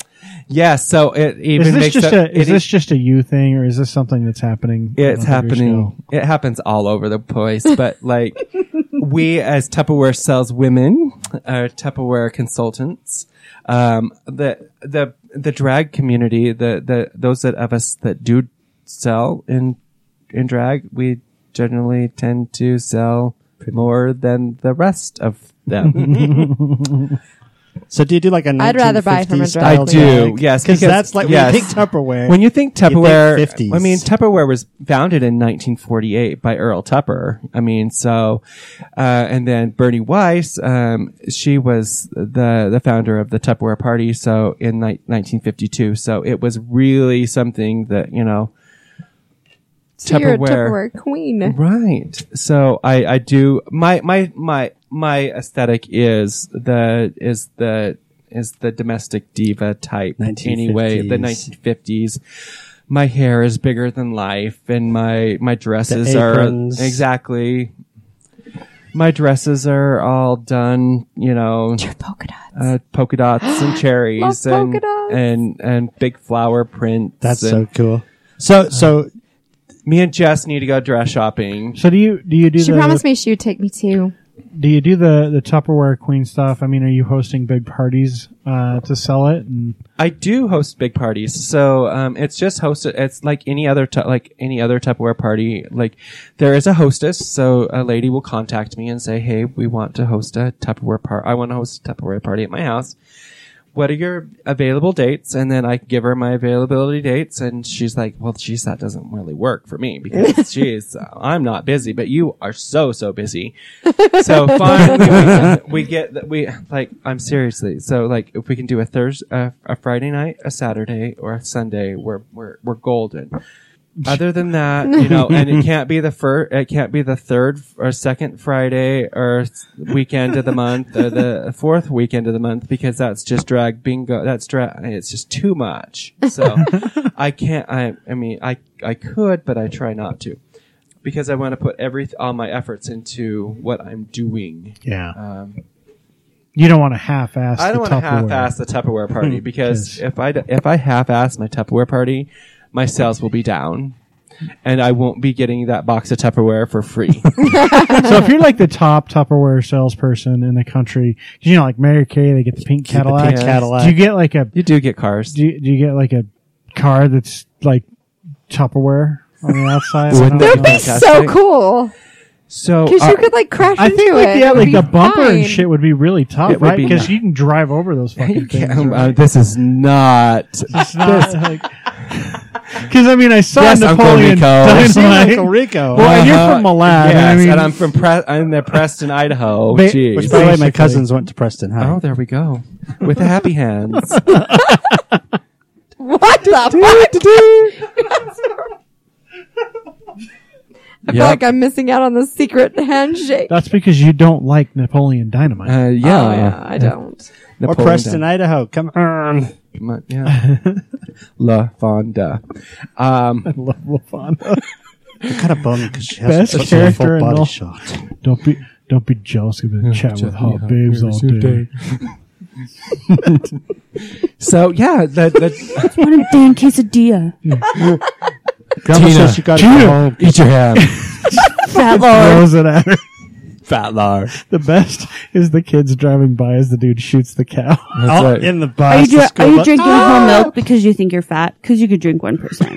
Speaker 6: yeah, so it even
Speaker 2: Is this
Speaker 6: makes
Speaker 2: just
Speaker 6: up-
Speaker 2: a
Speaker 6: it
Speaker 2: is this just a you thing, or is this something that's happening?
Speaker 6: It's
Speaker 2: on the bigger
Speaker 6: happening.
Speaker 2: scale?
Speaker 6: It happens all over the place. But like, we as Tupperware sells women, are Tupperware consultants, um, the the the drag community, the the those that of us that do sell in in drag, we generally tend to sell more than the rest of them.
Speaker 3: So do you do like a
Speaker 4: I'd rather buy from a
Speaker 3: 1950s
Speaker 4: drag
Speaker 3: style
Speaker 4: queen. I
Speaker 6: do, yes,
Speaker 3: because
Speaker 6: because-
Speaker 3: that's like
Speaker 6: yes.
Speaker 3: when you think Tupperware.
Speaker 6: when you think Tupperware,
Speaker 3: You think 50s.
Speaker 6: I mean Tupperware was founded in 1948 by Earl Tupper. I mean, so uh, and then Bernie Weiss, um, she was the the founder of the Tupperware Party. So in ni- 1952, so it was really something that you know
Speaker 4: so You're a
Speaker 6: Tupperware.
Speaker 4: Tupperware queen.
Speaker 6: Right. So I, I do my my my my aesthetic is the is the is the domestic diva type
Speaker 3: 1950s.
Speaker 6: anyway. The 1950s. My hair is bigger than life, and my my dresses are
Speaker 3: aprons.
Speaker 6: exactly. My dresses are all done, you know,
Speaker 4: Your polka dots.
Speaker 6: uh, polka dots and cherries
Speaker 4: Love
Speaker 6: and,
Speaker 4: polka dots.
Speaker 6: and and big flower prints.
Speaker 3: that's
Speaker 6: and
Speaker 3: so cool. So so
Speaker 6: Me and Jess need to go dress shopping.
Speaker 2: So do you do you do
Speaker 4: She
Speaker 2: the
Speaker 4: promised me she would take me too.
Speaker 2: do you do the the Tupperware Queen stuff? I mean, are you hosting big parties uh, to sell it? And
Speaker 6: I do host big parties, so um, it's just hosted. It's like any other tu- like any other Tupperware party. Like there is a hostess, so a lady will contact me and say, "Hey, we want to host a Tupperware party. I want to host a Tupperware party at my house. What are your available dates?" And then I give her my availability dates, and she's like, "Well, geez, that doesn't really work for me because geez, I'm not busy, but you are so so busy." So finally, we, we get that we like. I'm seriously so like if we can do a Thursday, a, a Friday night, a Saturday, or a Sunday, we're we're we're golden. Other than that, you know, and it can't be the first, it can't be the third or second Friday or s- weekend of the month or the (laughs) fourth weekend of the month because that's just drag bingo. That's drag. It's just too much. So I can't. I I mean, I I could, but I try not to because I want to put every all my efforts into what I'm doing.
Speaker 2: yeah,
Speaker 6: Um,
Speaker 2: you don't want to half-ass.
Speaker 6: I don't
Speaker 2: the
Speaker 6: want to
Speaker 2: Tupperware.
Speaker 6: half-ass the
Speaker 2: (laughs)
Speaker 6: Tupperware party because
Speaker 2: Yes.
Speaker 6: if I d- if I half-ass my Tupperware party, my sales will be down, and I won't be getting that box of Tupperware
Speaker 2: (laughs)
Speaker 6: for free.
Speaker 2: so if you're like the top Tupperware salesperson in the country, 'cause, you know, like Mary Kay, they get the pink
Speaker 3: the pink
Speaker 2: Cadillac.
Speaker 3: Cadillac.
Speaker 2: Do you get like a
Speaker 6: you do get cars.
Speaker 2: do you, do you get like a car that's like Tupperware? on the outside.
Speaker 6: Wouldn't
Speaker 2: I don't
Speaker 6: that
Speaker 2: know.
Speaker 6: be
Speaker 4: So cool.
Speaker 6: So
Speaker 4: Because
Speaker 6: are-
Speaker 4: you could like crash
Speaker 2: uh, I
Speaker 4: into
Speaker 2: think like
Speaker 4: it.
Speaker 2: yeah,
Speaker 4: It would
Speaker 2: like
Speaker 4: be
Speaker 2: the bumper
Speaker 4: fine.
Speaker 2: and shit would be really tough,
Speaker 6: It would
Speaker 2: right?
Speaker 6: be
Speaker 2: Because
Speaker 6: nice.
Speaker 2: you can drive over
Speaker 6: (laughs)
Speaker 2: those
Speaker 6: You
Speaker 2: fucking
Speaker 6: can't-
Speaker 2: things.
Speaker 6: uh,
Speaker 2: right?
Speaker 6: this is not.
Speaker 2: (laughs) It's not like because I mean I saw
Speaker 6: Yes, Uncle
Speaker 2: Napoleon
Speaker 6: Rico.
Speaker 2: (laughs) Dynamite.
Speaker 6: I
Speaker 3: see Uncle Rico.
Speaker 2: Well, and Oh, you're
Speaker 6: Uh-huh.
Speaker 2: from Milan.
Speaker 6: Yes,
Speaker 2: I mean,
Speaker 6: and I'm from Pre- I'm the Preston, Idaho.
Speaker 2: Ba-
Speaker 6: Jeez.
Speaker 3: Which, by the way, my
Speaker 2: Basically.
Speaker 3: cousins went to Preston High.
Speaker 6: oh, there we go. With the
Speaker 2: (laughs)
Speaker 6: happy hands.
Speaker 4: What the fuck? I feel
Speaker 6: Yep.
Speaker 4: like I'm missing out on the secret handshake.
Speaker 2: that's because you don't like Napoleon Dynamite.
Speaker 6: Uh, yeah,
Speaker 4: Oh, I don't.
Speaker 3: or
Speaker 6: Napoleon
Speaker 3: Preston, Idaho. Come on.
Speaker 6: Dynamite, Yeah. (laughs) La Fonda. Um, (laughs)
Speaker 2: I (laughs) love LaFonda.
Speaker 3: Kind of bummed because she has
Speaker 2: Best
Speaker 3: such a
Speaker 2: character
Speaker 3: full
Speaker 2: in
Speaker 3: body
Speaker 2: all-
Speaker 3: shot.
Speaker 2: don't be don't be jealous of the chat with hot babes all (laughs) day.
Speaker 6: so yeah, the, the,
Speaker 5: (laughs) What a damn
Speaker 6: (laughs)
Speaker 5: quesadilla.
Speaker 3: Grandma
Speaker 6: Tina.
Speaker 3: says she got it from
Speaker 2: Tina.
Speaker 3: home.
Speaker 6: (laughs) eat your ham,
Speaker 5: Fat lord.
Speaker 2: Throws it at her.
Speaker 6: fat lar.
Speaker 2: The best is the kids driving by as the dude shoots the cow. (laughs)
Speaker 6: That's
Speaker 3: Out
Speaker 6: right.
Speaker 3: Oh, in the
Speaker 5: Are
Speaker 3: bus.
Speaker 5: you, dri-
Speaker 3: the school
Speaker 5: are you
Speaker 3: bus.
Speaker 5: drinking
Speaker 6: Ah!
Speaker 5: whole milk because you think you're fat? Because you could drink 1%.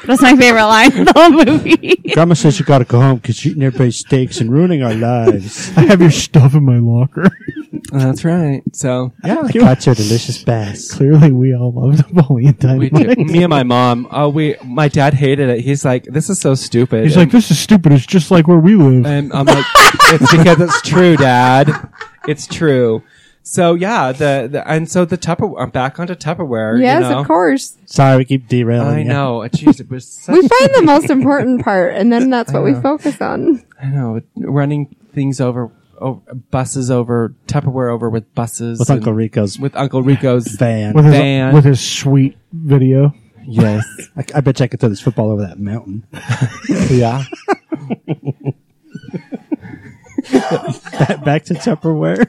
Speaker 5: (laughs) That's my favorite line in the whole movie.
Speaker 6: (laughs)
Speaker 3: Grandma says you got to go home because you're eating everybody's steaks and ruining our lives.
Speaker 2: I have your stuff in my locker. (laughs)
Speaker 6: That's right. So (laughs) yeah,
Speaker 3: I got your delicious bass.
Speaker 2: Clearly, we all love Napoleon
Speaker 6: we
Speaker 2: Dynamite.
Speaker 6: did. Me and my mom. Oh, we. My dad hated it. He's like, this is so stupid.
Speaker 2: He's
Speaker 6: And-
Speaker 2: like, this is stupid. It's just like where we live.
Speaker 6: And I'm like, it's because it's true, Dad. It's true. So yeah, the, the and so the Tupperware. I'm back onto Tupperware.
Speaker 4: Yes,
Speaker 6: you know?
Speaker 4: of course.
Speaker 3: Sorry, we keep derailing.
Speaker 6: I
Speaker 3: you.
Speaker 6: know. Jeez, it was such,
Speaker 4: We find the most important part, and then that's what we focus on.
Speaker 2: (laughs)
Speaker 6: I know running things over, over buses over Tupperware over with buses
Speaker 3: With
Speaker 6: and-
Speaker 3: Uncle Rico's
Speaker 6: with Uncle Rico's.
Speaker 3: (laughs) van.
Speaker 2: with his
Speaker 6: Van.
Speaker 2: with his sweet video.
Speaker 6: yes.
Speaker 3: I, I bet you I could throw this football over that (laughs) mountain.
Speaker 6: Yeah.
Speaker 3: Back to Tupperware.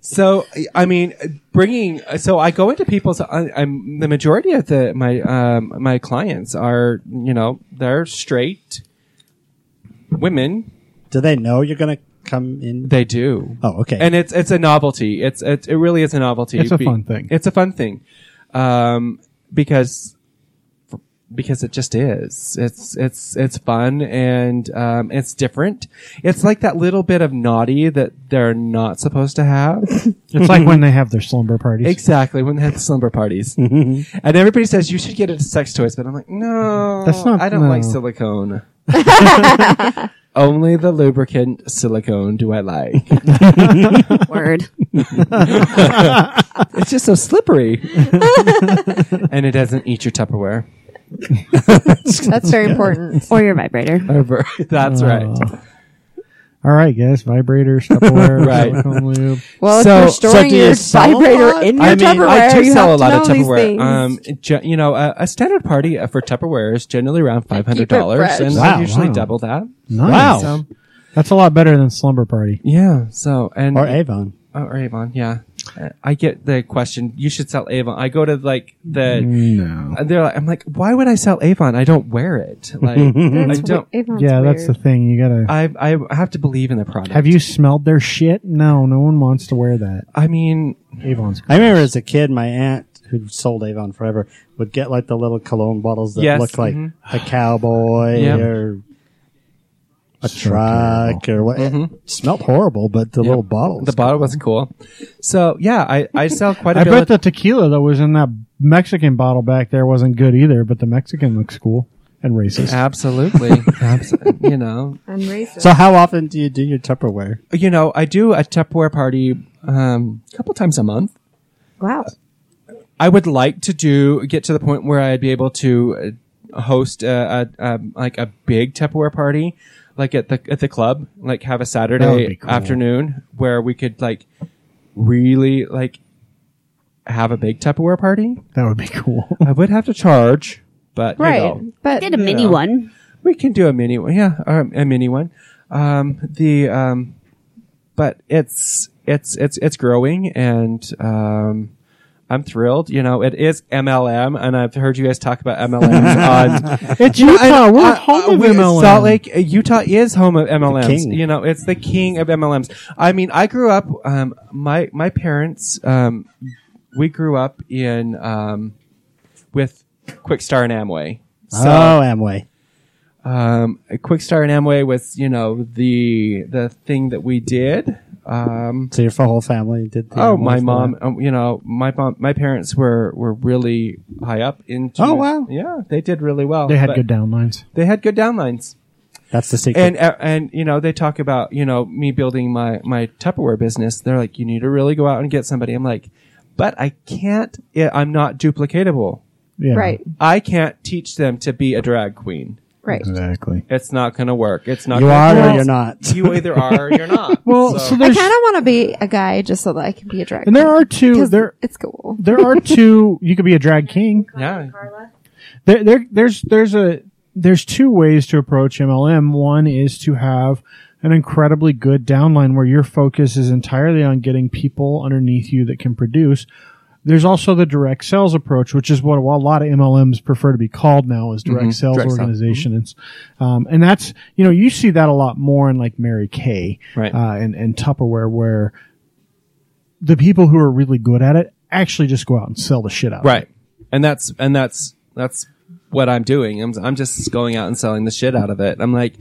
Speaker 6: So I- I mean, bringing so I go into people's. I, I'm the majority of the my um, my clients are you know they're straight women.
Speaker 3: Do they know you're going to come in?
Speaker 6: They do.
Speaker 3: oh, okay.
Speaker 6: and it's it's a novelty. It's it, it really is a novelty.
Speaker 2: It's a fun thing.
Speaker 6: It's a fun thing, um, because because it just is. It's it's it's fun and um, it's different. It's like that little bit of naughty that they're not supposed
Speaker 2: (laughs)
Speaker 6: to have.
Speaker 2: It's like when they have their slumber parties.
Speaker 6: exactly when they have slumber parties, and
Speaker 2: Mm-hmm.
Speaker 6: everybody says you should get into sex toys, but I'm like, no,
Speaker 2: That's not-
Speaker 6: I don't
Speaker 2: no. (laughs)
Speaker 6: like silicone. Only the lubricant silicone do I like.
Speaker 5: Word.
Speaker 6: It's just so slippery. (laughs) and it doesn't eat your Tupperware.
Speaker 4: That's very important.
Speaker 5: Or your vibrator.
Speaker 6: Over. (laughs) That's right.
Speaker 2: All right, guys, vibrators, Tupperware,
Speaker 6: (laughs) Right.
Speaker 2: silicone lube.
Speaker 4: Well,
Speaker 6: So-
Speaker 4: if you're
Speaker 6: so
Speaker 4: storing
Speaker 3: do you
Speaker 4: (laughs) your
Speaker 3: sell a
Speaker 4: vibrator
Speaker 3: lot?
Speaker 4: in your
Speaker 6: I mean,
Speaker 4: Tupperware,
Speaker 6: I do
Speaker 4: you
Speaker 6: sell
Speaker 4: have
Speaker 6: a
Speaker 4: to
Speaker 6: lot of
Speaker 4: know these
Speaker 6: Tupperware.
Speaker 4: things.
Speaker 6: Um, ge- you know, a, a standard party uh, for Tupperware is generally around five hundred
Speaker 4: fresh.
Speaker 6: dollars, and I
Speaker 2: Wow,
Speaker 6: usually
Speaker 2: wow.
Speaker 6: double that.
Speaker 2: (laughs) Nice.
Speaker 6: So,
Speaker 2: That's a lot better than slumber party.
Speaker 6: yeah. So and
Speaker 3: or Avon.
Speaker 6: Oh, or Avon. Yeah. Uh, I get the question. You should sell Avon. I go to like the.
Speaker 2: No.
Speaker 6: and They're like, I'm like, why would I sell Avon? I don't wear it.
Speaker 2: (laughs)
Speaker 6: Like, I
Speaker 4: That's
Speaker 6: don't.
Speaker 4: weird. Avon's
Speaker 2: Yeah, that's the
Speaker 4: weird.
Speaker 2: thing. You gotta.
Speaker 6: I I have to believe in the product.
Speaker 2: Have you smelled their shit? No, no one wants to wear that.
Speaker 6: I mean,
Speaker 2: Avon's.
Speaker 3: I remember as a kid, my aunt who sold Avon forever would get like the little cologne bottles that
Speaker 6: Yes,
Speaker 3: look like
Speaker 6: mhm.
Speaker 3: a cowboy (sighs)
Speaker 6: Yep.
Speaker 3: or a
Speaker 2: So
Speaker 3: truck or what. It smelled horrible, but Mm-hmm. the little
Speaker 6: Yep.
Speaker 3: bottles.
Speaker 6: The bottle was cool. So yeah, I, I sell quite a
Speaker 2: I
Speaker 6: bit.
Speaker 2: bet
Speaker 6: of-
Speaker 2: the tequila that was in that Mexican bottle back there wasn't good either, but the Mexican looks cool and racist. (laughs)
Speaker 6: (laughs) absolutely, absolutely. You know,
Speaker 4: I'm racist.
Speaker 3: so how often do you do your Tupperware?
Speaker 6: you know, I do a Tupperware party um, a couple times a month.
Speaker 4: wow.
Speaker 6: I would like to do get to the point where I'd be able to uh, host a, a, a like a big Tupperware party, like at the at the club, like have a
Speaker 2: That would be
Speaker 6: Saturday
Speaker 2: cool.
Speaker 6: afternoon where we could like really like have a big Tupperware party.
Speaker 2: That would be cool.
Speaker 6: I would have to charge, but you
Speaker 4: Right.
Speaker 6: know.
Speaker 4: But
Speaker 5: Did a mini one.
Speaker 6: We can do a mini one, yeah, or a mini one. Um, the um, but it's it's it's it's growing, and um, I'm thrilled. You know, it is MLM, and I've heard you guys talk about
Speaker 2: (laughs)
Speaker 6: MLMs on.
Speaker 2: it's Utah. We're
Speaker 6: Uh,
Speaker 2: home
Speaker 6: uh,
Speaker 2: of
Speaker 6: we-
Speaker 2: MLM.
Speaker 6: Salt Lake, uh, Utah is home of MLMs.
Speaker 3: king.
Speaker 6: You know, it's the king of MLMs. I mean, I grew up. Um, my my parents, um, we grew up in um, with Quick Star and Amway. So,
Speaker 3: (laughs) oh, Amway.
Speaker 6: Um, Quickstar and Amway was, you know, the the thing that we did. Um,
Speaker 3: So your whole family did. The
Speaker 6: oh, my
Speaker 3: animals for
Speaker 6: mom,
Speaker 3: that.
Speaker 6: um, you know, my mom, my parents were were really high up into.
Speaker 3: Oh,
Speaker 6: it.
Speaker 3: wow.
Speaker 6: Yeah, they did really well.
Speaker 2: They had
Speaker 6: but
Speaker 2: good downlines.
Speaker 6: They had good downlines.
Speaker 3: That's the secret.
Speaker 6: And uh, and you know they talk about you know me building my my Tupperware business. They're like, you need to really go out and get somebody. I'm like, but I can't. I- I'm not duplicatable.
Speaker 2: Yeah.
Speaker 4: Right.
Speaker 6: I can't teach them to be a drag queen.
Speaker 4: Right.
Speaker 2: Exactly.
Speaker 6: It's not going to work. It's not.
Speaker 3: you
Speaker 6: gonna
Speaker 3: are
Speaker 6: work.
Speaker 3: or you're not.
Speaker 6: (laughs) You either are or you're not.
Speaker 2: (laughs) Well, so,
Speaker 4: I
Speaker 2: there's
Speaker 4: kind of want to be a guy just so that I can be a drag.
Speaker 2: and there are two.
Speaker 4: because
Speaker 2: There
Speaker 4: it's cool.
Speaker 2: there are two. You could be a drag king.
Speaker 6: yeah.
Speaker 2: there, there there's there's a there's two ways to approach MLM. One is to have an incredibly good downline where your focus is entirely on getting people underneath you that can produce. There's also the direct sales approach, which is what a lot of MLMs prefer to be called now as direct sales
Speaker 6: Mm-hmm. direct sell.
Speaker 2: organizations. Um, and that's, you know, you see that a lot more in like Mary Kay
Speaker 6: Right.
Speaker 2: uh, and, and Tupperware where the people who are really good at it actually just go out and sell the shit out. of it.
Speaker 6: Right. And that's and that's that's what I'm doing. I'm I'm just going out and selling the shit out of it. I'm like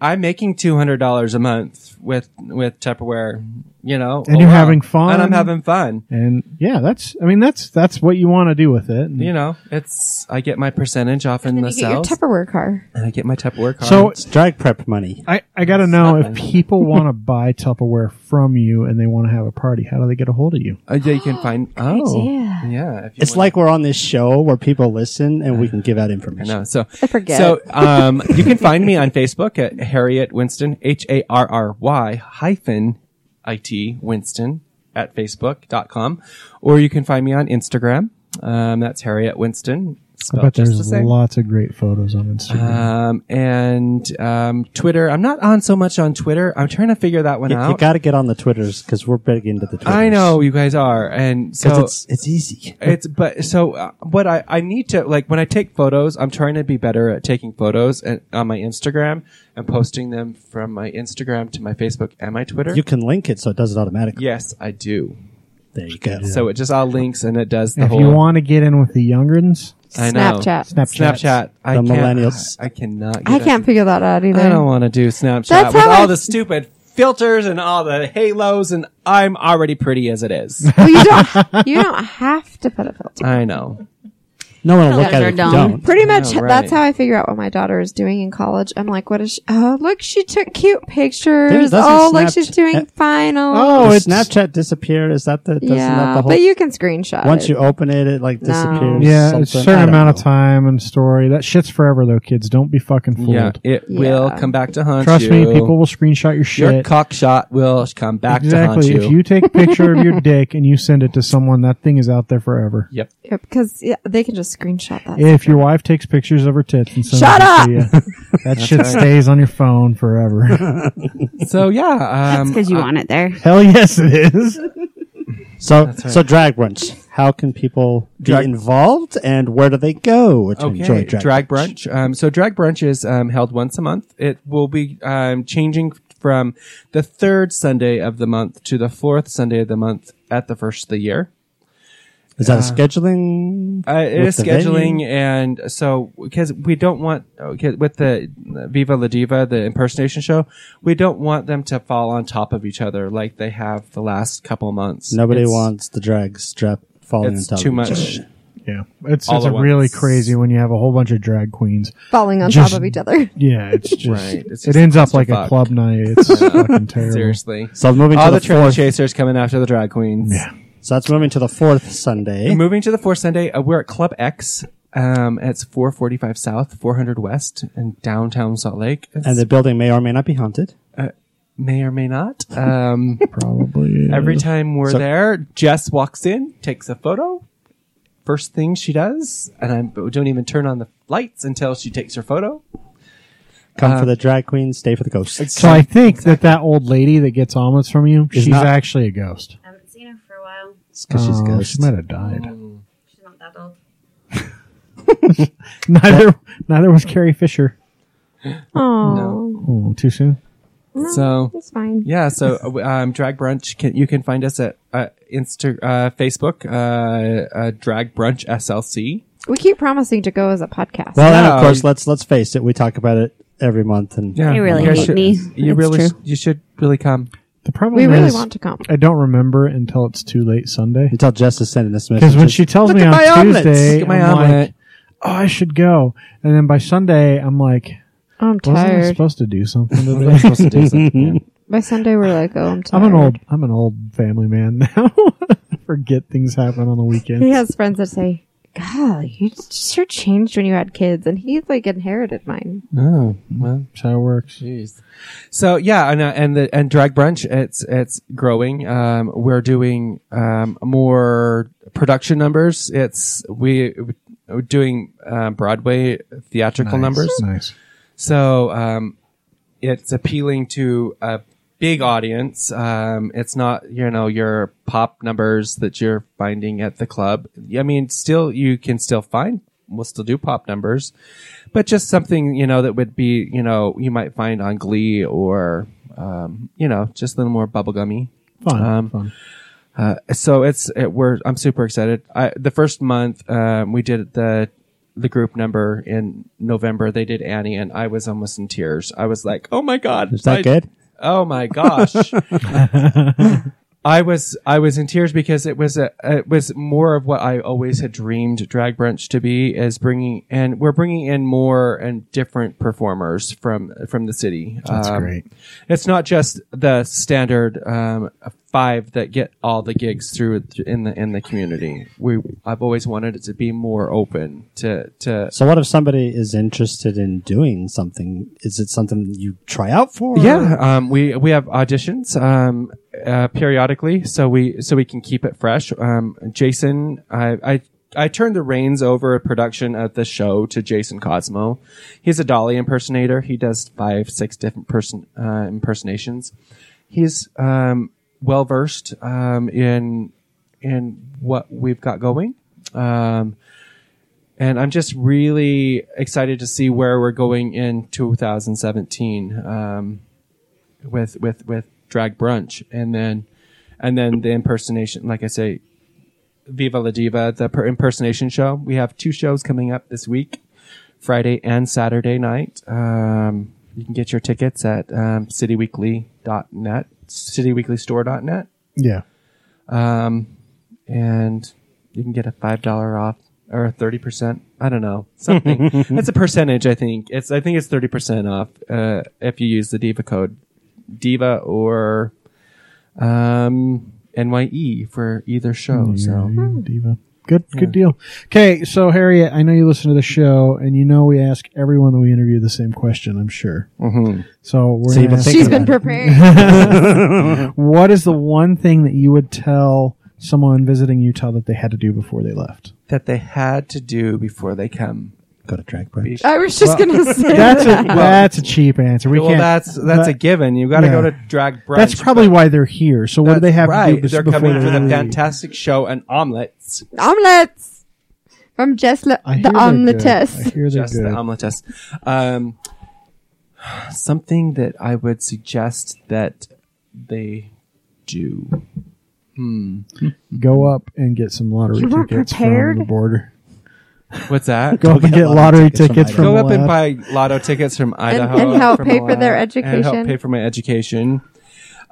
Speaker 6: I'm making two hundred dollars a month with with Tupperware, you know.
Speaker 2: And you're having fun.
Speaker 6: And I'm having fun.
Speaker 2: and yeah that's i mean that's that's what you want to do with it And
Speaker 6: You know, it's I get my percentage off in
Speaker 4: And
Speaker 6: the
Speaker 4: you get your
Speaker 6: sales,
Speaker 4: Tupperware car.
Speaker 6: and I get my Tupperware card.
Speaker 2: So-
Speaker 3: It's drag prep money.
Speaker 2: i i gotta know if people
Speaker 6: (laughs)
Speaker 2: want to buy tupperware from you and they want to have a party how do they get a hold of you
Speaker 6: Uh, yeah, you can find. Oh,
Speaker 4: idea.
Speaker 6: yeah. if you
Speaker 3: It's
Speaker 6: wanna-
Speaker 3: like we're on this show where people listen and we can give out
Speaker 6: I
Speaker 3: information.
Speaker 6: know. So
Speaker 4: I forget.
Speaker 6: So um, you can find me on Facebook at Harriet Winston, H A R R Y hyphen I T Winston at Facebook.com. Or you can find me on Instagram. Um, that's Harriet Winston.
Speaker 2: i
Speaker 6: spelled
Speaker 2: bet
Speaker 6: just the
Speaker 2: there's
Speaker 6: same.
Speaker 2: lots of great photos on instagram
Speaker 6: Um, and um, Twitter. I'm not on so much on Twitter. I'm trying to figure that one
Speaker 3: You,
Speaker 6: out.
Speaker 3: got to get on the Twitters because we're big into the Twitters.
Speaker 6: I know you guys are. And
Speaker 3: Because
Speaker 6: so
Speaker 3: it's, it's easy.
Speaker 6: it's but so uh, what I I need to like when I take photos, I'm trying to be better at taking photos and, on my Instagram and posting them from my Instagram to my Facebook and my Twitter.
Speaker 3: You can link it so it does it automatically.
Speaker 6: yes, I do.
Speaker 3: There you go.
Speaker 6: So it just all links and it does the
Speaker 2: if
Speaker 6: whole.
Speaker 2: you want to get in with the youngerins
Speaker 6: I know.
Speaker 4: Snapchat.
Speaker 2: Snapchat.
Speaker 6: Snapchat. I
Speaker 3: The
Speaker 6: can't-
Speaker 3: millennials.
Speaker 6: I cannot. Get
Speaker 4: I can't
Speaker 6: it.
Speaker 4: figure that out either.
Speaker 6: I don't want to do Snapchat
Speaker 4: That's
Speaker 6: with
Speaker 4: how
Speaker 6: all
Speaker 4: I-
Speaker 6: the stupid filters and all the halos, and I'm already pretty as it is.
Speaker 4: well, you don't. You don't have to put a filter.
Speaker 6: I know.
Speaker 3: No one will look
Speaker 5: Those
Speaker 3: at
Speaker 5: are
Speaker 3: it. if you
Speaker 5: dumb.
Speaker 3: Don't.
Speaker 4: Pretty much,
Speaker 6: Yeah, right.
Speaker 4: that's how I figure out what my daughter is doing in college. I'm like, what is she? Oh, look, she took cute
Speaker 3: Dude,
Speaker 4: pictures.
Speaker 3: doesn't
Speaker 4: Oh, look,
Speaker 3: Snapchat-
Speaker 4: she's doing
Speaker 3: eh,
Speaker 4: fine. Oh,
Speaker 2: oh it's
Speaker 3: Does Snapchat disappear? Is that the? Doesn't that
Speaker 4: yeah.
Speaker 3: the whole?
Speaker 4: But you can screenshot.
Speaker 3: once
Speaker 4: it.
Speaker 3: you open it, it like disappears.
Speaker 2: yeah it's a
Speaker 3: something. I
Speaker 2: certain
Speaker 3: don't
Speaker 2: amount of
Speaker 3: know.
Speaker 2: time and story that shit's forever though kids don't be fucking fooled
Speaker 6: Yeah, it will
Speaker 4: Yeah.
Speaker 6: come back to haunt
Speaker 2: trust
Speaker 6: you.
Speaker 2: me people will screenshot your shit
Speaker 6: Your cock shot will come back to haunt
Speaker 2: exactly
Speaker 6: you.
Speaker 2: if you take a picture of
Speaker 6: (laughs)
Speaker 2: your dick and you send it to someone that thing is out there forever
Speaker 6: Yep.
Speaker 4: because yeah, they can just screenshot that.
Speaker 2: If your wife takes pictures of her tits and sends
Speaker 4: Shut up! (laughs)
Speaker 2: them to you, that shit stays on your phone forever. (laughs)
Speaker 6: So yeah, um,
Speaker 5: because you want it there.
Speaker 2: Hell yes, it is.
Speaker 3: So so drag brunch. How can people be
Speaker 6: Drag-
Speaker 3: involved and where do they go to
Speaker 6: okay,
Speaker 3: enjoy drag?
Speaker 6: drag, brunch. Um, so drag brunch is um, held once a month. It will be um, changing from the third Sunday of the month to the fourth Sunday of the month at the first of the year.
Speaker 3: Is that a scheduling?
Speaker 6: Uh, it
Speaker 3: With
Speaker 6: is
Speaker 3: the
Speaker 6: scheduling,
Speaker 3: venue?
Speaker 6: and so because we don't want okay, with the uh, Viva La Diva, the impersonation show, we don't want them to fall on top of each other like they have the last couple months.
Speaker 3: Nobody
Speaker 6: It's-
Speaker 3: wants the drag strap falling
Speaker 6: It's
Speaker 3: on top
Speaker 6: too
Speaker 3: of
Speaker 6: much.
Speaker 3: each other.
Speaker 2: Yeah, it's
Speaker 6: All
Speaker 2: it's
Speaker 6: at
Speaker 2: a really
Speaker 6: once.
Speaker 2: crazy when you have a whole bunch of drag queens.
Speaker 4: falling on
Speaker 2: Just-
Speaker 4: top of
Speaker 2: (laughs)
Speaker 4: each other.
Speaker 2: Yeah, it's just,
Speaker 6: Right, it's just
Speaker 2: it ends up
Speaker 6: clusterfuck.
Speaker 2: like a club night. It's fucking terrible.
Speaker 6: Seriously.
Speaker 3: So moving
Speaker 6: All
Speaker 3: to
Speaker 6: the
Speaker 3: the,
Speaker 6: trail chasers coming after the drag queens.
Speaker 2: Yeah.
Speaker 3: So that's moving to the fourth Sunday.
Speaker 6: Moving to the fourth Sunday, uh, we're at Club X. Um, it's 445 South, 400 West in downtown Salt Lake. It's-
Speaker 3: And the building may or may not be haunted.
Speaker 6: may or may not.
Speaker 3: (laughs)
Speaker 6: Um,
Speaker 2: Probably yeah.
Speaker 6: every time we're
Speaker 3: So-
Speaker 6: there, Jess walks in, takes a photo. First thing she does, and I don't even turn on the lights until she takes her photo.
Speaker 3: Come
Speaker 6: Uh,
Speaker 3: for the drag queen, stay for the ghosts.
Speaker 2: So I think that that old lady that gets omelets from you, she's
Speaker 3: not-
Speaker 2: actually a ghost.
Speaker 5: I haven't seen her for a while.
Speaker 3: because she's a
Speaker 2: Oh,
Speaker 3: ghost.
Speaker 2: She might have died.
Speaker 6: Oh.
Speaker 5: She's not that old.
Speaker 2: Neither neither was Carrie Fisher.
Speaker 4: Oh,
Speaker 2: Oh, too soon.
Speaker 6: So
Speaker 4: that's fine.
Speaker 6: Yeah, so uh, um, Drag Brunch, can, you can find us at uh, Insta, uh, Facebook, uh, uh, Drag Brunch SLC.
Speaker 4: We keep promising to go as a podcast.
Speaker 3: Well, and
Speaker 6: No,
Speaker 3: of course,
Speaker 6: you-
Speaker 3: let's let's face it. We talk about it every month, and
Speaker 6: Yeah,
Speaker 5: They really
Speaker 6: You
Speaker 5: hate
Speaker 6: should-
Speaker 5: me.
Speaker 6: You
Speaker 5: It's
Speaker 6: really,
Speaker 5: true.
Speaker 6: sh- you should really come.
Speaker 2: The problem
Speaker 4: we really
Speaker 2: is,
Speaker 4: want to come.
Speaker 2: I don't remember it until it's too late Sunday.
Speaker 3: until Jess is sending this message,
Speaker 2: Because when she tells
Speaker 3: "Look
Speaker 2: me
Speaker 3: at
Speaker 2: on
Speaker 3: my omelets.
Speaker 2: Tuesday,
Speaker 6: Look at my
Speaker 2: I'm
Speaker 6: omelet.
Speaker 2: like, oh, I should go. And then by Sunday, I'm like,
Speaker 4: Oh, I'm
Speaker 2: wasn't I
Speaker 4: tired.
Speaker 2: supposed to do something
Speaker 6: (laughs) We're not
Speaker 2: today?
Speaker 6: supposed to do something.
Speaker 4: By Sunday, we're like, oh, I'm tired.
Speaker 2: I'm an old, I'm an old family man (laughs) now. I forget things happen on the
Speaker 4: He
Speaker 2: weekend.
Speaker 4: has friends that say, God, you sure changed when you had kids. And he like inherited mine.
Speaker 6: Yeah. Oh well,
Speaker 2: That's how it works.
Speaker 6: jeez. (laughs) So yeah, and uh, and the and drag brunch, it's it's growing. Um, we're doing um more production numbers. It's we we're doing uh, Broadway theatrical numbers.
Speaker 2: Nice.
Speaker 6: So um, it's appealing to a big audience. Um, it's not, you know, your pop numbers that you're finding at the club. I mean, still, you can still find, we'll still do pop numbers, but just something, you know, that would be, you know, you might find on Glee or, um, you know, just a little more bubblegummy.
Speaker 2: Fun.
Speaker 6: Um,
Speaker 2: fun.
Speaker 6: So it's it, we're I'm super excited. I, the first month um, we did the the group number in November. They did Annie, and I was almost in tears. I was like, "Oh my god,
Speaker 3: Is that
Speaker 6: I-
Speaker 3: good?
Speaker 6: Oh my gosh!"
Speaker 3: (laughs)
Speaker 6: I was I was in tears because it was a it was more of what I always had dreamed drag brunch to be is bringing and we're bringing in more and different performers from from the city.
Speaker 2: That's
Speaker 6: Um,
Speaker 2: great.
Speaker 6: it's not just the standard um, five that get all the gigs through in the in the community. We I've always wanted it to be more open to to
Speaker 3: So, what if somebody is interested in doing something? Is it something you try out for?
Speaker 6: yeah. Um, we we have auditions um, uh, periodically, so we so we can keep it fresh. Um, Jason, I. I I turned the reins over a production of the show to Jason Cosmo. He's a Dolly impersonator. He does five, six different person uh, impersonations. he's um, well versed um, in in what we've got going, um, and I'm just really excited to see where we're going in 2017 um, with with with drag brunch, and then and then the impersonation. Like I say, Viva la Diva, the per- impersonation show. We have two shows coming up this week. Friday and Saturday night. Um, you can get your tickets at um, cityweekly.net, cityweeklystore.net,
Speaker 2: Yeah.
Speaker 6: Um, and you can get a five dollar off or a thirty percent. I don't know
Speaker 2: (laughs)
Speaker 6: something. That's a percentage. I think it's. I think it's thirty percent off uh, if you use the Diva code, Diva or um, NYE for either show. So.
Speaker 2: Diva. Good, good deal. Okay, so Harriet, I know you listen to the show, and you know we ask everyone that we interview the same question. I'm sure.
Speaker 6: Mhm.
Speaker 2: So we're
Speaker 3: So
Speaker 2: gonna
Speaker 3: you've been
Speaker 2: ask
Speaker 3: thinking
Speaker 4: She's
Speaker 2: you- (laughs)
Speaker 4: been preparing.
Speaker 2: What is the one thing that you would tell someone visiting Utah that they had to do before they left?
Speaker 6: That they had to do before they come.
Speaker 3: Go to drag brunch.
Speaker 4: I was just going
Speaker 2: (laughs)
Speaker 4: to say
Speaker 2: That's a
Speaker 6: (laughs)
Speaker 4: that.
Speaker 2: that's a cheap answer. We
Speaker 6: well,
Speaker 2: can't.
Speaker 6: that's that's
Speaker 2: that-
Speaker 6: a given. You got to
Speaker 2: yeah.
Speaker 6: go to drag brunch.
Speaker 2: that's probably why they're here. So what do
Speaker 6: That's
Speaker 2: they have to
Speaker 6: right.
Speaker 2: do bes-
Speaker 6: They're
Speaker 2: before
Speaker 6: coming for
Speaker 2: they
Speaker 6: the
Speaker 2: leave?
Speaker 6: fantastic show and omelets.
Speaker 4: Omelets from Jess Le-
Speaker 2: I hear they're
Speaker 4: the
Speaker 2: good. I
Speaker 4: Omelettes.
Speaker 2: hear they're
Speaker 6: Just the
Speaker 2: good.
Speaker 6: omeletess. Um, something that I would suggest that they do.
Speaker 2: Go up and get some lottery
Speaker 4: You weren't
Speaker 2: tickets
Speaker 4: prepared?
Speaker 2: from the border.
Speaker 6: What's that?
Speaker 2: Go up and get lottery tickets from.
Speaker 6: Go
Speaker 2: the
Speaker 6: up and
Speaker 2: lab.
Speaker 6: buy lotto tickets from Idaho
Speaker 4: and help
Speaker 6: from
Speaker 4: pay for their
Speaker 6: Alaska, and help
Speaker 4: education.
Speaker 6: pay for my education.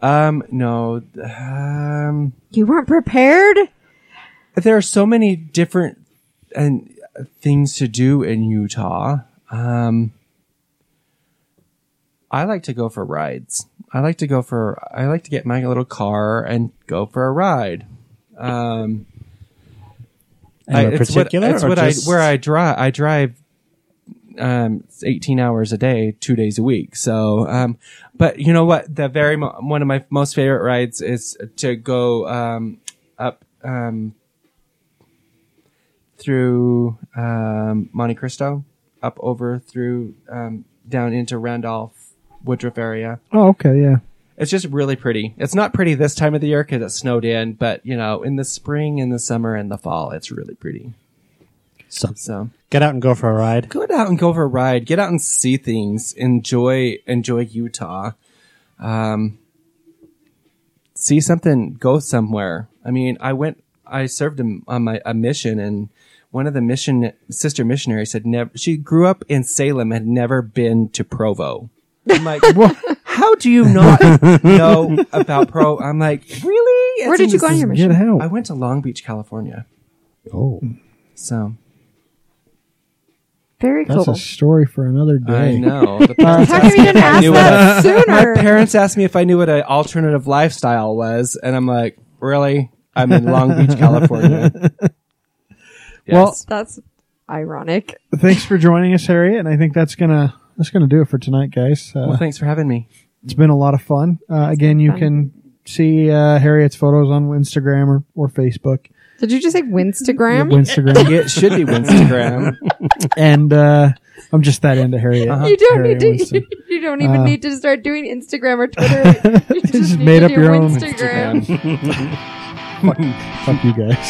Speaker 6: Um, no, um,
Speaker 4: You weren't prepared?
Speaker 6: there are so many different and uh, things to do in Utah. Um, I like to go for rides. I like to go for. I like to get my little car and go for a ride. Um, I-
Speaker 3: Anywhere
Speaker 6: it's what,
Speaker 3: particular
Speaker 6: it's
Speaker 3: or
Speaker 6: what
Speaker 3: just-
Speaker 6: I where I drive. I drive um, 18 hours a day, two days a week. So, um, but you know what? The very mo- one of my most favorite rides is to go um, up um, through um, Monte Cristo, up over through um, down into Randolph Woodruff area.
Speaker 2: Oh, okay, yeah.
Speaker 6: It's just really pretty. It's not pretty this time of the year because it snowed in, but you know, in the spring, in the summer, and the fall, it's really pretty.
Speaker 3: So
Speaker 6: So
Speaker 3: get out and go for a ride.
Speaker 6: go out and go for a ride. Get out and see things. Enjoy enjoy Utah. Um, see something. Go somewhere. I mean, I went. I served a, on my a mission and one of the mission sister missionaries said never she grew up in Salem had never been to Provo.
Speaker 4: (laughs)
Speaker 6: I'm like, how do you not know about Provo? I'm like, really?
Speaker 4: Where
Speaker 6: It's
Speaker 4: did
Speaker 6: in
Speaker 4: you go on your
Speaker 2: Get
Speaker 4: mission?
Speaker 2: out.
Speaker 6: I went to Long Beach, California.
Speaker 3: Oh,
Speaker 6: So
Speaker 4: Very
Speaker 2: That's
Speaker 4: cool.
Speaker 2: a story for another
Speaker 6: I
Speaker 2: day.
Speaker 4: (laughs)
Speaker 6: know. The parents
Speaker 4: How come you didn't ask
Speaker 6: knew
Speaker 4: that
Speaker 6: My
Speaker 4: sooner?
Speaker 6: parents asked me if I knew what an alternative lifestyle was, and I'm like, really? I'm in Long Beach, California.
Speaker 2: Well,
Speaker 6: Yes.
Speaker 4: That's ironic.
Speaker 2: thanks for joining us, Harriet. And I think that's gonna that's gonna do it for tonight, guys. Uh,
Speaker 6: (laughs) well, thanks for having me.
Speaker 2: it's been a lot of fun. Uh, again, you
Speaker 4: fun.
Speaker 2: can see uh, Harriet's photos on Instagram or, or Facebook.
Speaker 4: Did you just say Winstagram?
Speaker 2: Instagram.
Speaker 4: (laughs)
Speaker 6: It should be Winstagram.
Speaker 2: and uh, I'm just that into Harriet.
Speaker 4: You don't
Speaker 2: Harriet
Speaker 4: need to.
Speaker 2: Winston.
Speaker 4: (laughs) You don't even
Speaker 2: Uh,
Speaker 4: need to start doing Instagram
Speaker 2: (laughs)
Speaker 4: or Twitter. You just,
Speaker 2: just
Speaker 4: need
Speaker 2: made
Speaker 4: to
Speaker 2: up
Speaker 4: do
Speaker 2: your own
Speaker 4: Instagram.
Speaker 2: Fuck you guys.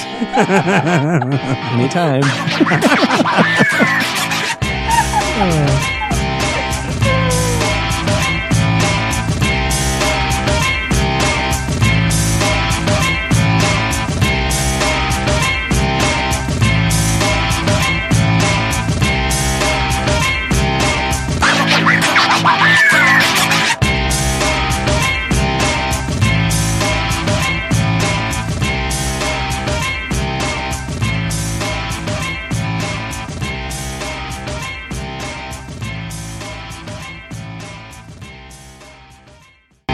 Speaker 6: Anytime.
Speaker 2: Uh,